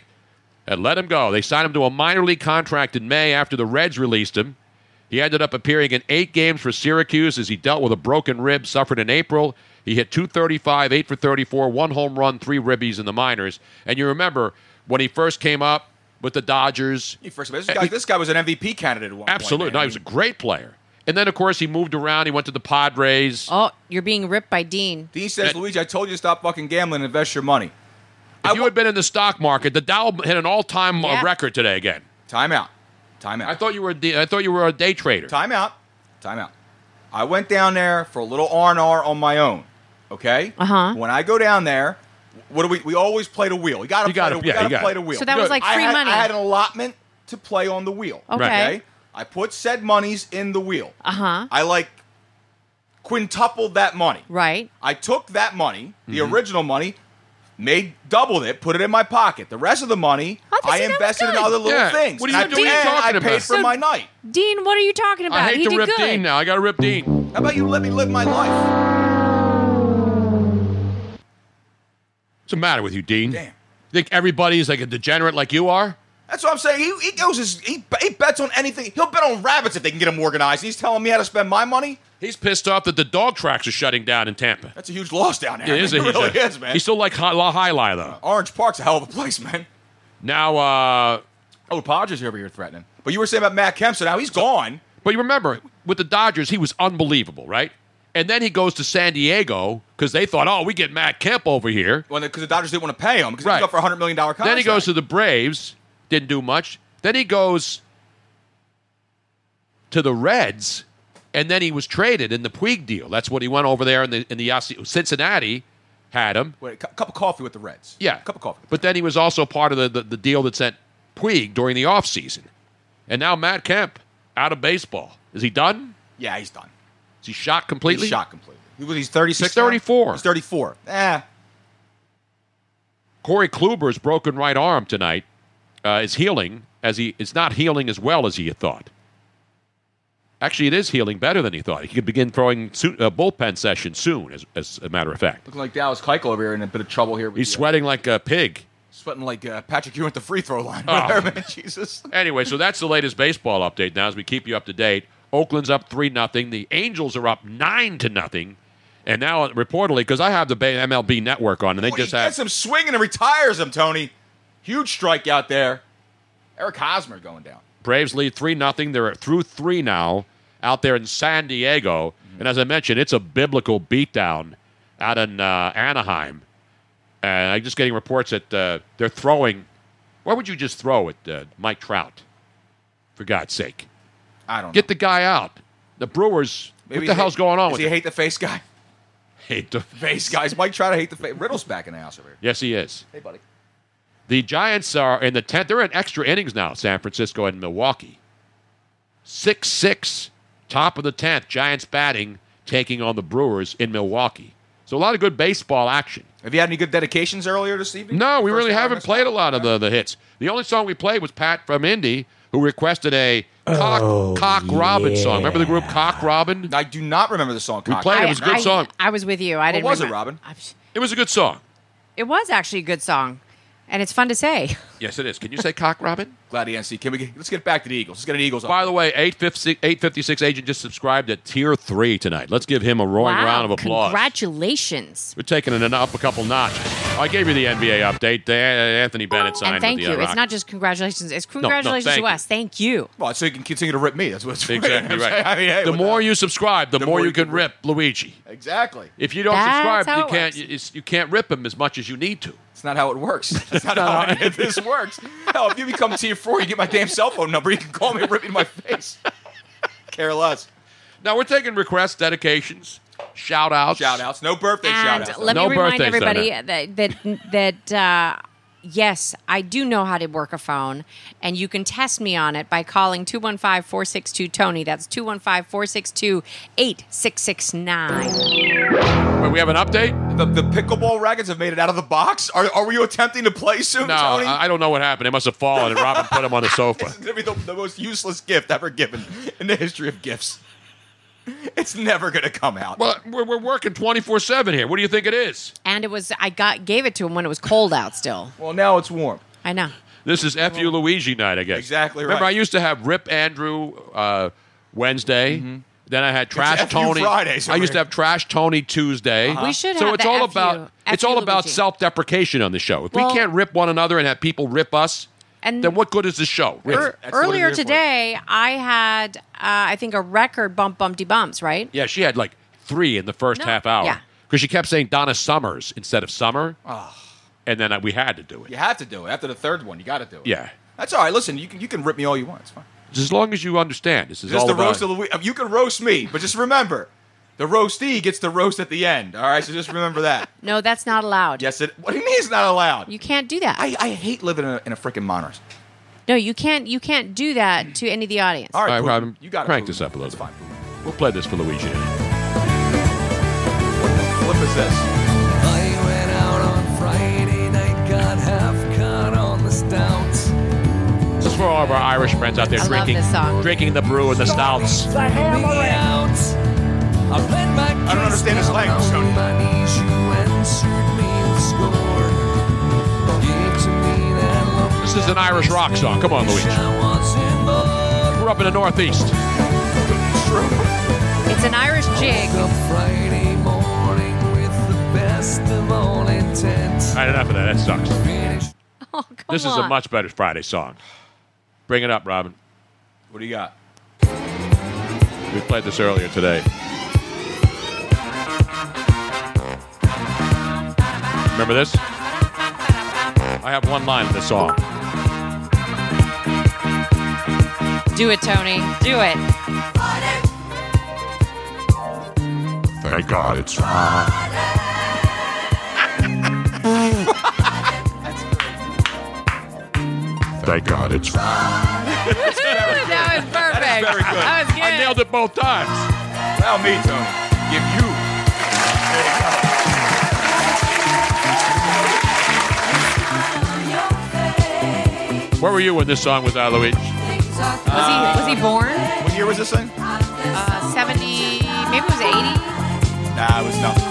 had let him go. They signed him to a minor league contract in May after the Reds released him. He ended up appearing in eight games for Syracuse as he dealt with a broken rib suffered in April. He hit 235, 8 for 34, one home run, three ribbies in the minors. And you remember when he first came up with the Dodgers,
He first this guy, this guy was an MVP candidate at one
Absolutely.
point.
No, he was a great player. And then, of course, he moved around. He went to the Padres.
Oh, you're being ripped by Dean.
Dean says, Luigi, I told you to stop fucking gambling and invest your money.
If you had been in the stock market, the Dow hit an all-time uh
Yeah.
record today again.
Time out. Time out.
I thought you were a de- I thought you were a day trader.
Time out. Time out. I went down there for a little R and R on my own. Okay. Uh
Uh-huh.
huh. When I go down there, what do we? We always play the wheel. You got to
You gotta-
play. the- we
yeah, you
gotta
gotta-
play the wheel.
So that was Good. like
I
free
had-
money.
I had an allotment to play on the wheel.
Okay. Right.
I put said monies in the wheel.
Uh huh.
I like quintupled that money.
Right.
I took that money, the
Mm-hmm.
original money, made doubled it, put it in my pocket. The rest of the money I
see, that was
invested in
good.
other little
Yeah.
things.
What are you
And I-
doing
and
talking
I paid
about?
for
So-
my night.
Dean, what are you talking about?
I hate
he
to
did
rip
good.
Dean now. I got to rip Dean.
How about you let me live my life?
What's the matter with you, Dean? Damn. You think everybody's like a degenerate like you are?
That's what I'm saying. He, he goes his, he, he bets on anything. He'll bet on rabbits if they can get him organized. He's telling me how to spend my money.
He's pissed off that the dog tracks are shutting down in Tampa.
That's a huge loss down there.
It is
It
a huge-
really is, man.
He's still like high, high lie though.
Orange Park's a hell of a place, man.
Now, uh,
oh, Podger's here, but you're threatening. But you were saying about Matt Kemp, so now he's gone.
But you remember with the Dodgers, he was unbelievable, right? And then he goes to San Diego because they thought, oh, we get Matt Kemp over here.
Because the Dodgers didn't want to pay him because he was up for a hundred million dollar contract.
Then he goes to the Braves, didn't do much. Then he goes to the Reds, and then he was traded in the Puig deal. That's what he went over there in the in the Yossi- Cincinnati had him.
Wait, a cu- cup of coffee with the Reds.
Yeah.
cup of coffee.
But then he was also part of the, the, the deal that sent Puig during the offseason. And now Matt Kemp out of baseball. Is he done?
Yeah, he's done.
Is he shot completely?
He's shot completely. He was- he's 36.
He's 34.
now? He's 34. Eh.
Corey Kluber's broken right arm tonight uh, is healing as he it's not healing as well as he had thought. Actually, it is healing better than he thought. He could begin throwing su- uh, bullpen session soon, as, as a matter of fact.
Looking like Dallas Keuchel over here in a bit of trouble here. with
He's
the- uh,
sweating like a pig.
sweating like uh, Patrick Ewing at the free throw line.
Oh.
Whatever, man. Jesus.
Anyway, so that's the latest baseball update now as we keep you up to date. Oakland's up 3 nothing. The Angels are up 9 to nothing. And now, reportedly, because I have the Bay- MLB network on, and they
Boy,
just
he
have.
gets him swinging and retires him. Tony, huge strike out there. Eric Hosmer going down.
Braves lead 3 nothing. They're through 3 now out there in San Diego. And as I mentioned, it's a biblical beatdown out in uh, Anaheim. And I'm just getting reports that uh, they're throwing. Why would you just throw at uh, Mike Trout? For God's sake.
I don't
Get the guy out. The Brewers.
Maybe
what the
he-
hell's going on
does
with
he hate the face guy?
Hate the
face guys. Mike try to hate the face. Riddle's back in the house over here.
Yes, he is.
Hey, buddy.
The Giants are in the tenth. They're in extra innings now. San Francisco and Milwaukee. Six six, top of the tenth. Giants batting, taking on the Brewers in Milwaukee. So a lot of good baseball action.
Have you had any good dedications earlier this evening?
No, we
First
really
hour
haven't
missed?
played a lot of the, the hits. The only song we played was Pat from Indy, who requested a Cock, Cock Robin song. Remember the group Cock Robin?
I do not remember the song.
We
Cock
played it. It was a good
I,
song.
I was with you. I didn't. remem-
It was a good song.
It was actually a good song, and it's fun to say.
Yes, it is. Can you say cock robin?
Glad he answered. Can we get, let's get back to the Eagles. Let's get an Eagles.
By the way, 856, 856 agent just subscribed at tier three tonight. Let's give him a roaring
wow,
round of applause.
Congratulations.
We're taking it up a couple notches. I gave you the NBA update. The uh, Anthony Bennett signed
and thank
with
you.
the
It's
Rockets.
not just congratulations. It's
no,
congratulations
thank
to us. Thank you.
Well, so you can continue to rip me. That's what's
exactly right.
I mean, hey,
the
what
more you subscribe, uh, the, more, you can rip Oh, Luigi.
Exactly.
If you don't
That's
subscribe,
how
you
it
can't you, it's- you can't rip him as much as you need to.
It's not how it works. That's not how any of this works. Hell, if you become tier four, you get my damn cell phone number. You can call me and rip me in my face. Care less.
Now we're taking requests, dedications, shout outs, shout
outs. No birthday
And let me remind everybody that that that uh, yes, I do know how to work a phone, and you can test me on it by calling 215-462-TONY. That's 215-462-8669.
Wait, we have an update?
The, the pickleball rackets have made it out of the box. Are, are we attempting to play soon,
No,
Tony?
I I don't know what happened. It must have fallen, and Robin put him on the sofa.
It's gonna be the, the most useless gift ever given in the history of gifts. It's never gonna come out.
Well, we're, we're working twenty four seven here. What do you think it is?
And it was I got gave it to him when it was cold out still.
Well, now it's warm.
I know.
This is Fu Luigi night, I guess.
Exactly
Remember,
right.
I used to have Rip Andrew uh, Wednesday. Then I had Trash
F.U.
Tony.
Fridays
I
over
used to
here.
have Trash Tony Tuesday.
We should
Uh-huh. so
have
it's
the
all
F.U.
about it's all
F.U.
about
Luigi.
self deprecation on the show. If
Well-
we can't rip one another and have people rip us,
And-
then what good is the show? really?
Er- earlier today, I had uh, I think a record bump bumpty bumps, right?
Yeah, she had like three in the first
No,
half hour.
yeah.
Because she kept saying Donna Summers instead of Summer.
Ah.
And then I, we had to do it.
You have to do it after the third one. You got to do it.
Yeah.
That's all right. Listen, you can you can rip me all you want. It's fine.
As long as you understand, this is
This is
all
the
about.
roast of the week. You can roast me, but just remember, the roastee gets the roast at the end. All right, so just remember that.
No, that's not allowed.
Yes, it. What do you mean it's not allowed?
You can't do that.
I, I hate living in a, in a freaking monarch.
no, you can't. You can't do that to any of the audience.
all right,
Putin,
Robin,
you gotta
crank
Putin.
this up a little bit. We'll play this for Luigi.
What is this?
I went out on Friday night, got half cut on the stouts.
This is for all of our Irish friends out there
I love
drinking,
this song.
drinking the brew and the stouts.
The hammering. I played my I don't understand his language, so my knees, you answered me the score. Gave to me that look
This is an Irish rock song. Come on, Luigi.
I was in love.
We're up in the Northeast.
It's an Irish jig.
Woke up Friday morning with the best of all intent.
All right, enough of that. That sucks.
Oh, come
this is
on.
a much better Friday song. Bring it up, Robin.
What do you got?
We played this earlier today. Remember this? I have one line of this song.
Do it, Tony. Do it.
Thank God it's hot. Thank God it's hot.
that was perfect.
That is very good.
That was
I nailed it both times.
Allow me, Tony. Give you. There you go.
Where were you when this song was out, Luigi?
Was he was he born?
What year was this thing?
Uh, Seventy, maybe it was eighty.
Nah, it was nothing.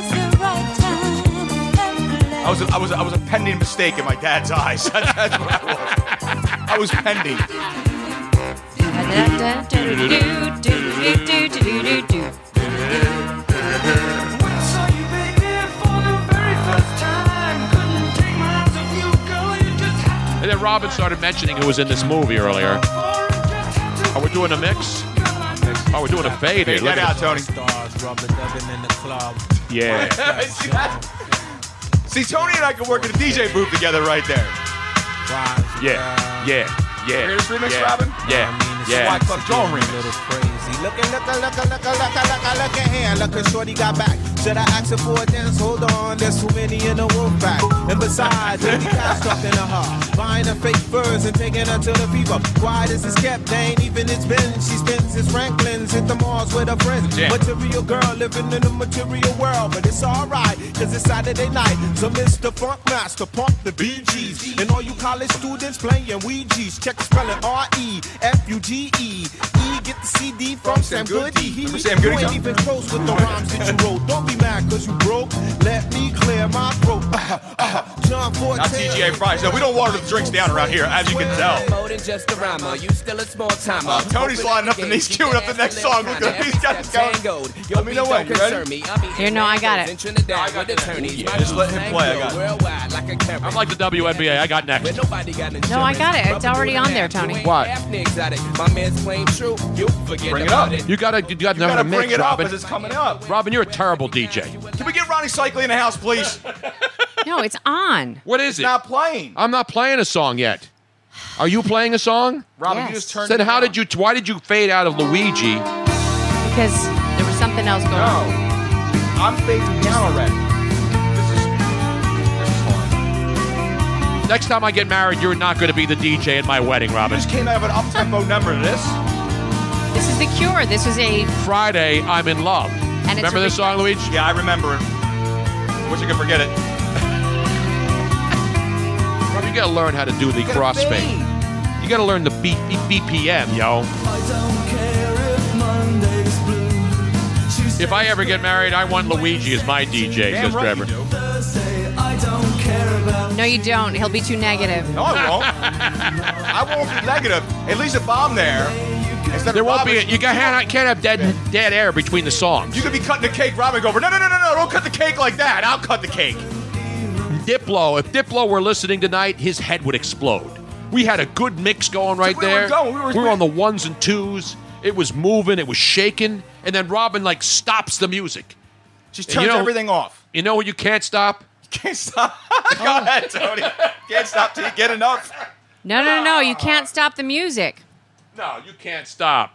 I was a, I was a, I was a pending mistake in my dad's eyes. That's, that's what I was. I was pending.
And then Robin started mentioning who was in this movie earlier. Are we doing a mix? Oh, we're doing a fade here.
Fade
Look
that out,
at
Tony.
this. Yeah.
See, that? See, Tony and I can work in a DJ booth together right there.
Yeah. Yeah. Yeah.
Hear this remix,
yeah.
Robin?
Yeah. Yeah.
White Club Joe remix. Crazy. Look at, look at, look at, look at, look at, look at, look at here. Look at Shorty got back. Should I ask her for a dance? Hold on, there's too many in the wolf pack. And besides, the guy's stuck in a heart. Buying her fake furs and taking her to the fever. Why does this kept? They ain't even his bin. She spends his Franklin's hit the malls with her friends.
Jam.
Material girl living in a material world. But it's alright, cause it's Saturday night. So Mr. Funk Master, pump the BGs. And all you college students playing Ouija's. Check the spelling R E F U G E. E get the CD from Sam Goody.
Remember Sam Goody,
You ain't
John?
even close with the rhymes that you wrote. Don't be mad cause you broke. Let me clear my throat. Uh-huh, John Forte.
Not TGA Fridays. No, we don't water the drinks down around here, as you can tell.
More than just a rhymer, you still a small timer.
Uh, Tony's lining up and he's queuing up the next song. Look at him, he's got it going. Let me know when, you ready?
Here, no, I got it.
Just let him play, I got it.
I'm like the WNBA. I got next.
No, I got it. It's already on there, Tony.
Why?
My man's claim true. You forget
Bring it
about
up.
it.
You gotta, you gotta know how
gotta
to mix,
bring it up
Robin.
as it's coming up.
Robin, you're a terrible DJ.
Can we get Ronnie Cycling in the house, please?
No, it's on.
What is it? Uh, Not
playing.
I'm not playing a song yet. Are you playing a song?
Robin, you Yes. just turned
Then
it
how did you? Why did you fade out of Luigi?
Because there was something else going on.
I'm fading down already.
Next time I get married, you're not going to be the DJ at my wedding, Robin.
Just came out of an up-tempo number to this.
This is The Cure. This is a.
Friday, I'm in love.
it's
remember
a
this song, Luigi?
Yeah, I remember it. Wish I could forget it.
Robin, you got to learn how to do the crossfade. You got to learn the B- B- BPM, yo.
I don't care if Monday's blue.
If I ever get married, I want Luigi as my DJ,
Damn
says
right
Trevor.
Thursday, I don't care about.
No, you don't. He'll be too negative.
No, I won't. I won't be negative. At least if I'm there, instead
There
of
won't
Robin,
be. A, you can't, can't have dead dead air between the songs.
you could be cutting the cake. Robin go over. No, no, no, no, no! Don't cut the cake like that. I'll cut the cake.
Diplo, if Diplo were listening tonight, his head would explode. We had a good mix going right
we were
there.
going, we were-
on the ones and twos. It was moving. It was shaking. And then Robin like stops the music.
She
And
turns everything off.
You know what? You can't stop.
Can't stop. Go ahead, Tony. Can't stop till you get enough.
No, no, no, no. You
Ah.
can't stop the music.
No, you can't stop.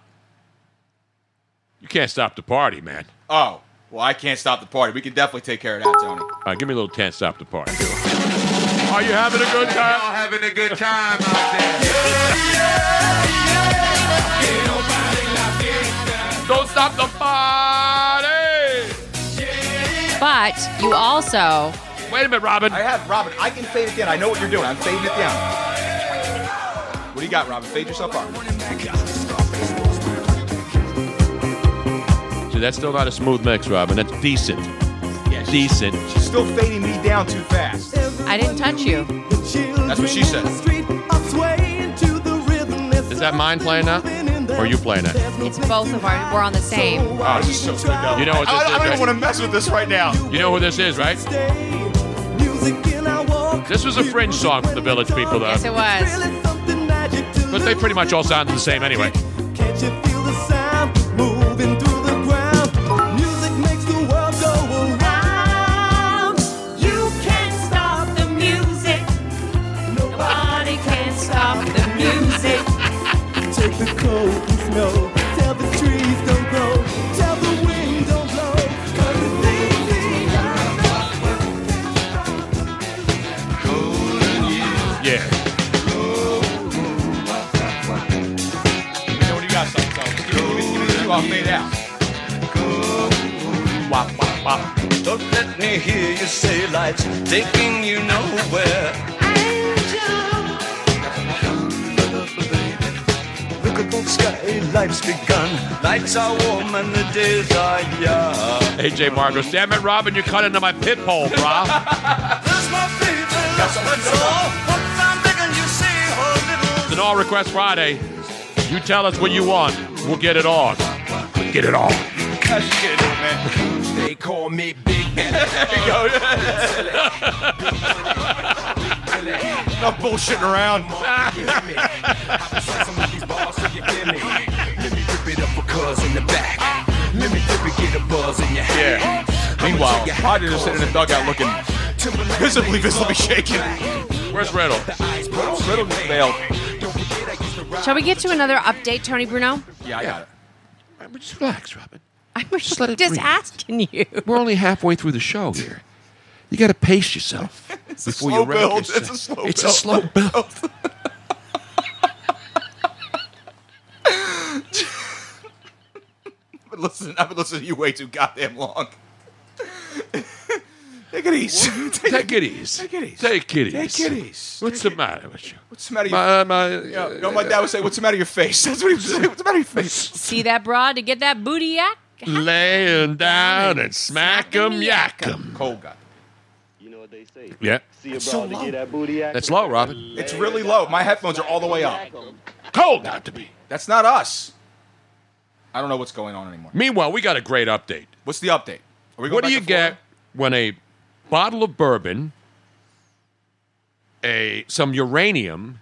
You can't stop the party, man.
Oh, well, I can't stop the party. We can definitely take care of that, Tony.
All right, give me a little can't stop the party. Are you having a good time? Y'all having a good time out there. Don't stop the party.
But you also.
Wait a minute, Robin.
I have Robin. I can fade it down. I know what you're doing. I'm fading it down. What do you got, Robin? Fade yourself up.
See, that's still not a smooth mix, Robin. That's decent. decent.
She's still fading me down too fast.
I didn't touch you.
That's what she said.
Is that mine playing now? Or are you playing it?
It's both of our. We're on the same.
Oh, this is so sweet, though. You know what this
I, I
is,
don't
right?
even want to mess with this right now.
You know who this is, right? This was a fringe song from the Village People, though.
Yes, it was.
But they pretty much all sounded the same anyway.
You can't stop the music. Nobody can stop the music.
Take the cold and snow. Tell the trees don't grow. Tell the wind don't blow. Cause the things we love.
Yeah.
know what you got, something, so give me- give me- give me two, I'll fade out.
Wop, wop, wop.
Don't let me hear you say life's taking you nowhere. Look at that sky, life's begun. Nights are warm and the days are young.
AJ Marcos. Damn it, Robin, you cut into my pit hole, Rob. It's an all request Friday. You tell us what you want, we'll get it on. Get it on.
That's just get it on, man. They call me Big Man. there you go. Not bullshitting around. yeah. Meanwhile, Hodges is sitting in the dugout looking visibly, visibly shaken.
Where's Riddle?
Riddle just bailed.
Shall we get to another update, Tony Bruno?
Yeah, I got it.
Just relax, Robin.
I'm just,
let it breathe.
asking you.
We're only halfway through the show here. You got to pace yourself
It's a
before
slow
you wreck
build.
yourself.
It's a slow
It's
build.
a slow build.
I've been listening. I've been listening to you way too goddamn long. Take it easy.
Take it easy.
Take it easy.
Take it
Take
easy.
it easy.
What's the matter with you?
What's the matter? with
My, uh,
your,
my,
Yeah, you know, my dad would say, "What's the matter with your face?" That's what he would say. What's the matter with your face?
See that broad to get that booty yak?
Laying down and smack 'em, yak 'em.
Cold guy.
Yeah.
See so low.
That's low, Robin.
It's really low. My headphones are all the way up.
Cold got to be.
That's not us. I don't know what's going on anymore.
Meanwhile, we got a great update.
What's the update? Are we going
what
back
do you
to
get when a bottle of bourbon, a some uranium,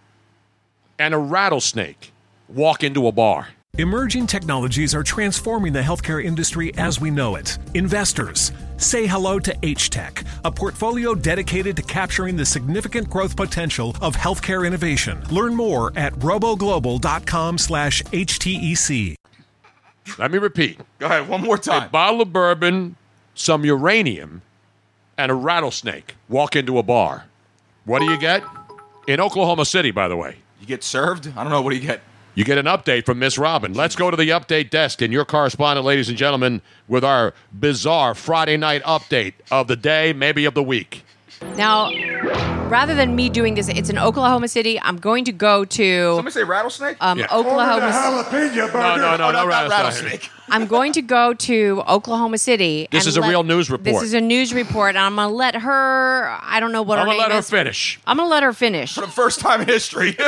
and a rattlesnake walk into a bar?
Emerging technologies are transforming the healthcare industry as we know it. Investors, say hello to HTech, a portfolio dedicated to capturing the significant growth potential of healthcare innovation. Learn more at roboglobal.com/htec.
Let me repeat.
Go ahead, one more time.
A bottle of bourbon, some uranium, and a rattlesnake walk into a bar. What do you get? In Oklahoma City, by the way.
You get served? I don't know. What do you get?
You get an update from Miss Robin. Let's go to the update desk and your correspondent, ladies and gentlemen, with our bizarre Friday night update of the day, maybe of the week.
Now, rather than me doing this, it's in Oklahoma City. I'm going to go to.
Somebody say rattlesnake. Oh,
Um, Oklahoma.
jalapeno
No, no, no, no, rattlesnake.
I'm going to go to Oklahoma City.
This
and
is a
let-
real news report.
This is a news report, and I'm gonna let her. I don't know what her
I'm going to
name
let her
is.
finish.
I'm gonna let her finish.
For the first time in history.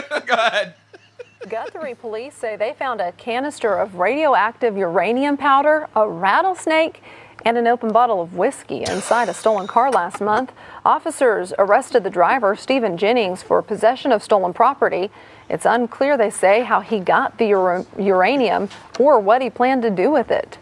Guthrie police say they found a canister of radioactive uranium powder, a rattlesnake, and an open bottle of whiskey inside a stolen car last month. Officers arrested the driver, Stephen Jennings, for possession of stolen property. It's unclear, they say, how he got the ur- uranium or what he planned to do with it.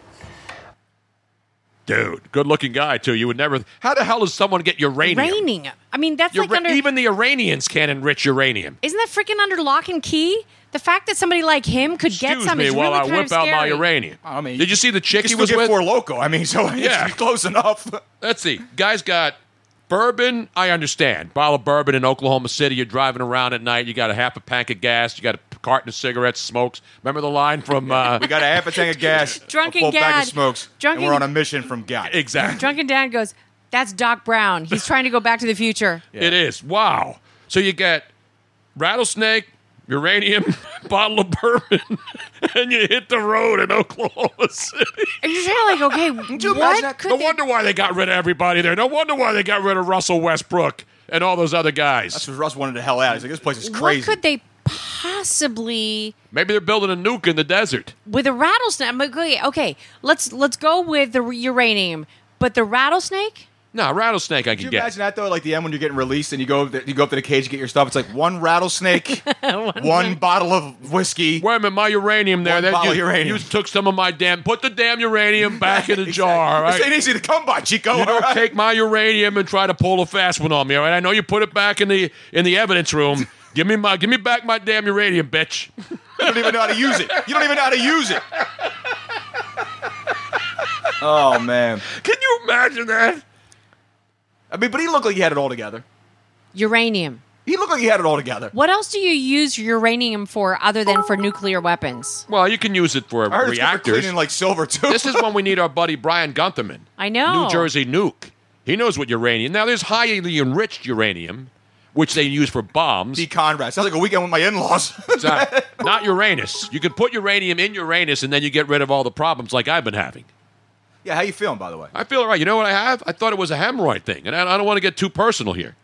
Dude, good looking guy, too. You would never. How the hell does someone get uranium?
Raining. I mean, that's
Ura-
like under.
Even the Iranians can't enrich uranium.
isn't that freaking under lock and key? The fact that somebody like him could get
Excuse
some
me
is
while
really
I
kind
whip
of
out
scary.
my uranium.
I mean,
Did you see the
you
chick he
still
was
get
with?
Four loco. I mean, so
Yeah.
yeah, close enough.
Let's see. Guy's got bourbon. I understand. Bottle of bourbon in Oklahoma City. You're driving around at night. You got a half a pack of gas. You got a carton of cigarettes, smokes. Remember the line from. Uh,
We got a half a tank of gas,
Drunken
a full bag
Gad.
of smokes,
Drunken-
and we're on a mission from God.
Exactly.
Drunken Dad goes, "That's Doc Brown. He's trying to go back to the future."
It is. Wow. So you get rattlesnake, uranium, bottle of bourbon, and you hit the road in Oklahoma City.
And you're kind of like, okay, what could
No wonder why they got rid of everybody there. No wonder why they got rid of Russell Westbrook and all those other guys.
That's what Russ wanted the hell out. He's like, this place is
what
crazy.
could they possibly
Maybe they're building a nuke in the desert.
with a rattlesnake? I'm like, okay, okay, let's let's go with the uranium, but the rattlesnake?
No, rattlesnake I can
Can you
get.
imagine that though? Like the end when you're getting released and you go you go up to the cage to get your stuff. It's like one rattlesnake, one, bottle of whiskey.
Wait a minute, my uranium there.
One
that
bottle
you,
of uranium.
you took some of my damn. Put the damn uranium back in the jar. All right?
This ain't easy to come by, Chico.
You
all
don't
right?
take my uranium and try to pull a fast one on me. All right, I know you put it back in the in the evidence room. Give me my give me back my damn uranium, bitch.
You don't even know how to use it. You don't even know how to use it. Oh man,
can you imagine that?
I mean, but he looked like he had it all together.
Uranium.
He looked like he had it all together.
What else do you use uranium for other than for nuclear weapons?
Well, you can use it for
I heard it's good for
reactors.
cleaning like silver too.
this is when we need our buddy Brian Guntherman.
I know.
New Jersey nuke. He knows what uranium. Now there's highly enriched uranium, which they use for bombs.
D. Conrad sounds like a weekend with my in-laws.
Exactly. Not Uranus. You could put uranium in Uranus and then you get rid of all the problems like I've been having.
yeah, how you feeling by the way?
I feel all right. You know what I have? I thought it was a hemorrhoid thing, and I, I don't want to get too personal here.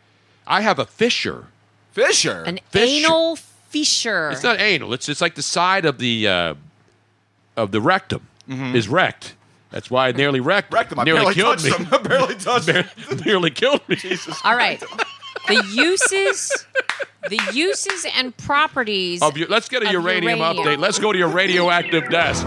I have a fissure.
Fisher.
An
Fissure.
anal fissure.
It's not anal. It's it's like the side of the uh, of the rectum
Mhm.
is wrecked. That's why I nearly wrecked. Wrecked
I
nearly
barely
killed
touched
me.
him. I barely touched him.
nearly killed me.
All right. The uses, the uses and properties.
Of u- let's get a
Of
uranium,
uranium.
update. Let's go to your radioactive desk.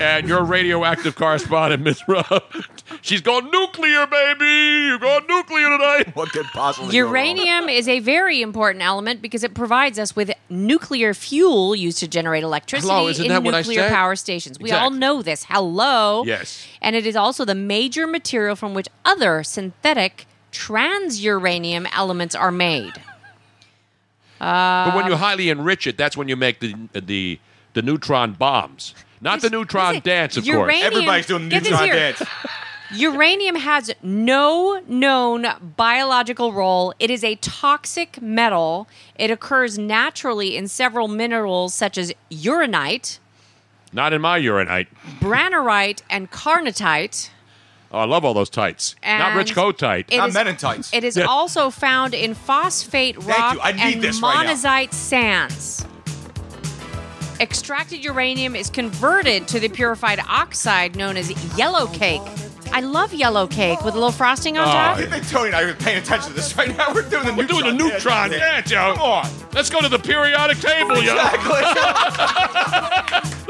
and your radioactive correspondent, Miss Rupp, she's going nuclear, baby. You're going nuclear tonight.
What could possibly
Uranium is a very important element because it provides us with nuclear fuel used to generate electricity
Hello, isn't
in
that what I
nuclear
said?
power stations. We all
Exactly.
know this. Hello.
Yes.
And it is also the major material from which other synthetic transuranium elements are made. Uh,
But when you highly enrich it, that's when you make the the the neutron bombs. Not the neutron dance, of course.
uranium- Everybody's doing the get this neutron here. dance. Uranium has no known biological role. It is a toxic metal. It occurs naturally in several minerals such as uranite,
Not in my urinite.
brannerite, and carnotite.
Oh, I love all those tights. Not
And
Rich Coat tight.
it is- It is
Yeah.
also found in phosphate rock
you. I need
and
this right now.
monazite sands. Extracted uranium is converted to the purified oxide known as yellow cake. I love yellow cake with a little frosting
Oh,
on top.
I think Tony and I are paying attention to this right now. We're doing the
We're
neutron
doing the neutron dance, yo. Come on. Let's go to the periodic table, yo.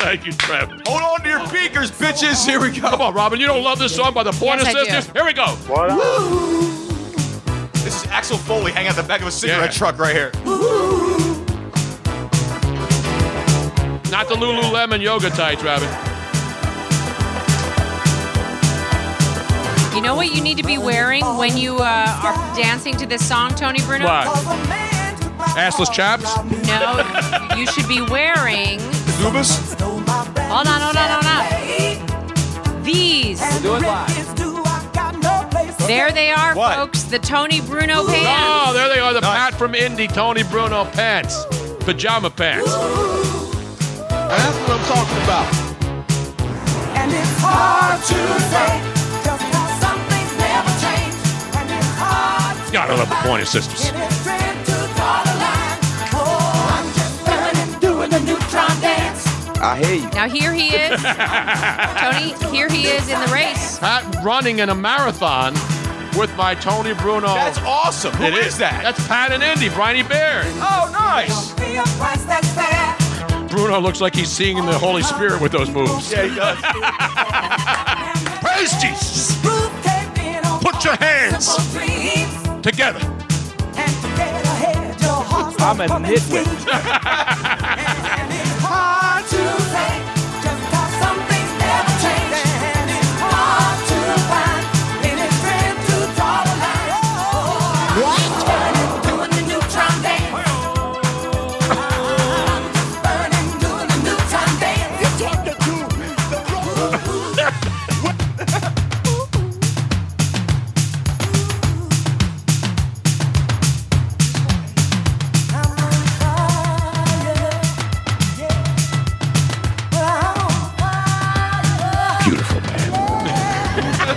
Thank you, Trev.
Hold on to your beakers, bitches. Here we go.
Come on, Robin. You don't love this song by the Pointer
Yes, I do.
Sisters? Here we go.
This is Axel Foley hanging out the back of a cigarette
Yeah.
truck right here.
Not the Lululemon yoga tights, Robin.
You know what you need to be wearing when you uh, are dancing to this song, Tony Bruno?
What? Assless chaps?
No, you should be wearing.
Zubas?
Hold on, hold on, hold on. These.
do it live.
There they are,
What?
folks. The Tony Bruno pants.
Oh, there they are. The Pat from Indy, Tony Bruno pants. Pajama pants.
That's what I'm talking about.
And it's hard to say just how some things never change. And it's hard to
Gotta love the Pointer Sisters.
get it straight to draw the line. Oh, I'm just learning, doing the neutron dance.
I hear you.
Now here he is. Tony, here he is in the race.
Pat running in a marathon with my Tony Bruno. That's
awesome.
Who is that? That's Pat and Indy, Briny Bear.
Oh, nice. Be a price that's fair.
Bruno looks like he's seeing the Holy Spirit with those moves.
Yeah,
he does.
Praise Jesus. Put your hands together.
I'm a nitwit.
Hard to say just how some things never change. And it's hard to find any friend to draw the line. What? Burning, doing the neutron dance. Burning, doing the neutron dance. You talk the
Beautiful man.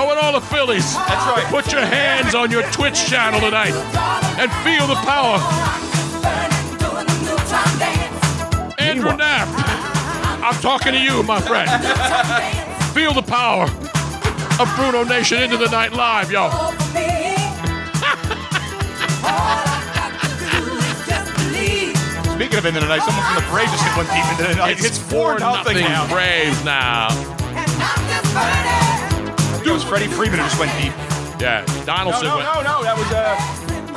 Oh, and all the Phillies. That's right. Put your hands on your Twitch channel tonight and feel the power. Andrew Knapp, I'm talking to you, my friend. Feel the power of Bruno Nation into the night live, y'all.
Speaking of in the night, someone from the Braves just hit one deep into the night. It's, four nothing, now.
Braves now.
It was Freddie Freeman who just went deep.
Yeah, Donaldson
no, no,
went.
no, no, that was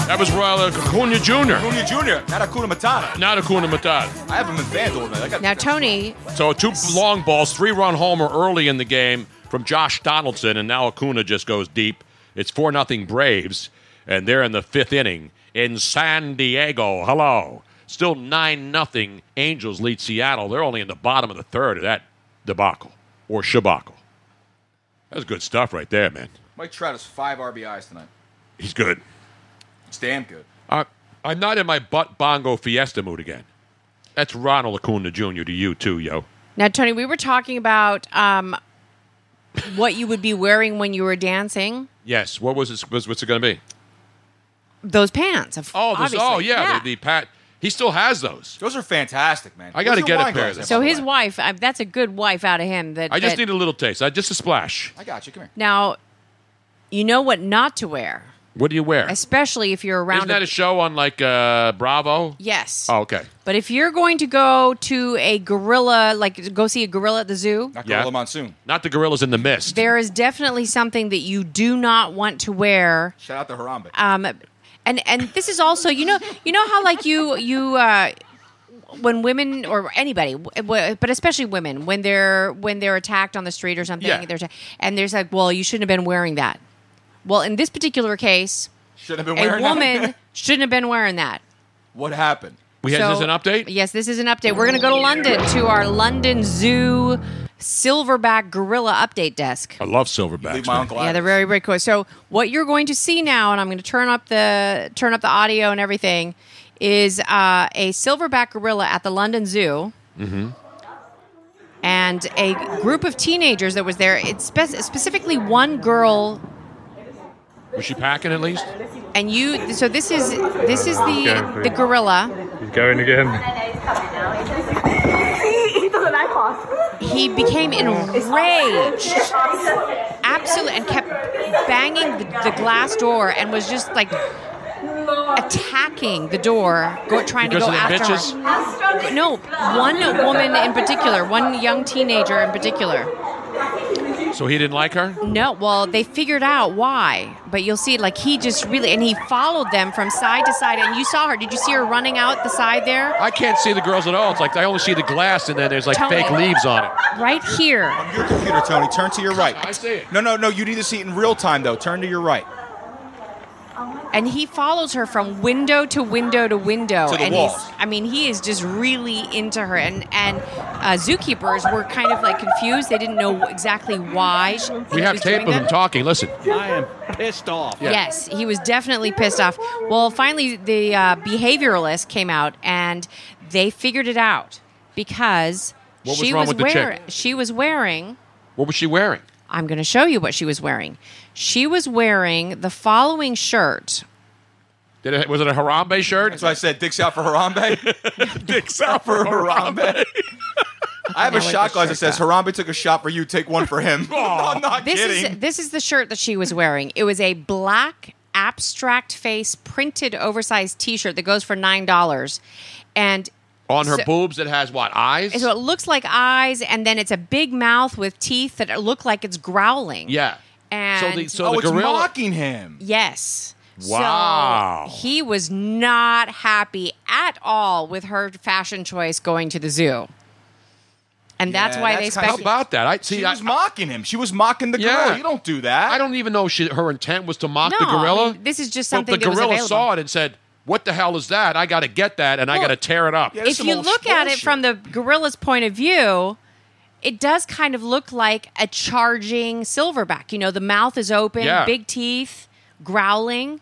uh,
That was Royal Acuna Jr.
Acuna Jr. Not Acuna Matata.
Not Acuna Matata.
I have him in FanDuel tonight. I got
Now, Tony,
So two long balls, three run homer early in the game from Josh Donaldson, and now Acuna just goes deep. It's four nothing Braves, and they're in the fifth inning in San Diego. Hello, still nine nothing. Angels lead Seattle. They're only in the bottom of the third of that debacle or shabacle. That's good stuff right there, man.
Mike Trout has five RBIs tonight.
He's good.
It's damn good.
I, I'm not in my butt bongo fiesta mood again. That's Ronald Acuna Jr. to you too, yo.
now Tony, we were talking about um, what you would be wearing when you were dancing.
Yes. What was it? Was, what's it going to be?
Those pants. of-
Oh, this,
obviously.
oh yeah, The, the Pat. He still has those.
Those are fantastic, man.
I got to
Those are
get a
wine
pair of them.
glasses.
So his wife, I, that's a good wife out of him. That
I just
that-
need a little taste. I just a splash.
I got you. Come here.
Now, you know what not to wear,
What do you wear?
especially if you're around.
Isn't that a show on like uh, Bravo?
yes.
Oh, okay.
But But if you're going to go to a gorilla, like go see a gorilla at the zoo,
Not Gorilla Monsoon. Not the gorillas in the mist.
there is definitely something that you do not want to wear.
Shout out to Harambe.
Um, and and this is also you know you know how like you you uh, when women or anybody w- w- but especially women when they're when they're attacked on the street or something
Yeah.
they're atta- and there's like well you shouldn't have been wearing that. Well, in this particular case,
Shouldn't have been
a
wearing that.
woman shouldn't have been wearing that.
what happened?
We had
So-
this as an update.
Yes, this is an update. We're going to go to London to our London Zoo silverback gorilla update desk.
I love silverbacks.
Leave my
man.
uncle
Yeah, they're very very cool. So what you're going to see now, and I'm going to turn up the turn up the audio and everything, is uh, a silverback gorilla at the London Zoo.
Mm-hmm.
and a group of teenagers that was there. It's spe- specifically one girl,
Was she packing at least?
and you. So this is this is the
Okay.
the gorilla.
He's going again.
He became enraged, absolutely, and kept banging the, the glass door and was just like attacking the door, go, trying
Because
to
of
go
the
after her. No, one woman in particular, one young teenager in particular.
So he didn't like her?
No, well, they figured out why, but you'll see, like, he just really, and he followed them from side to side, and you saw her. Did you see her running out the side there?
I can't see the girls at all. It's like I only see the glass and then there's like
Tony.
fake leaves on it.
Right here.
Your computer, Tony. Turn to your right. I
see it.
No, no, no. You need to see it in real time, though. Turn to your right.
And he follows her from window to window to window.
To the
and
walls.
he's, I mean, he is just really into her. And, and uh, zookeepers were kind of like confused. They didn't know exactly why. She,
We
he
have
was
tape
doing
of him
that.
talking. Listen.
I am pissed off.
Yes, he was definitely pissed off. Well, finally, the uh, behavioralists came out and they figured it out because
What was
she
wrong
was
with the chick?
wearing she was wearing.
What was she wearing?
I'm going to show you what she was wearing. She was wearing the following shirt.
Did it, was it a Harambe shirt? That's
why I said dicks out for Harambe.
dicks out for Harambe.
I
Now
have a
with the
shot glass that
shirt
says Harambe took a shot for you. Take one for him. No, I'm not
This
kidding.
is this is the shirt that she was wearing. It was a black abstract face printed oversized T-shirt that goes for nine dollars, and
On her
So-
boobs, it has what? Eyes?
so it looks like eyes, and then it's a big mouth with teeth that look like it's growling.
yeah.
And
so the, so
oh,
the
it's
gorilla.
mocking him.
Yes. So
Wow.
he was not happy at all with her fashion choice going to the zoo. And that's why they
How
spec-
about that? I see.
She
I,
was mocking him. She was mocking the
Yeah.
girl. You don't do that.
I don't even know she, her intent was to mock the
No, I
gorilla.
mean, this is just
But
something
the
that was
gorilla
available.
saw it and said, "What the hell is that? I got to get that, and I
Well,
got to tear it up."
if you look at it from the gorilla's point of view, it does kind of look like a charging silverback. You know, the mouth is open,
Yeah.
big teeth, growling,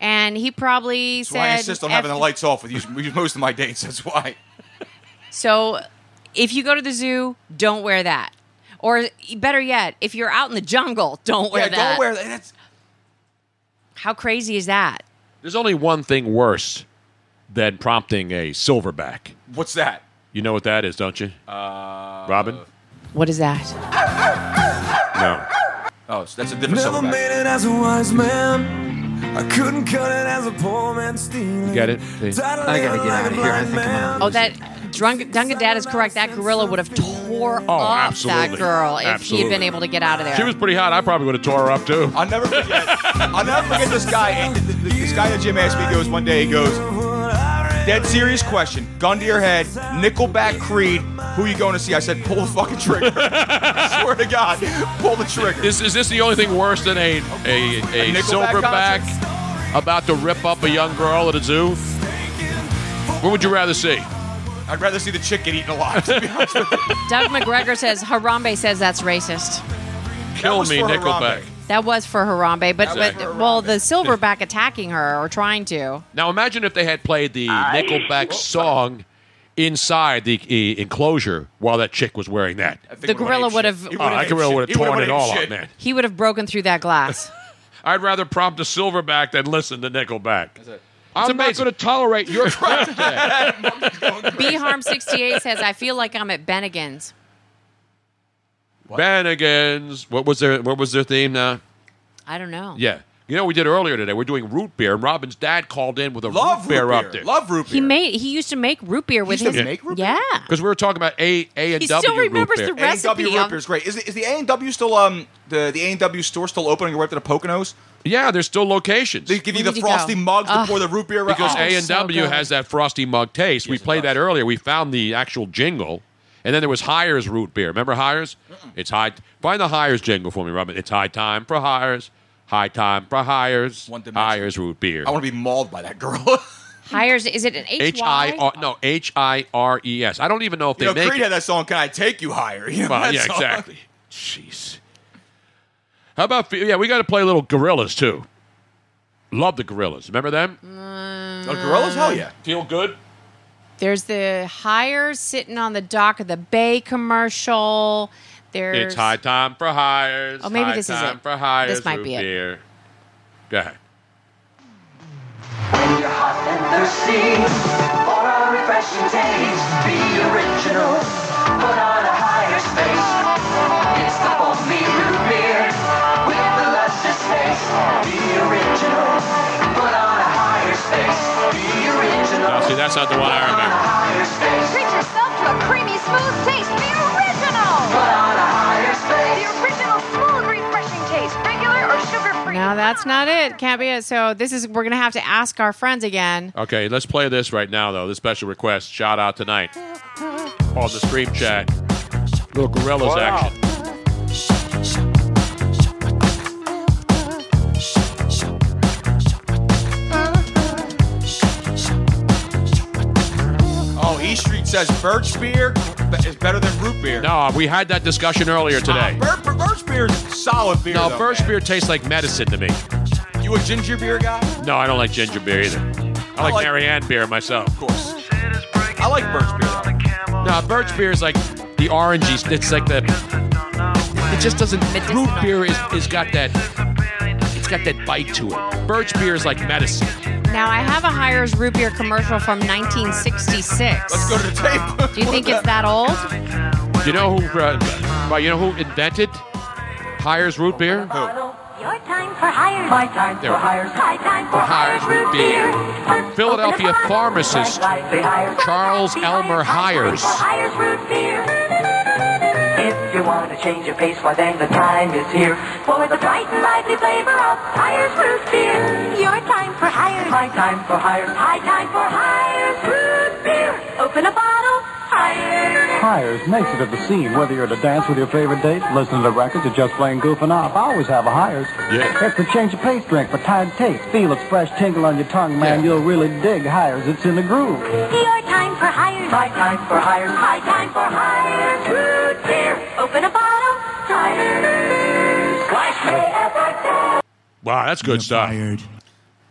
and he probably
That's
said,
why I insist on having
"F
the lights off with you with most of my dates. That's why.
So if you go to the zoo, don't wear that. Or better yet, if you're out in the jungle, don't wear
Yeah,
that.
don't wear that. That's-
How crazy is that?
There's only one thing worse than prompting a silverback.
What's that?
You know what that is, don't you?
Uh,
Robin?
What is that?
No.
Oh, so that's a different
Never
silverback.
made it as a wise man. I couldn't cut it as a poor man stealing.
You get it?
I gotta get out of here. I think I'm out.
Oh, that drunk Duncan Dad is correct. That gorilla would have tore
Oh,
up
absolutely.
that girl if he had
Absolutely.
been able to get out of there.
She was pretty hot. I probably would have tore her up too.
I'll never forget. I'll never forget this guy. And th- th- This guy that Jim asked me goes one day. He goes, dead serious question. Gun to your head. Nickelback, Creed. Who you going to see? I said, pull the fucking trigger. I swear to God, pull the trigger.
This is this the only thing worse than a a, a,
Nickelback
silverback about to rip up a young girl at a zoo? What would you rather see?
I'd rather see the chick get eaten alive. To be honest with you.
Doug McGregor says Harambe says that's racist.
Kill
was
me,
for
Nickelback.
Harambe.
That was for Harambe, but,
That was
but
for
well, the silverback attacking her or trying to.
Now imagine if they had played the Nickelback song inside the e- enclosure while that chick was wearing that.
The gorilla would have.
Oh, that gorilla would have torn it all up, man.
He would have broken through that glass.
I'd rather prompt a silverback than listen to Nickelback.
I'm not going to tolerate your crap today.
B Harm 68 says, I feel like I'm at Bennigan's.
Bannigan's. What was their What was their theme now?
I don't know.
Yeah, You know, we did earlier today. We're doing root beer, and Robin's dad called in with a
Love
root beer
root
up
beer.
there.
Love root
He made. He used to make root beer with
used to
his.
make root
yeah.
Because we were talking about A A and
He
W.
still remembers
root beer.
the recipe
A&W root
of-
beer is great. Is, the- is the A and W still um the the A and W store still opening right up to the Poconos?
Yeah, there's still locations.
They give
We
you the
need to
frosty
go.
mugs to
Ugh.
pour the root beer.
because
oh,
A and W has that frosty mug taste. we played that earlier. We found the actual jingle, and then there was Hires root beer. Remember Hires? It's high. Find the Hires jingle for me, Robin. It's high time for Hires. High time for Hires. Hires root beer.
I want to be mauled by that girl.
Hires. Is it an H
H I
Y?
R no H I R E S. I don't even know if they
you know,
make
Creed
it.
had that song. Can I take you higher? You know,
Well,
that
yeah,
song.
exactly. Jeez. How about yeah? We got to play a little Gorillas too. Love the Gorillas. Remember them?
Mm.
The Gorillas, hell yeah.
Feel good.
There's the hires sitting on the dock of the bay commercial. There's
It's high time for hires.
Oh, maybe
high
this is
time
it.
For hires,
This might
root
be it.
beer. Go ahead.
The seeds for a refreshing taste. Be original. Put on a higher space. It's the only root beer with the luscious taste. Be original. Put on a higher space. Be original.
No, see, that's not the one I remember.
Higher space.
Treat yourself to a creamy, smooth taste. The original. Put on a higher space. The original, smooth, refreshing taste. Regular or sugar free.
No, that's not it. Can't be it. So this is we're gonna have to ask our friends again.
Okay, let's play this right now though. This special request shout out tonight on the stream chat. Little Gorillas
Wow.
action.
Oh, E Street says birch beer is better than root beer.
No, we had that discussion earlier today.
Bir- bir- birch beer is solid beer.
No,
though,
birch beer tastes like medicine to me.
man. You a ginger beer guy?
No, I don't like ginger beer either. I like,
like-
Marianne beer myself.
Of course. I like birch beer.
No, Uh, birch beer is like the orangey. It's like the. It just doesn't. Root beer is is got that. It's got that bite to it. Birch beer is like medicine.
Now I have a hires root beer commercial from 1966. Let's
go to the tape.
Do you think it's that old?
You know who? Uh, well, you know who invented Hires root beer? Who?
Your time for hires. My time
There.
My time for
Hires root beer. Philadelphia pharmacist Charles Elmer Hires.
If you want to change your pace, why then the time is here for the bright and lively flavor of Hires Root Beer. Your time for Hires. My time for Hires. High time for Hires Root Beer. Open a bottle. Hires.
Hires makes it at the scene. Whether you're at a dance with your favorite date, listening to records, or just playing goofing off, I always have a Hires.
Yeah.
It's a change of pace drink for tired taste. Feel its fresh tingle on your tongue, man. You'll really dig Hires. It's in the groove.
Your time for Hires. My time for Hires. High time for Hires Root Beer. Open a bottle. Hires. Splash me a birthday.
Wow, that's good stuff.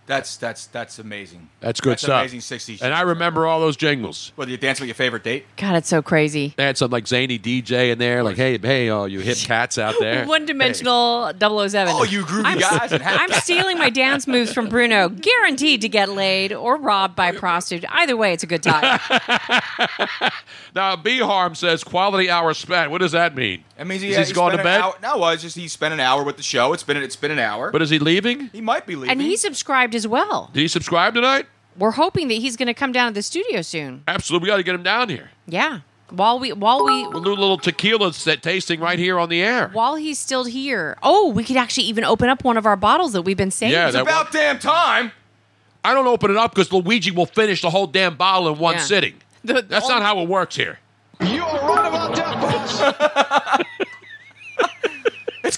That's that's that's amazing.
That's good stuff.
Amazing sixties.
And I remember all those jingles.
Whether you dance with your favorite date,
God, it's so crazy.
They had some like zany DJ in there, like, hey, hey, all you hip cats out there.
One dimensional 007. Oh,
you groovy
I'm,
guys and
I'm stealing my dance moves from Bruno, guaranteed to get laid or robbed by a prostitute. Either way, it's a good time.
Now, B Harm says quality hour spent. What does that mean?
that means he,
Is
he
he's going to
spent an
bed?
Hour, no, uh, it's just he spent an hour with the show. It's been it's been an hour.
But is he leaving?
he might be leaving.
and he subscribed as well.
Did he subscribe tonight?
We're hoping that he's going to come down to the studio soon.
Absolutely. We got to get him down here.
Yeah. While we while we
We'll do a little tequila set tasting right here on the air.
while he's still here. Oh, we could actually even open up one of our bottles that we've been saving.
Yeah,
it's
that
about damn time.
I don't open it up because Luigi will finish the whole damn bottle in one
Yeah.
sitting.
The-
That's not how it works here.
It's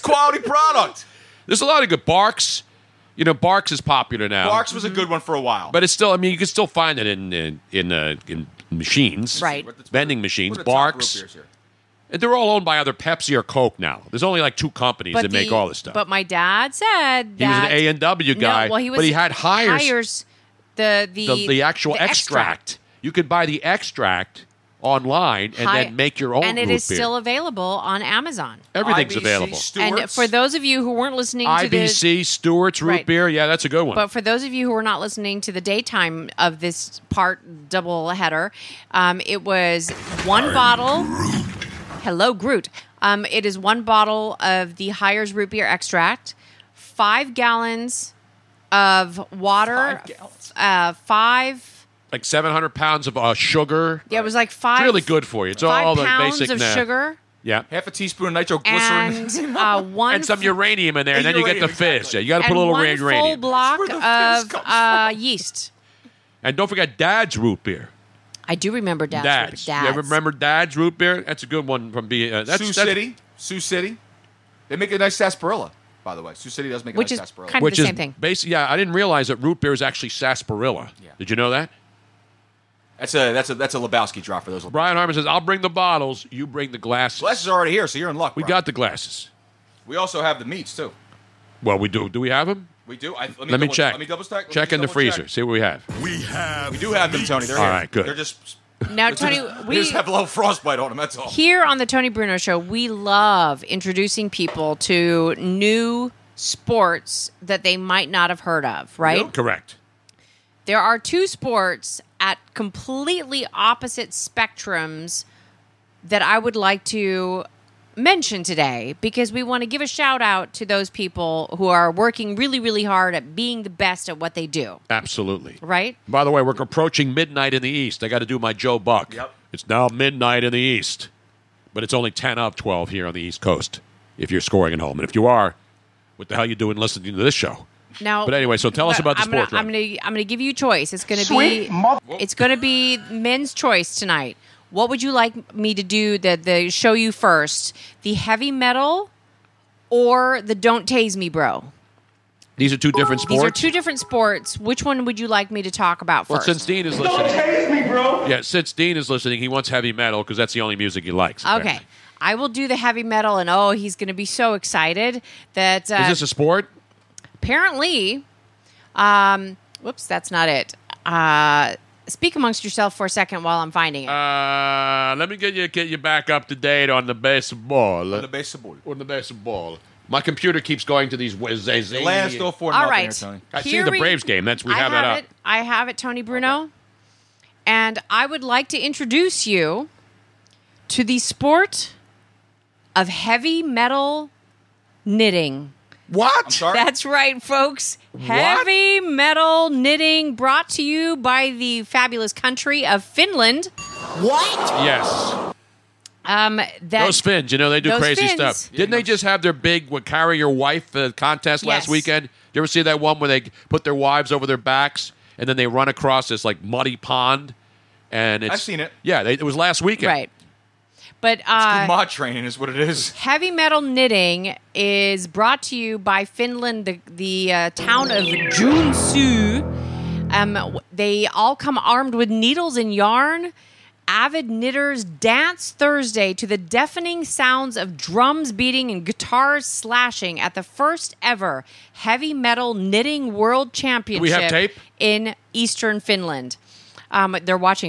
quality product.
There's a lot of good Barks. You know, Barks is popular now.
Barks was a good one for a while.
But it's still, I mean, you can still find it in in in, uh, in machines,
Right.
Vending machines,
What are the top root
Barks.
beers here?
And They're all owned by either Pepsi or Coke now. There's only like two companies that make
the-
all this stuff.
But my dad said that
he was an A and W guy,
No, well, he was
but he had hires,
hires the the
the, the actual
the
extract. You could buy the extract online and
Hi-
then make your own.
and it
root
is
beer.
still available on Amazon.
everything's
IBC
available.
And
Stewart's.
for those of you who weren't listening to the
IBC Stewart's root
Right.
beer, yeah, that's a good one.
but for those of you who were not listening to the daytime of this part double header, um, it was one bottle. Hello, Groot. Um, it is one bottle of the Hires root beer extract, five gallons of water, five gallons. Uh, five.
Like 700 pounds of uh, sugar.
Yeah, it was like five.
It's really good for you. It's
five
all the
pounds
basic
of
na-
sugar
Yeah.
Half a teaspoon of nitroglycerin.
and uh, one
And some uranium in there, and then you get the fish. Yeah, you got to put
and
a little
one full
uranium.
block of uh, yeast.
and don't forget Dad's root beer.
I do remember Dad's.
Dad's.
Dad's.
You ever remember Dad's root beer? That's a good one from B. Uh, that's,
Sioux
that's-
City. Sioux City. They make a nice sarsaparilla, by the way. Sioux City does make a
Which
nice
is
sarsaparilla.
kind of
Which
the
is
same thing.
basically, yeah, I didn't realize that root beer is actually sarsaparilla. Did you know that?
That's a that's a that's a Lebowski drop for those.
Brian Harmon says, I'll bring the bottles, you bring the glasses.
Glasses are already here, so you're in luck.
We got the glasses.
We also have the meats too.
Well, we do. Do we have them?
We do. I, let me,
Let me
double-
check.
Let me double check. Let me
Check
just
in the
double
freezer.
check.
See what we have.
We have. We do have them, Tony. They're
All
here.
right, good.
They're just.
Now,
they're
Uh, Tony,
just,
we-
they just have a little frostbite on them. That's all.
Here on the Tony Bruno Show, we love introducing people to new sports that they might not have heard of, right?
Correct.
There are two sports at completely opposite spectrums that I would like to mention today because we want to give a shout out to those people who are working really, really hard at being the best at what they do,
Absolutely.
right?
By the way, we're approaching midnight in the East. I got to do my Joe Buck. Yep. It's now midnight in the East, but it's only 10 up 12 here on the East Coast if you're scoring at home. And if you are, what the hell you doing listening to this show?
Now,
But anyway, so tell us
but
about the
I'm gonna-
sports,
I'm going to I'm going to give you a choice. It's going to be
Sweet
it's going to be men's choice tonight. What would you like me to do? The the show you first, the heavy metal, or the don't tase me, bro.
These are two different
These are
sports.
two different sports. Which one would you like me to talk about
well,
first?
since Dean is listening.
me, bro.
Yeah, since Dean is listening, he wants heavy metal because that's the only music he likes.
Okay, I will do the heavy metal, and oh, he's going to be so excited that uh,
apparently. Is this a sport?
apparently um whoops that's not it uh speak amongst yourself for a second while i'm finding it
Uh, let me get you get you back up to date on the baseball. On the
baseball.
On the baseball. My computer keeps going to these.
Atlanta still four
All right.
I see
Here
the
we-
Braves game. That's we
i
have,
have
that
it
up.
i have it tony bruno and i would like to introduce you to the sport of heavy metal knitting
what
that's right folks heavy metal knitting brought to you by the fabulous country of finland what
Yes.
um that
Those Finns, you know, they do
Those
crazy
Finns.
stuff. Didn't they just have their big what, carry your wife uh, contest last
Yes.
weekend? You ever see that one where they put their wives over their backs and then they run across this like muddy pond? And it's,
I've seen it.
Yeah, they, it was last weekend.
Right. But uh,
Mod training is what it is.
heavy metal knitting is brought to you by Finland, the, the uh, town of Junsu. Um, w- they all come armed with needles and yarn. Avid knitters dance Thursday to the deafening sounds of drums beating and guitars slashing at the first ever heavy metal knitting world championship
tape?
in eastern Finland. Um, they're watching